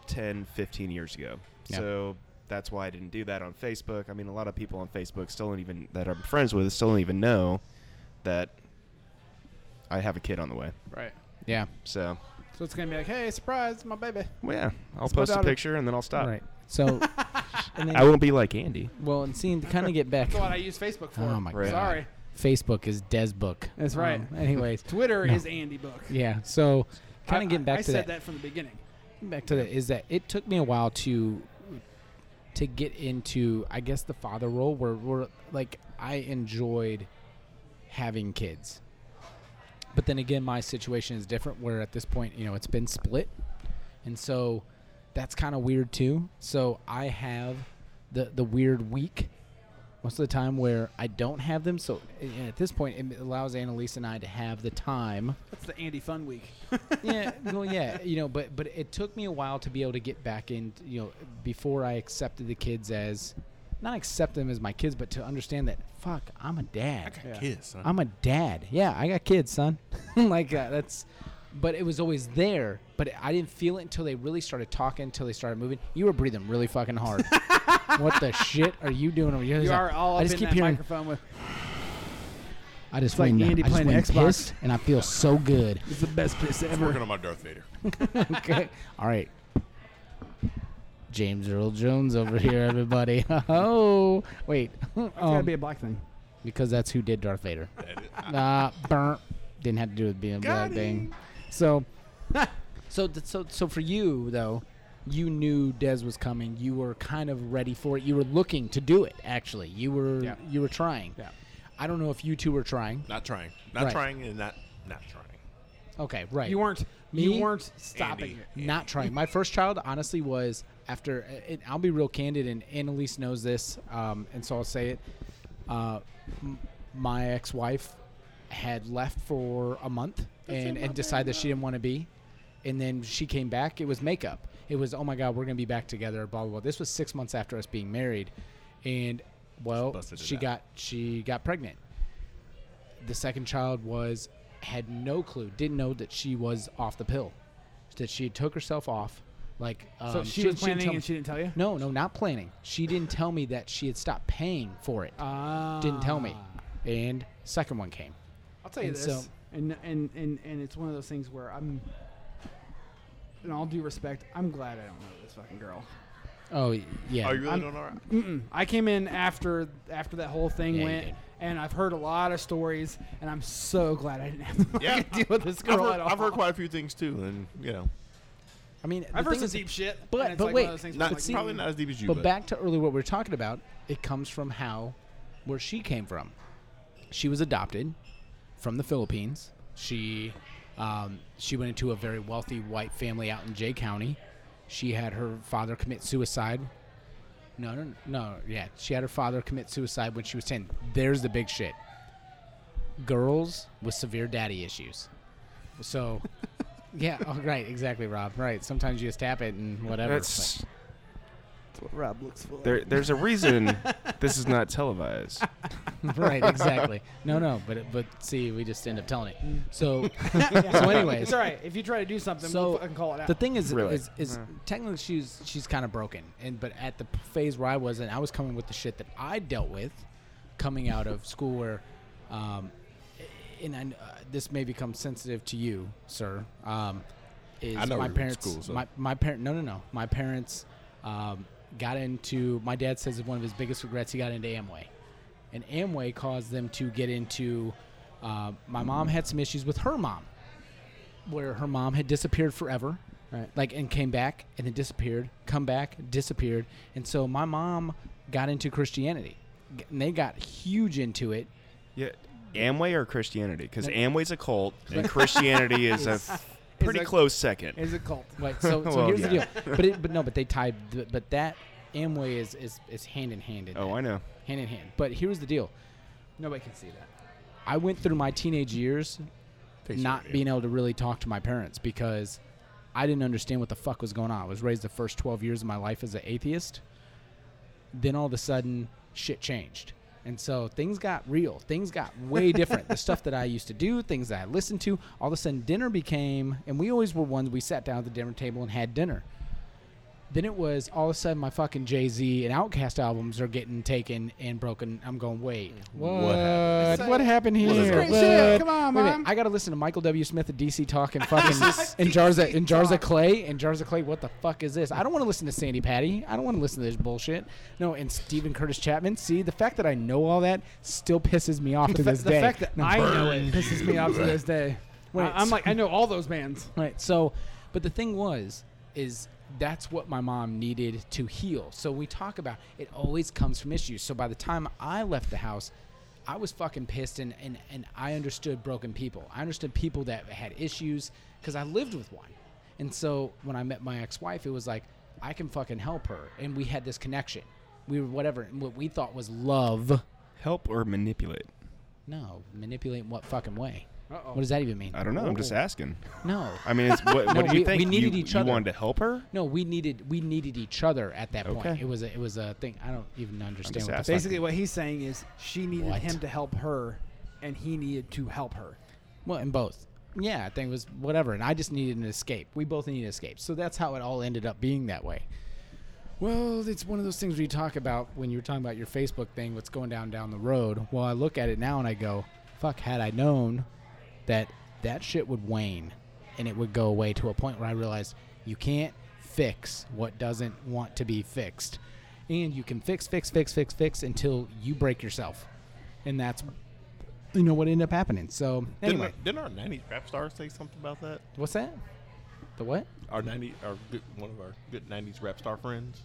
10, 15 years ago. Yeah. So that's why I didn't do that on Facebook. I mean, a lot of people on Facebook still don't even that I'm friends with still don't even know that I have a kid on the way. Right. Yeah. So So it's gonna be like, hey, surprise, my baby. well, yeah, I'll my post a daughter. picture and then I'll stop. Right. So (laughs) and then, I won't be like Andy. well and seeing to kind of get back That's what I use Facebook for. Oh my Right. god. Sorry. Facebook is Des Book. That's right. Um, (laughs) anyways, Twitter No. is Andy Book. yeah. So kind I- of getting back I to said that, that from the beginning. Back to that is that it took me a while to to get into I guess the father role where where like I enjoyed having kids. But then again, my situation is different where at this point, you know, it's been split. And so that's kind of weird too. So I have the the weird week most of the time where I don't have them. So a- at this point, it allows Annalise and I to have the time That's the Andy Fun Week. (laughs) yeah, well, yeah, you know, but but it took me a while to be able to get back in. You know, before I accepted the kids as not accept them as my kids, but to understand that fuck, I'm a dad. Kids, son. I'm a dad. Yeah, I got kids, son. (laughs) like uh, that's, but it was always there. But I didn't feel it until they really started talking, until they started moving. You were breathing really fucking hard. what the shit are you doing over here? You are all I up just in keep that hearing. microphone with I just like went. Andy I just playing went Xbox. pissed, and I feel so good. "It's the best piss ever." working on my Darth Vader. okay. All right. James Earl Jones over here, everybody. (laughs) oh, wait. It's gotta Um, be a black thing. because that's who did Darth Vader. uh, burnt. Didn't have to do with being a black thing. So, (laughs) so, th- so, so for you though, you knew Dez was coming. You were kind of ready for it. You were looking to do it. Actually, you were Yeah. you were trying. Yeah. I don't know if you two were trying. Not trying. Not Right. trying and not not trying. Okay, right. You weren't. Me? You weren't stopping Andy. it. not trying. My first child, honestly, was after. And I'll be real candid, and Annalise knows this, um, and so I'll say it. Uh, m- my ex-wife had left for a month and, and decided that she didn't want to be, and then she came back. It was makeup. It was oh my god, we're gonna be back together. Blah blah. blah. This was six months after us being married, and well, busted it she out. got she got pregnant the second child was had no clue didn't know that she was off the pill that she had took herself off like um, So she, was didn't planning tell and me- she didn't tell you. no no not planning she didn't tell me that she had stopped paying for it didn't tell me and second one came Ah. I'll tell you And this, so- and, and and and it's one of those things where I'm, in all due respect, I'm glad I don't know this fucking girl. oh yeah Oh, you really I'm- don't know? her? Mm-mm. I came in after after that whole thing Yeah, you went, did. and I've heard a lot of stories, and I'm so glad I didn't have to (laughs) Yeah. deal with this I've girl heard, at all. I've heard quite a few things too, and you know, i mean the I've heard thing some is- deep shit, and but- it's but like wait, one of those things where I'm not like, probably mm. not as deep as you. but, back to earlier what we were talking about it comes from how where she came from she was adopted from the philippines she um, she went into a very wealthy white family out in jay county she had her father commit suicide no no no yeah she had her father commit suicide when she was 10 there's the big shit girls with severe daddy issues so (laughs) yeah oh, right exactly rob right sometimes you just tap it and whatever but- That's what Rob looks for. there. There's (laughs) a reason this is not televised. right, exactly. No, no, but but see, we just end up telling it. So, (laughs) so anyways, it's all right. If you try to do something, so we'll fucking call it out. the thing is, Really? is, is Uh-huh. technically she's she's kind of broken, and but at the p- phase where I was, and I was coming with the shit that I dealt with, coming out of school, where, um, and I, kn- uh, this may become sensitive to you, sir. Um, is I my know we were in parents? school, so- My my parent? No, no, no. My parents um, got into. My dad says that one of his biggest regrets he got into Amway, and Amway caused them to get into. Uh, my mom had some issues with her mom, where her mom had disappeared forever, Right. like and came back and then disappeared, come back, disappeared, and so my mom got into Christianity, G- and they got huge into it. Yeah, Amway or Christianity? Because No. Amway's (laughs) a cult and Christianity is a pretty a- close second. is a cult. Right. (laughs) So, so Well, here's yeah. the deal. But it, but no, but they tied. th- But that Amway is is, is hand in hand. In oh, that. I know. Hand in hand. But here's the deal. Nobody can see that. I went through my teenage years not being able to really talk to my parents because I didn't understand what the fuck was going on. I was raised the first 12 years of my life as an atheist. Then all of a sudden, shit changed. And so things got real. Things got (laughs) way different. the stuff that I used to do, things that I listened to, all of a sudden dinner became, and we always were ones, we sat down at the dinner table and had dinner. Then it was all of a sudden my fucking Jay Z and Outcast albums are getting taken and broken. I'm going, wait, what? What happened? What happened here? This is great What? shit. Come on, Wait a minute. Mom. I gotta listen to Michael W. Smith and DC (laughs) Talk and fucking and jars of- and jars of clay and jars of clay. What the fuck is this? I don't want to listen to Sandy Patty. I don't want to listen to this bullshit. No, and Stephen Curtis Chapman. See, the fact that I know all that still pisses me off to The, this the day. fact that I know it pisses me off to this day. Wait, I- I'm so- like, I know all those bands. Right. So, but the thing was, is that's what my mom needed to heal. So we talk about it always comes from issues. So by the time I left the house, I was fucking pissed and, and, and I understood broken people. I understood people that had issues because I lived with one. And so when I met my ex wife, it was like, I can fucking help her. And we had this connection. We were whatever, and what we thought was love. Help or manipulate? No, manipulate in what fucking way? Uh-oh. What does that even mean? I don't know. I'm just asking. No. I mean, it's, (laughs) what, No, what did you we- think? we needed you, each you other. wanted to help her? No, we needed we needed each other at that point. Okay. It was a, it was a thing. I don't even understand just what the asking. fuck- Basically, what he's saying is she needed What? him to help her, and he needed to help her. Well, in both. Yeah, I think it was whatever, and I just needed an escape. We both needed an escape, so that's how it all ended up being that way. Well, it's one of those things we talk about when you were talking about your Facebook thing, what's going down down the road. Well, I look at it now and I go, "Fuck, had I known that that shit would wane and it would go away to a point where I realized you can't fix what doesn't want to be fixed, and you can fix, fix, fix, fix, fix until you break yourself, and that's." You know what ended up happening. So Didn't, anyway, our, didn't our '90s rap stars say something about that? What's that? The what? Our '90, our good, one of our good '90s rap star friends.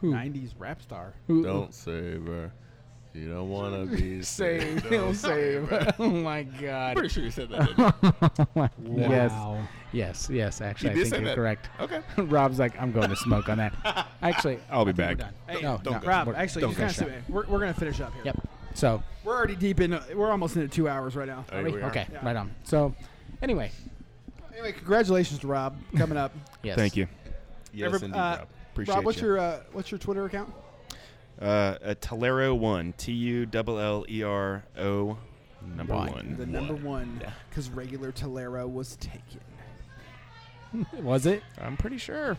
Who? 90s rap star. Who? save her. You don't want to (laughs) be save. He'll save. (laughs) oh my god. Pretty sure you said that. (laughs) Didn't you? Wow. Yes. Yes. Actually, You I did think say you're that. correct. Okay. (laughs) Rob's like, I'm going to smoke on that. Actually, I'll be back. Hey, no, don't no, go. Rob, we're- actually, don't just go kinda sit shop. back. we're, we're going to finish up here. Yep. So, We're already deep in, we're almost into two hours right now. There we are. okay, Yeah. right on. So, anyway, Anyway, congratulations to Rob coming up. yes. Thank you. (laughs) Yes, Every- indeed, uh, Rob. Appreciate Rob, what's ya. your uh, what's your Twitter account? Uh, a Tolero one. T U L L E R O number One. one. The number one, because regular Tolero was (laughs) taken. (laughs) Was it? I'm (laughs) pretty sure.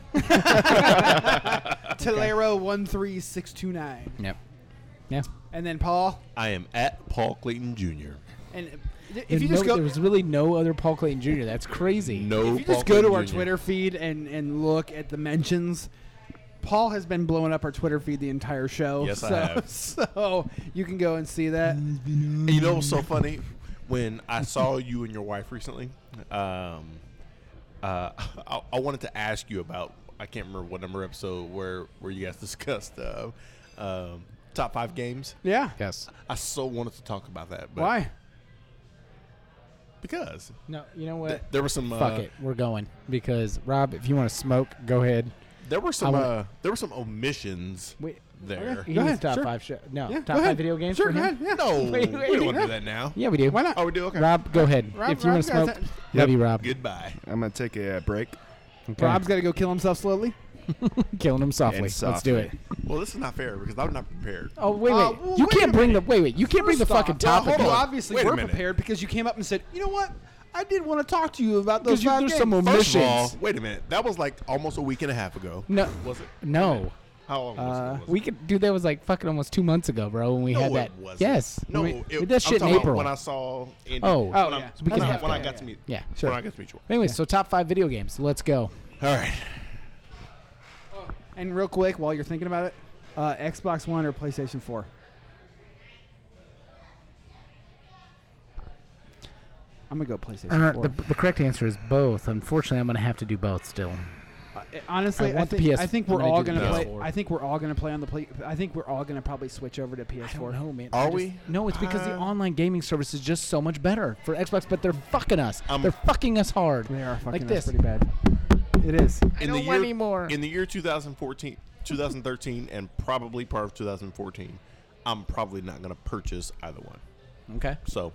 Tolero one three six two nine, Yep. Yeah. and then Paul. I am at Paul Clayton Jr. And if There's you just no- go, there was really no other Paul Clayton Jr. That's crazy. No, if you just Paul go to our Clayton Jr.. Twitter feed and and look at the mentions. Paul has been blowing up our Twitter feed the entire show. Yes, I so, have. (laughs) So you can go and see that. Mm. And you know what's so funny? When I saw you and your wife recently, um, uh, (laughs) I, I wanted to ask you about I can't remember what number episode where where you guys (laughs) discussed uh, um, top five games. Yeah. Yes. I so wanted to talk about that. But Why? Because No. You know th- what? there were some Fuck uh, it. We're going because Rob, if you want to smoke, go ahead. There were some wanna- uh, there were some omissions Wait, there. He Go needs ahead, top sure. five show. No, Yeah, go top ahead. five video games Sure, for go him. ahead. Yeah. No, Wait, we wait, don't want to Rob- do that now. Yeah, we do. Why not? Oh, we do okay. Rob, go ahead. Rob- if you want Rob's to got smoke, that- love you, Rob. Goodbye. I'm gonna take a uh, break. Okay. Rob's got to go kill himself slowly. killing him softly. And Let's do it. softly. Well, this is not fair because I'm not prepared. Oh wait, wait. Uh, well, you wait can't a bring the wait, wait. You can't bring the First off- fucking Now, topic. hold up. on. Obviously, Wait a we're minute. prepared because you came up and said, "You know what? I did want to talk to you about those Because you- five there's games." some First of all, Omissions. wait a minute. That was like almost a week and a half ago. No, Was it? no. How long was it? Uh, Was it? We could do that was like fucking almost two months ago, bro. When we no, had that. It wasn't. Yes. No, we, it, we did that shit I'm in talking about April. When I saw. Andy, Oh. when Oh, I, yeah. when Because I- you have when to. I got to meet. Yeah, When sure. I got to meet you. anyway, so top five video games. Let's go. All right. and real quick, while you're thinking about it, uh, Xbox One or PlayStation Four? I'm gonna go PlayStation Four. Uh, correct answer is both. Unfortunately, I'm gonna have to do both still. Uh, honestly, I I, want the think, PS I think I'm we're gonna all do the gonna play. PS4. I think we're all gonna play on the play. I think we're all gonna probably switch over to PS4. I don't know, man. Are I just- we? No, it's because the Uh, online gaming service is just so much better for Xbox, but they're fucking us. Um, they're fucking us hard. They are fucking like this. us pretty bad. It is. I In don't the want year, any more. In the year 2014, 2013, and probably part of 2014, I'm probably not going to purchase either one. okay. So.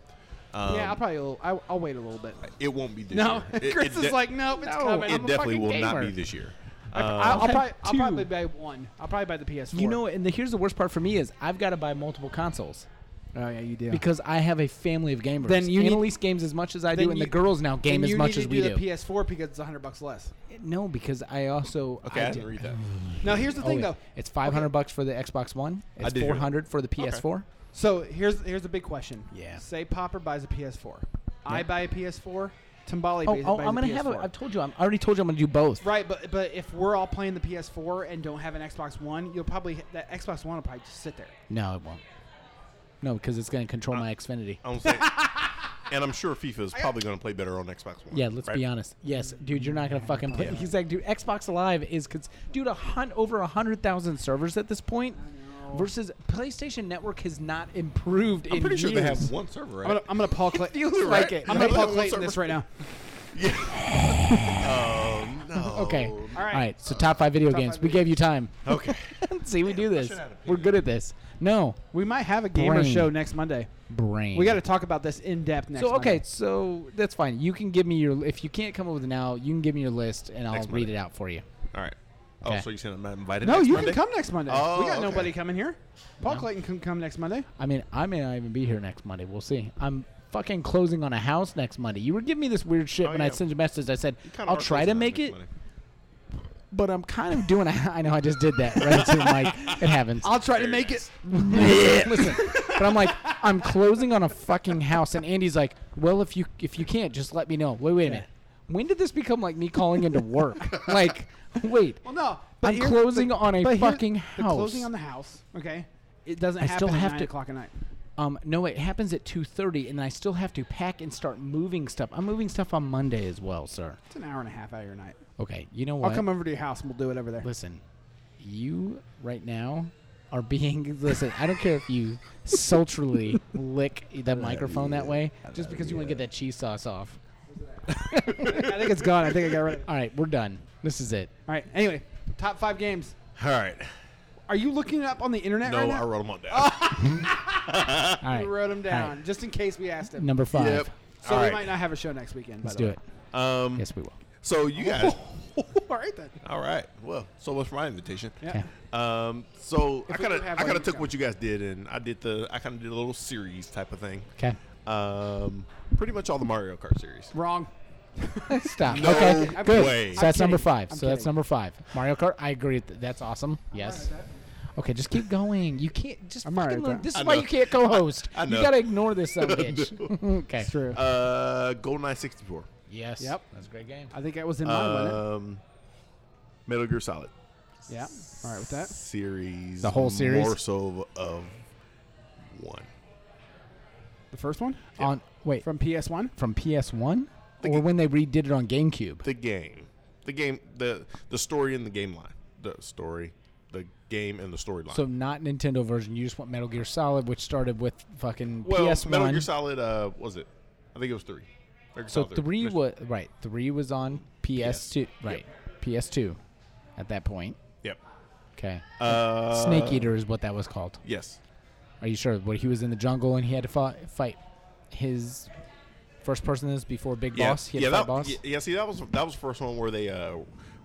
Um, yeah, I'll probably. I'll, I'll wait a little bit. It won't be this No, year. It- (laughs) Chris it is de- like, no, it's No, coming. it I'm it a definitely will not gamer. be this year. I'll, Um, I'll, probably, I'll Two. probably buy one. I'll probably buy the PS4. You know, and the, here's the worst part for me is I've got to buy multiple consoles Oh yeah, you do. because I have a family of gamers. Then you and need- Elise games as much as I do, then and you- the girls now game and as you much need as to we do. do. the PS4 because it's 100 bucks less. no, because I also okay, I, I did- didn't (laughs) read that. Now here's the Oh, thing wait. though. It's 500 bucks for the Xbox One. It's did hear that. 400 for the PS4. So here's here's a big question. Yeah. Say Popper buys a PS4. I buy a PS4. Timbali Oh, buys, oh, buys I'm a gonna PS4. have. A, I've told you. I'm, I already told you I'm gonna do both. Right, but but if we're all playing the PS4 and don't have an Xbox One, you'll probably that Xbox One will probably just sit there. No, it won't. No, because it's gonna control my Xfinity. I don't say. and I'm sure FIFA is probably going to play better on Xbox One. Yeah, let's right? be honest. Yes, dude, you're not gonna fucking play. He's like, dude, Xbox Live is, cons- dude, a hunt over a hundred thousand servers at this point. Versus PlayStation Network has not improved I'm in pretty years. sure they have one server, right? I'm gonna I'm gonna (laughs) Paul Clayton. feels like it. I'm Yeah. gonna Paul Yeah. Clayton this right now. yeah. um, no, No. Okay. All All right. So top five video games. five we video gave you time. Okay. (laughs) See, we do this. should have a We're good at this. No We might have a gamer Brain. show next Monday. brain. We got to talk about this in depth next. So okay, Monday. so that's fine. You can give me your. If you can't come up with it now, you can give me your list, and I'll Next read Monday. it out for you. All right. Okay. Oh, so you said I'm not invited? No, next you Monday? can come next Monday. Oh, we got okay. nobody coming here. Paul Clayton can come next Monday. I mean, I may not even be here next Monday. We'll see. I'm fucking closing on a house next Monday. You were giving me this weird shit Oh, when I yeah. sent you a message. I said You kinda I'll are try close to on that make next it, Monday. but I'm kind of doing. A, (laughs) I know I just did that right into the mic. It (laughs) happens. I'll try to Very make nice. Listen, (laughs) listen. but I'm like, I'm closing on a fucking house, and Andy's like, well, if you if you can't, just let me know. Wait, wait a minute. When did this become like me calling (laughs) into work? like, wait. it. Well, no, but I'm here- closing but- on a but here- fucking the house. closing on the house. Okay, it doesn't I happen still at have nine to- o'clock at night. Um, no, it happens at 2:30, and I still have to pack and start moving stuff. I'm moving stuff on Monday as well, sir. It's an hour and a half out of your night. Okay, you know what? I'll come over to your house and we'll do it over there. Listen, you right now are being (laughs) listen. I don't care if you sultrily lick (laughs) the microphone that way, just because you want to get that cheese sauce off. (laughs) I think it's gone. I think I got rid of it. All right, we're done. This is it. All right. Anyway, top five games. All right. Are you looking it up on the internet No, right I now? wrote them all (laughs) down. All right, You wrote them all right, down just in case we asked him. Number five. Yep. So all we right. might not have a show next weekend. by Let's the do way. it. Um, Yes, we will. So you guys. Oh. (laughs) All right then. All right. Well, so what's my invitation? Yeah. Okay. Um, so I we kind of do have I kind one, of took yeah. what you guys did and I did the I kind of did a little series type of thing. Okay. Um, pretty much all the Mario Kart series. Wrong. Stop. No okay. I'm Good. kidding. So that's I'm number kidding. 5 I'm so that's kidding. number five. Mario Kart. I agree. With th- that's awesome. Yes. Okay, just keep going. You can't just I'm fucking alright with learn. that. This is I why know. you can't co-host. I You know. gotta ignore this son (laughs) of a I bitch. (laughs) okay. It's true. Uh, GoldenEye 64. Yes. Yep. That's a great game. I think that was in mine, wasn't Um, Metal Gear Solid it? Yeah. All right with that. series. The whole series? More so of one. The first one On wait from, from PS One. PS One The or g- when they redid it on GameCube. The game, the game, the the story and the game line. The story, the game and the storyline. so not Nintendo version. You just want Metal Gear Solid, which started with fucking well, PS Metal One. Gear Solid. Uh, what was it? I think it was three. Metal Gear So Solid three Mission- was right. Three was on PS Two. Right. PS Two. At that point. Yep. Okay. Uh, Snake Eater is what that was called. Yes. Are you sure? Where he was in the jungle and he had to fi- fight his first person is before Big Boss. He had yeah, to fight that, Boss. yeah, yeah, see that was that was the first one where they uh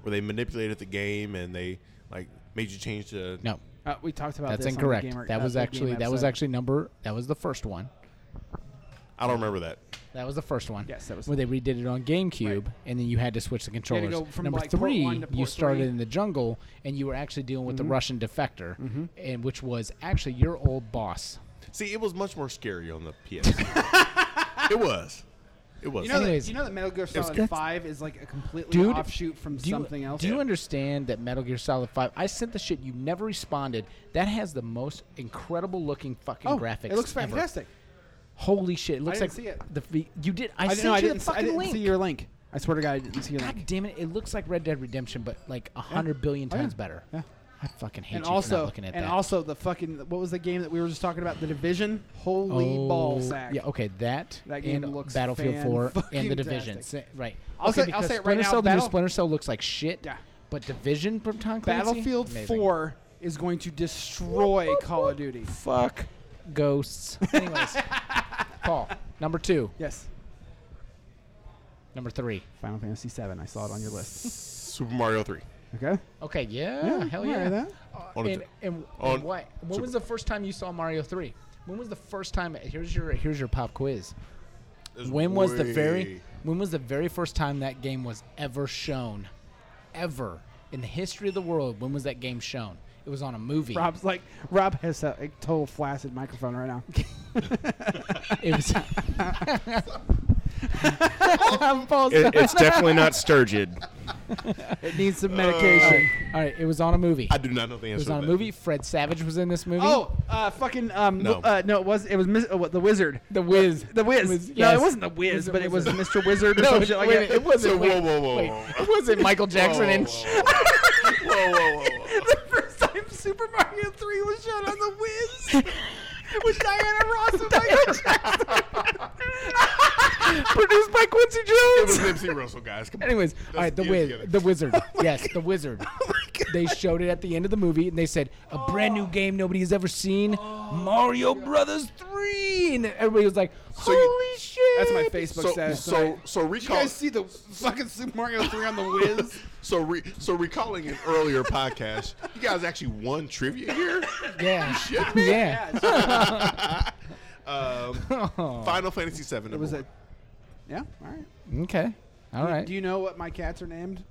where they manipulated the game and they like made you change to No, Uh, we talked about that's this on the incorrect. Gamer- that uh, was the actually game that was episode. actually number that was the first one. I don't remember that. That was the first one. Yes, that was- where they redid it on GameCube, and then you had to switch the controllers. go from, Number like, port three, one to you port started three. Mm-hmm. in the jungle, and you were actually dealing with the Russian defector, and which was actually your old boss. See, it was much more scary on the PS. (laughs) it was. It was. You know, that, Anyways. you know that Metal Gear Solid that's- Five is like a completely Dude, offshoot from Do you, something else. Do you understand that Metal Gear Solid Five? I sent the shit. You never responded. That has the most incredible looking fucking oh, graphics. It looks ever. fantastic. Holy shit! It looks didn't like see it. the v- you did. I, I sent didn't, no, you I the didn't, s- I fucking didn't link. see your link. I swear to God, I didn't see your God link. damn it! It looks like Red Dead Redemption, but like a hundred billion Oh, yeah. times better. Yeah. I fucking hate And you for not also, looking at and that. also the fucking what was the game that we were just talking about? The Division. Holy Oh, ball sack. Yeah. Okay. That, That game and looks Battlefield Four and the fan-fucking-tastic. Division. Sa- right. I'll okay, say- I'll because say it right Splinter now, Cell, the new Battle- Splinter Cell looks like shit. Yeah. But Division from Tom Clancy. Battlefield Amazing. Four is going to destroy Call of Duty. Fuck (laughs) ghosts. Anyways, Paul, number two, Yes. number three. Final Fantasy Seven. I saw it on your list. (laughs) Super Mario Three. Okay. Okay, yeah, Yeah, hell I'm all right yeah. with that. Uh, On a and, t- and, on- and what? When Super- was the first time you saw Mario Three? When was the first time? Here's your here's your pop quiz. It's When was the very way- when was the very first time that game was ever shown? Ever in the history of the world, when was that game shown? It was on a movie. Rob's like Rob has a, a total flaccid microphone right now. (laughs) It was. I'm Paul's It, it's definitely not Sturgid. It needs some medication. All right, it was on a movie. I do not know the answer. it was to on a that. (laughs) movie. Fred Savage was in this movie. oh, uh, fucking um, no. No. Uh, no, it was it was Mis- uh, what, the Wizard. The Wiz. The Wiz. No, yes. it wasn't the It Wiz, was The but it was (laughs) Wizard. Mr. Wizard or No, some shit like wait, that. it wasn't. So, wait, whoa, whoa, whoa, wait. whoa. It wasn't Michael Jackson and. (laughs) Whoa, whoa, whoa, whoa, whoa, whoa. (laughs) the first time Super Mario 3 was shown on The Wiz with Diana Ross and Michael Jackson. (laughs) Produced by Quincy Jones. Nipsey Russell, guys. Come on. Anyways, Let's all right, the get it wiz- together. the (laughs) wizard. Oh yes, the wizard. they showed it at the end of the movie, and they said a brand new game nobody has ever seen, Oh Mario Brothers Three, and everybody was like, you- "Holy shit!" That's my Facebook So, oh. status. so, so Did recall. you guys see the fucking Super Mario 3 on the Wiz? so, re- so recalling an earlier podcast, you guys actually won trivia here. Yeah, Shit, man. (laughs) yeah. Um, Final Fantasy VII. Number It was one. a. Yeah, all right. Okay, all right. Do you know what my cats are named?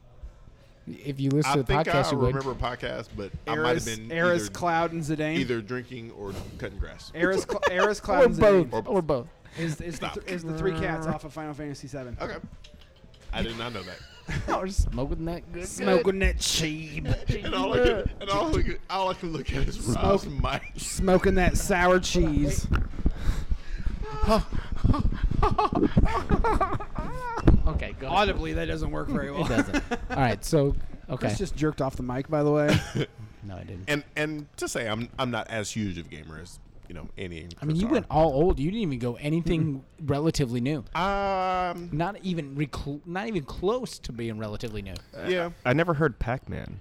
if you listen I to the think podcast, I you would. remember a podcast, but I might have Eris, been Eris either, Cloud, and Zidane. either drinking or cutting grass. Eris, (laughs) Cl- Eris Cloud or and Zidane both, or both. is, is, the Stop. th- is the three cats off of Final Fantasy VII. Okay. I did not know that. Or smoking that good. Smoking that cheeb. And all I can, and all I can, all I can look at is Rob's mic. Smoking that sour cheese. Okay, go. ahead. Audibly, that doesn't work very well. It doesn't. (laughs) all right, so okay. Chris just jerked off the mic, by (laughs) the way. no, I didn't. And and to say I'm I'm not as huge of a gamer as you know Andy and I mean, Chris you are. went all old. You didn't even go anything Hmm. relatively new. Um. Not even recl- not even close to being relatively new. Yeah. I never heard Pac-Man.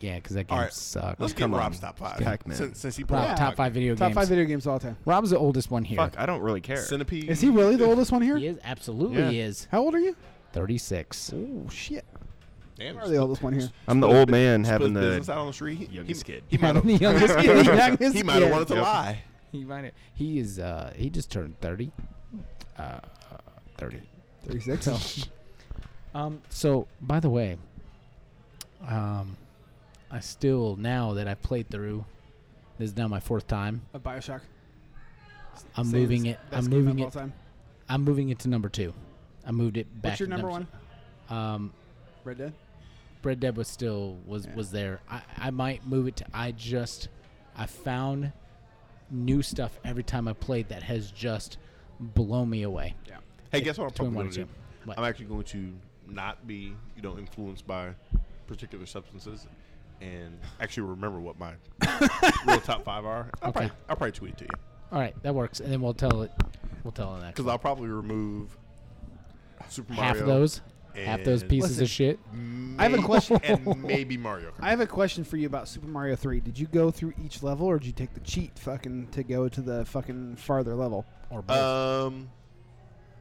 Yeah, because that game All right. sucks. Let's Come get on. Rob's top five. Pac-Man. Since, since he Rob, played top five video Top games. five video games of all time. Rob's the oldest one here. Fuck, I don't really care. Centipede. Is he really the oldest one here? He is absolutely Yeah. is How old are you? thirty six. (laughs) Oh shit! Damn, You are the oldest (laughs) one here. I'm the old man split having business out the. on the street. He, Youngest he, kid. He might have. The (laughs) youngest kid. He might have wanted to Yep. lie. He might. He is. Uh, he just turned thirty. Uh, uh, thirty. Thirty-six. Um. So, by the way, um, I still now that I've played through, this is now my fourth time. A Bioshock. I'm Same moving as it. best I'm game of moving all it. time. I'm moving it to number two. I moved it back. What's your to number one? Um, Red Dead. Red Dead was still was Yeah. was there. I, I might move it to. I just I found new stuff every time I played that has just blown me away. Yeah. Hey, guess what I'm Between probably one going and to do? two. What? I'm actually going to not be, you know, influenced by particular substances, and actually remember (laughs) what my real top five are. I'll, Okay. probably, I'll probably tweet it to you All right, that works, and then we'll tell it. We'll tell it next. because I'll probably remove Super half Mario, those, half those and- pieces Listen. of shit. I have a may- question. (laughs) and maybe Mario. Kart. I have a question for you about Super Mario 3. Did you go through each level, or did you take the cheat fucking to go to the fucking farther level? Or both. Um,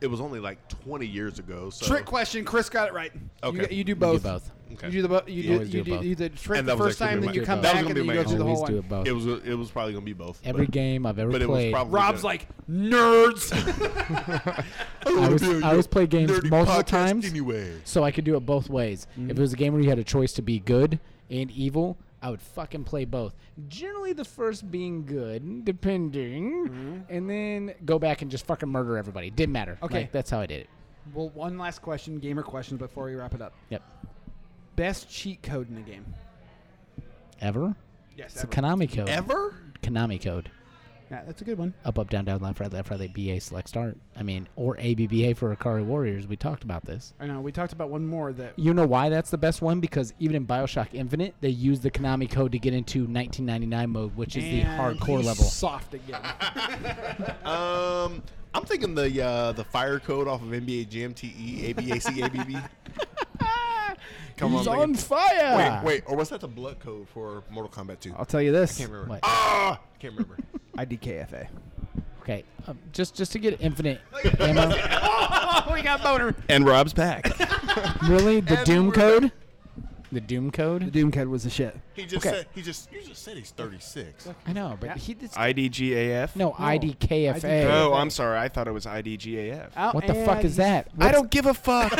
it was only like 20 years ago. So Trick question. Chris got it right. Okay. You, g- you do We do uh, both. both. Okay. You do the bo- you, You do, always you do do, both. you do the trick And the that was first actually time, gonna then be you my- come that was back, gonna and be then you go my through answer. the Always whole do one. it both. It was it was probably gonna be both. Every but- game I've ever but it was played, probably Rob's the- like nerds. (laughs) I always, I always play games nerdy multiple podcast times, anyway. so I could do it both ways. If it was a game where you had a choice to be good and evil, I would fucking play both. Generally, the first being good, depending, and then go back and just fucking murder everybody. Didn't matter. Okay. Like, that's how I did it. well, one last question, gamer questions, before we wrap it up. Yep. Best cheat code in a game. Ever? Yes. It's a Konami code. Ever? Konami code. Yeah, that's a good one. Up, up, down, down, left, right, left, right, left, BA, select, start. I mean, or ABBA for Akari Warriors. We talked about this. I know. We talked about one more that You know why that's the best one? Because even in Bioshock Infinite, they used the Konami code to get into 1999 mode, which is the And hardcore he's level. Soft again. Um, I'm thinking the uh, the fire code off of NBA Jam TE ABAC (laughs) ABB. Come he's I'm on thinking- fire! Wait, wait, or was that the blood code for Mortal Kombat 2? (laughs) I'll tell you this. can't remember. What? Ah, I can't remember. IDKFA. Okay, um, just just to get Infinite ammo. (laughs) we got boner. And Rob's back. (laughs) really, the And Doom we're code? The Doom The code? Doom code was the shit. He just Okay. said he just you just said he's 36. I know, but Yeah. he did. IDGAF. No, IDKFA. Oh, I'm sorry. I thought it was IDGAF. Out What the fuck and is that? I don't give a fuck.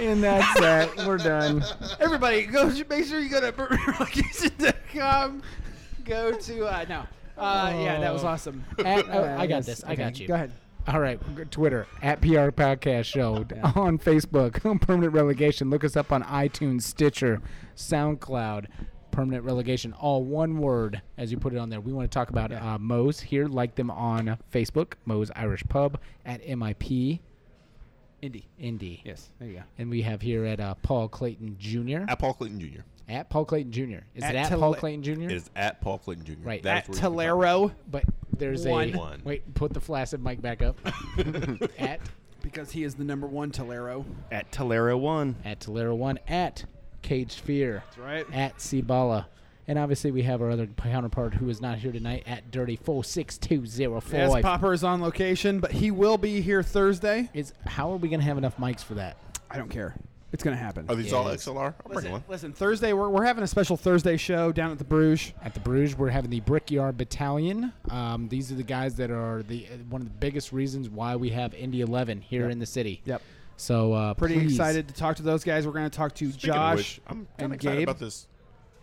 And that's that. We're done. Everybody, go (laughs) make sure you go to burtrelocation.com. Go to uh, no. Uh, Yeah, that was awesome. At- (laughs) oh, Uh, I got yes, this. I okay, got you. Go ahead. (laughs) All right, g- Twitter at PR Podcast Show (laughs) on Facebook, Permanent Relegation. Look us up on iTunes, Stitcher, SoundCloud. Permanent Relegation, all one word as you put it on there. We want to talk about uh, Moe's here. Like them on Facebook, Moe's Irish Pub at MIP Indy. Indy. Yes. There you go. And we have here at uh, Paul Clayton Jr. At Paul Clinton Jr. At Paul Clayton Jr. Is At it at Tele- Paul Clayton Jr.? It is at Paul Clinton Jr. Right. That At is where you can find Tolero. But There's One. a One. wait. Put the flaccid mic back (laughs) up. at because he is the number one Tolero. (laughs) At Tolero One. at Tolero One at Caged Fear. That's right. At Cibala. And obviously, we have our other counterpart who is not here tonight at Dirty Four Six Two Zero Yes, Four. Popper is on location, but he will be here Thursday. Is how are we gonna have enough mics for that? I don't care. It's going to happen. Are these all XLR? I'll bring one. Listen, listen, Thursday, we're, we're having a special Thursday show down at the Bruges. At the Bruges, we're having the Brickyard Battalion. Um, these are the guys that are the uh, one of the biggest reasons why we have Indy Eleven here in the city. Yep. So uh, Pretty please- excited to talk to those guys. We're going to talk to Speaking of Josh which, I'm kind and of excited Gabe. about this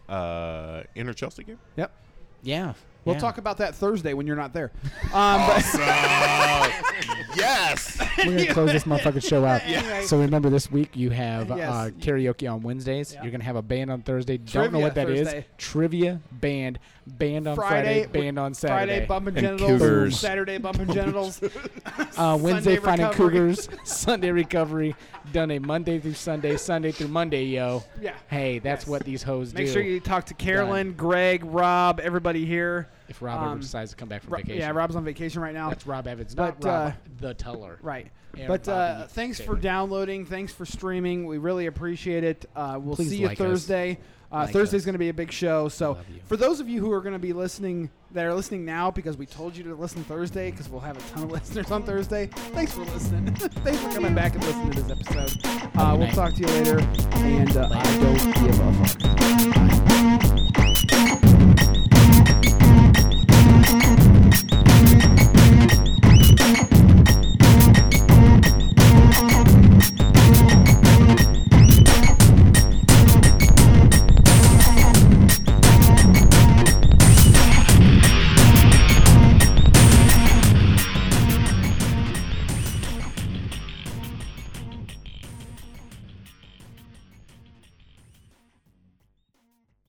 uh, inner Chelsea game. Yep. Yeah. We'll yeah. talk about that Thursday when you're not (laughs) there. Um, but yes. We're gonna close this motherfucking show out. Anyway. So remember, this week you have Yes. uh, karaoke on Wednesdays. You're gonna have a band on Thursday. Don't know Trivia what that is. Thursday. Trivia band, band on Friday, Friday, band on Saturday. Friday bumping And genitals, Cougars. Saturday bumping (laughs) genitals, uh, Wednesday Sunday finding recovery. (laughs) cougars, Sunday recovery. Done a Monday through Sunday, Sunday through Monday, yo. Yeah. Hey, that's Yes. what these hoes Make do. sure you talk to Carolyn, Greg, Rob, everybody here. if Rob ever um, decides to come back from Ro- vacation, yeah, Rob's on vacation right now. that's Rob Evans, not But, Rob uh, the teller. Right. And but Bobby uh, thanks for Taylor. downloading. Thanks for streaming. We really appreciate it. Uh, we'll Please see you like us. Thursday. Uh, Like Thursday's us. going to be a big show. So Love you. for those of you who are going to be listening, that are listening now because we told you to listen Thursday because we'll have a ton of (laughs) listeners on Thursday. Thanks for listening. (laughs) thanks for coming back and listening to this episode. Uh, Good we'll night. talk to you later. And uh, I don't give a fuck.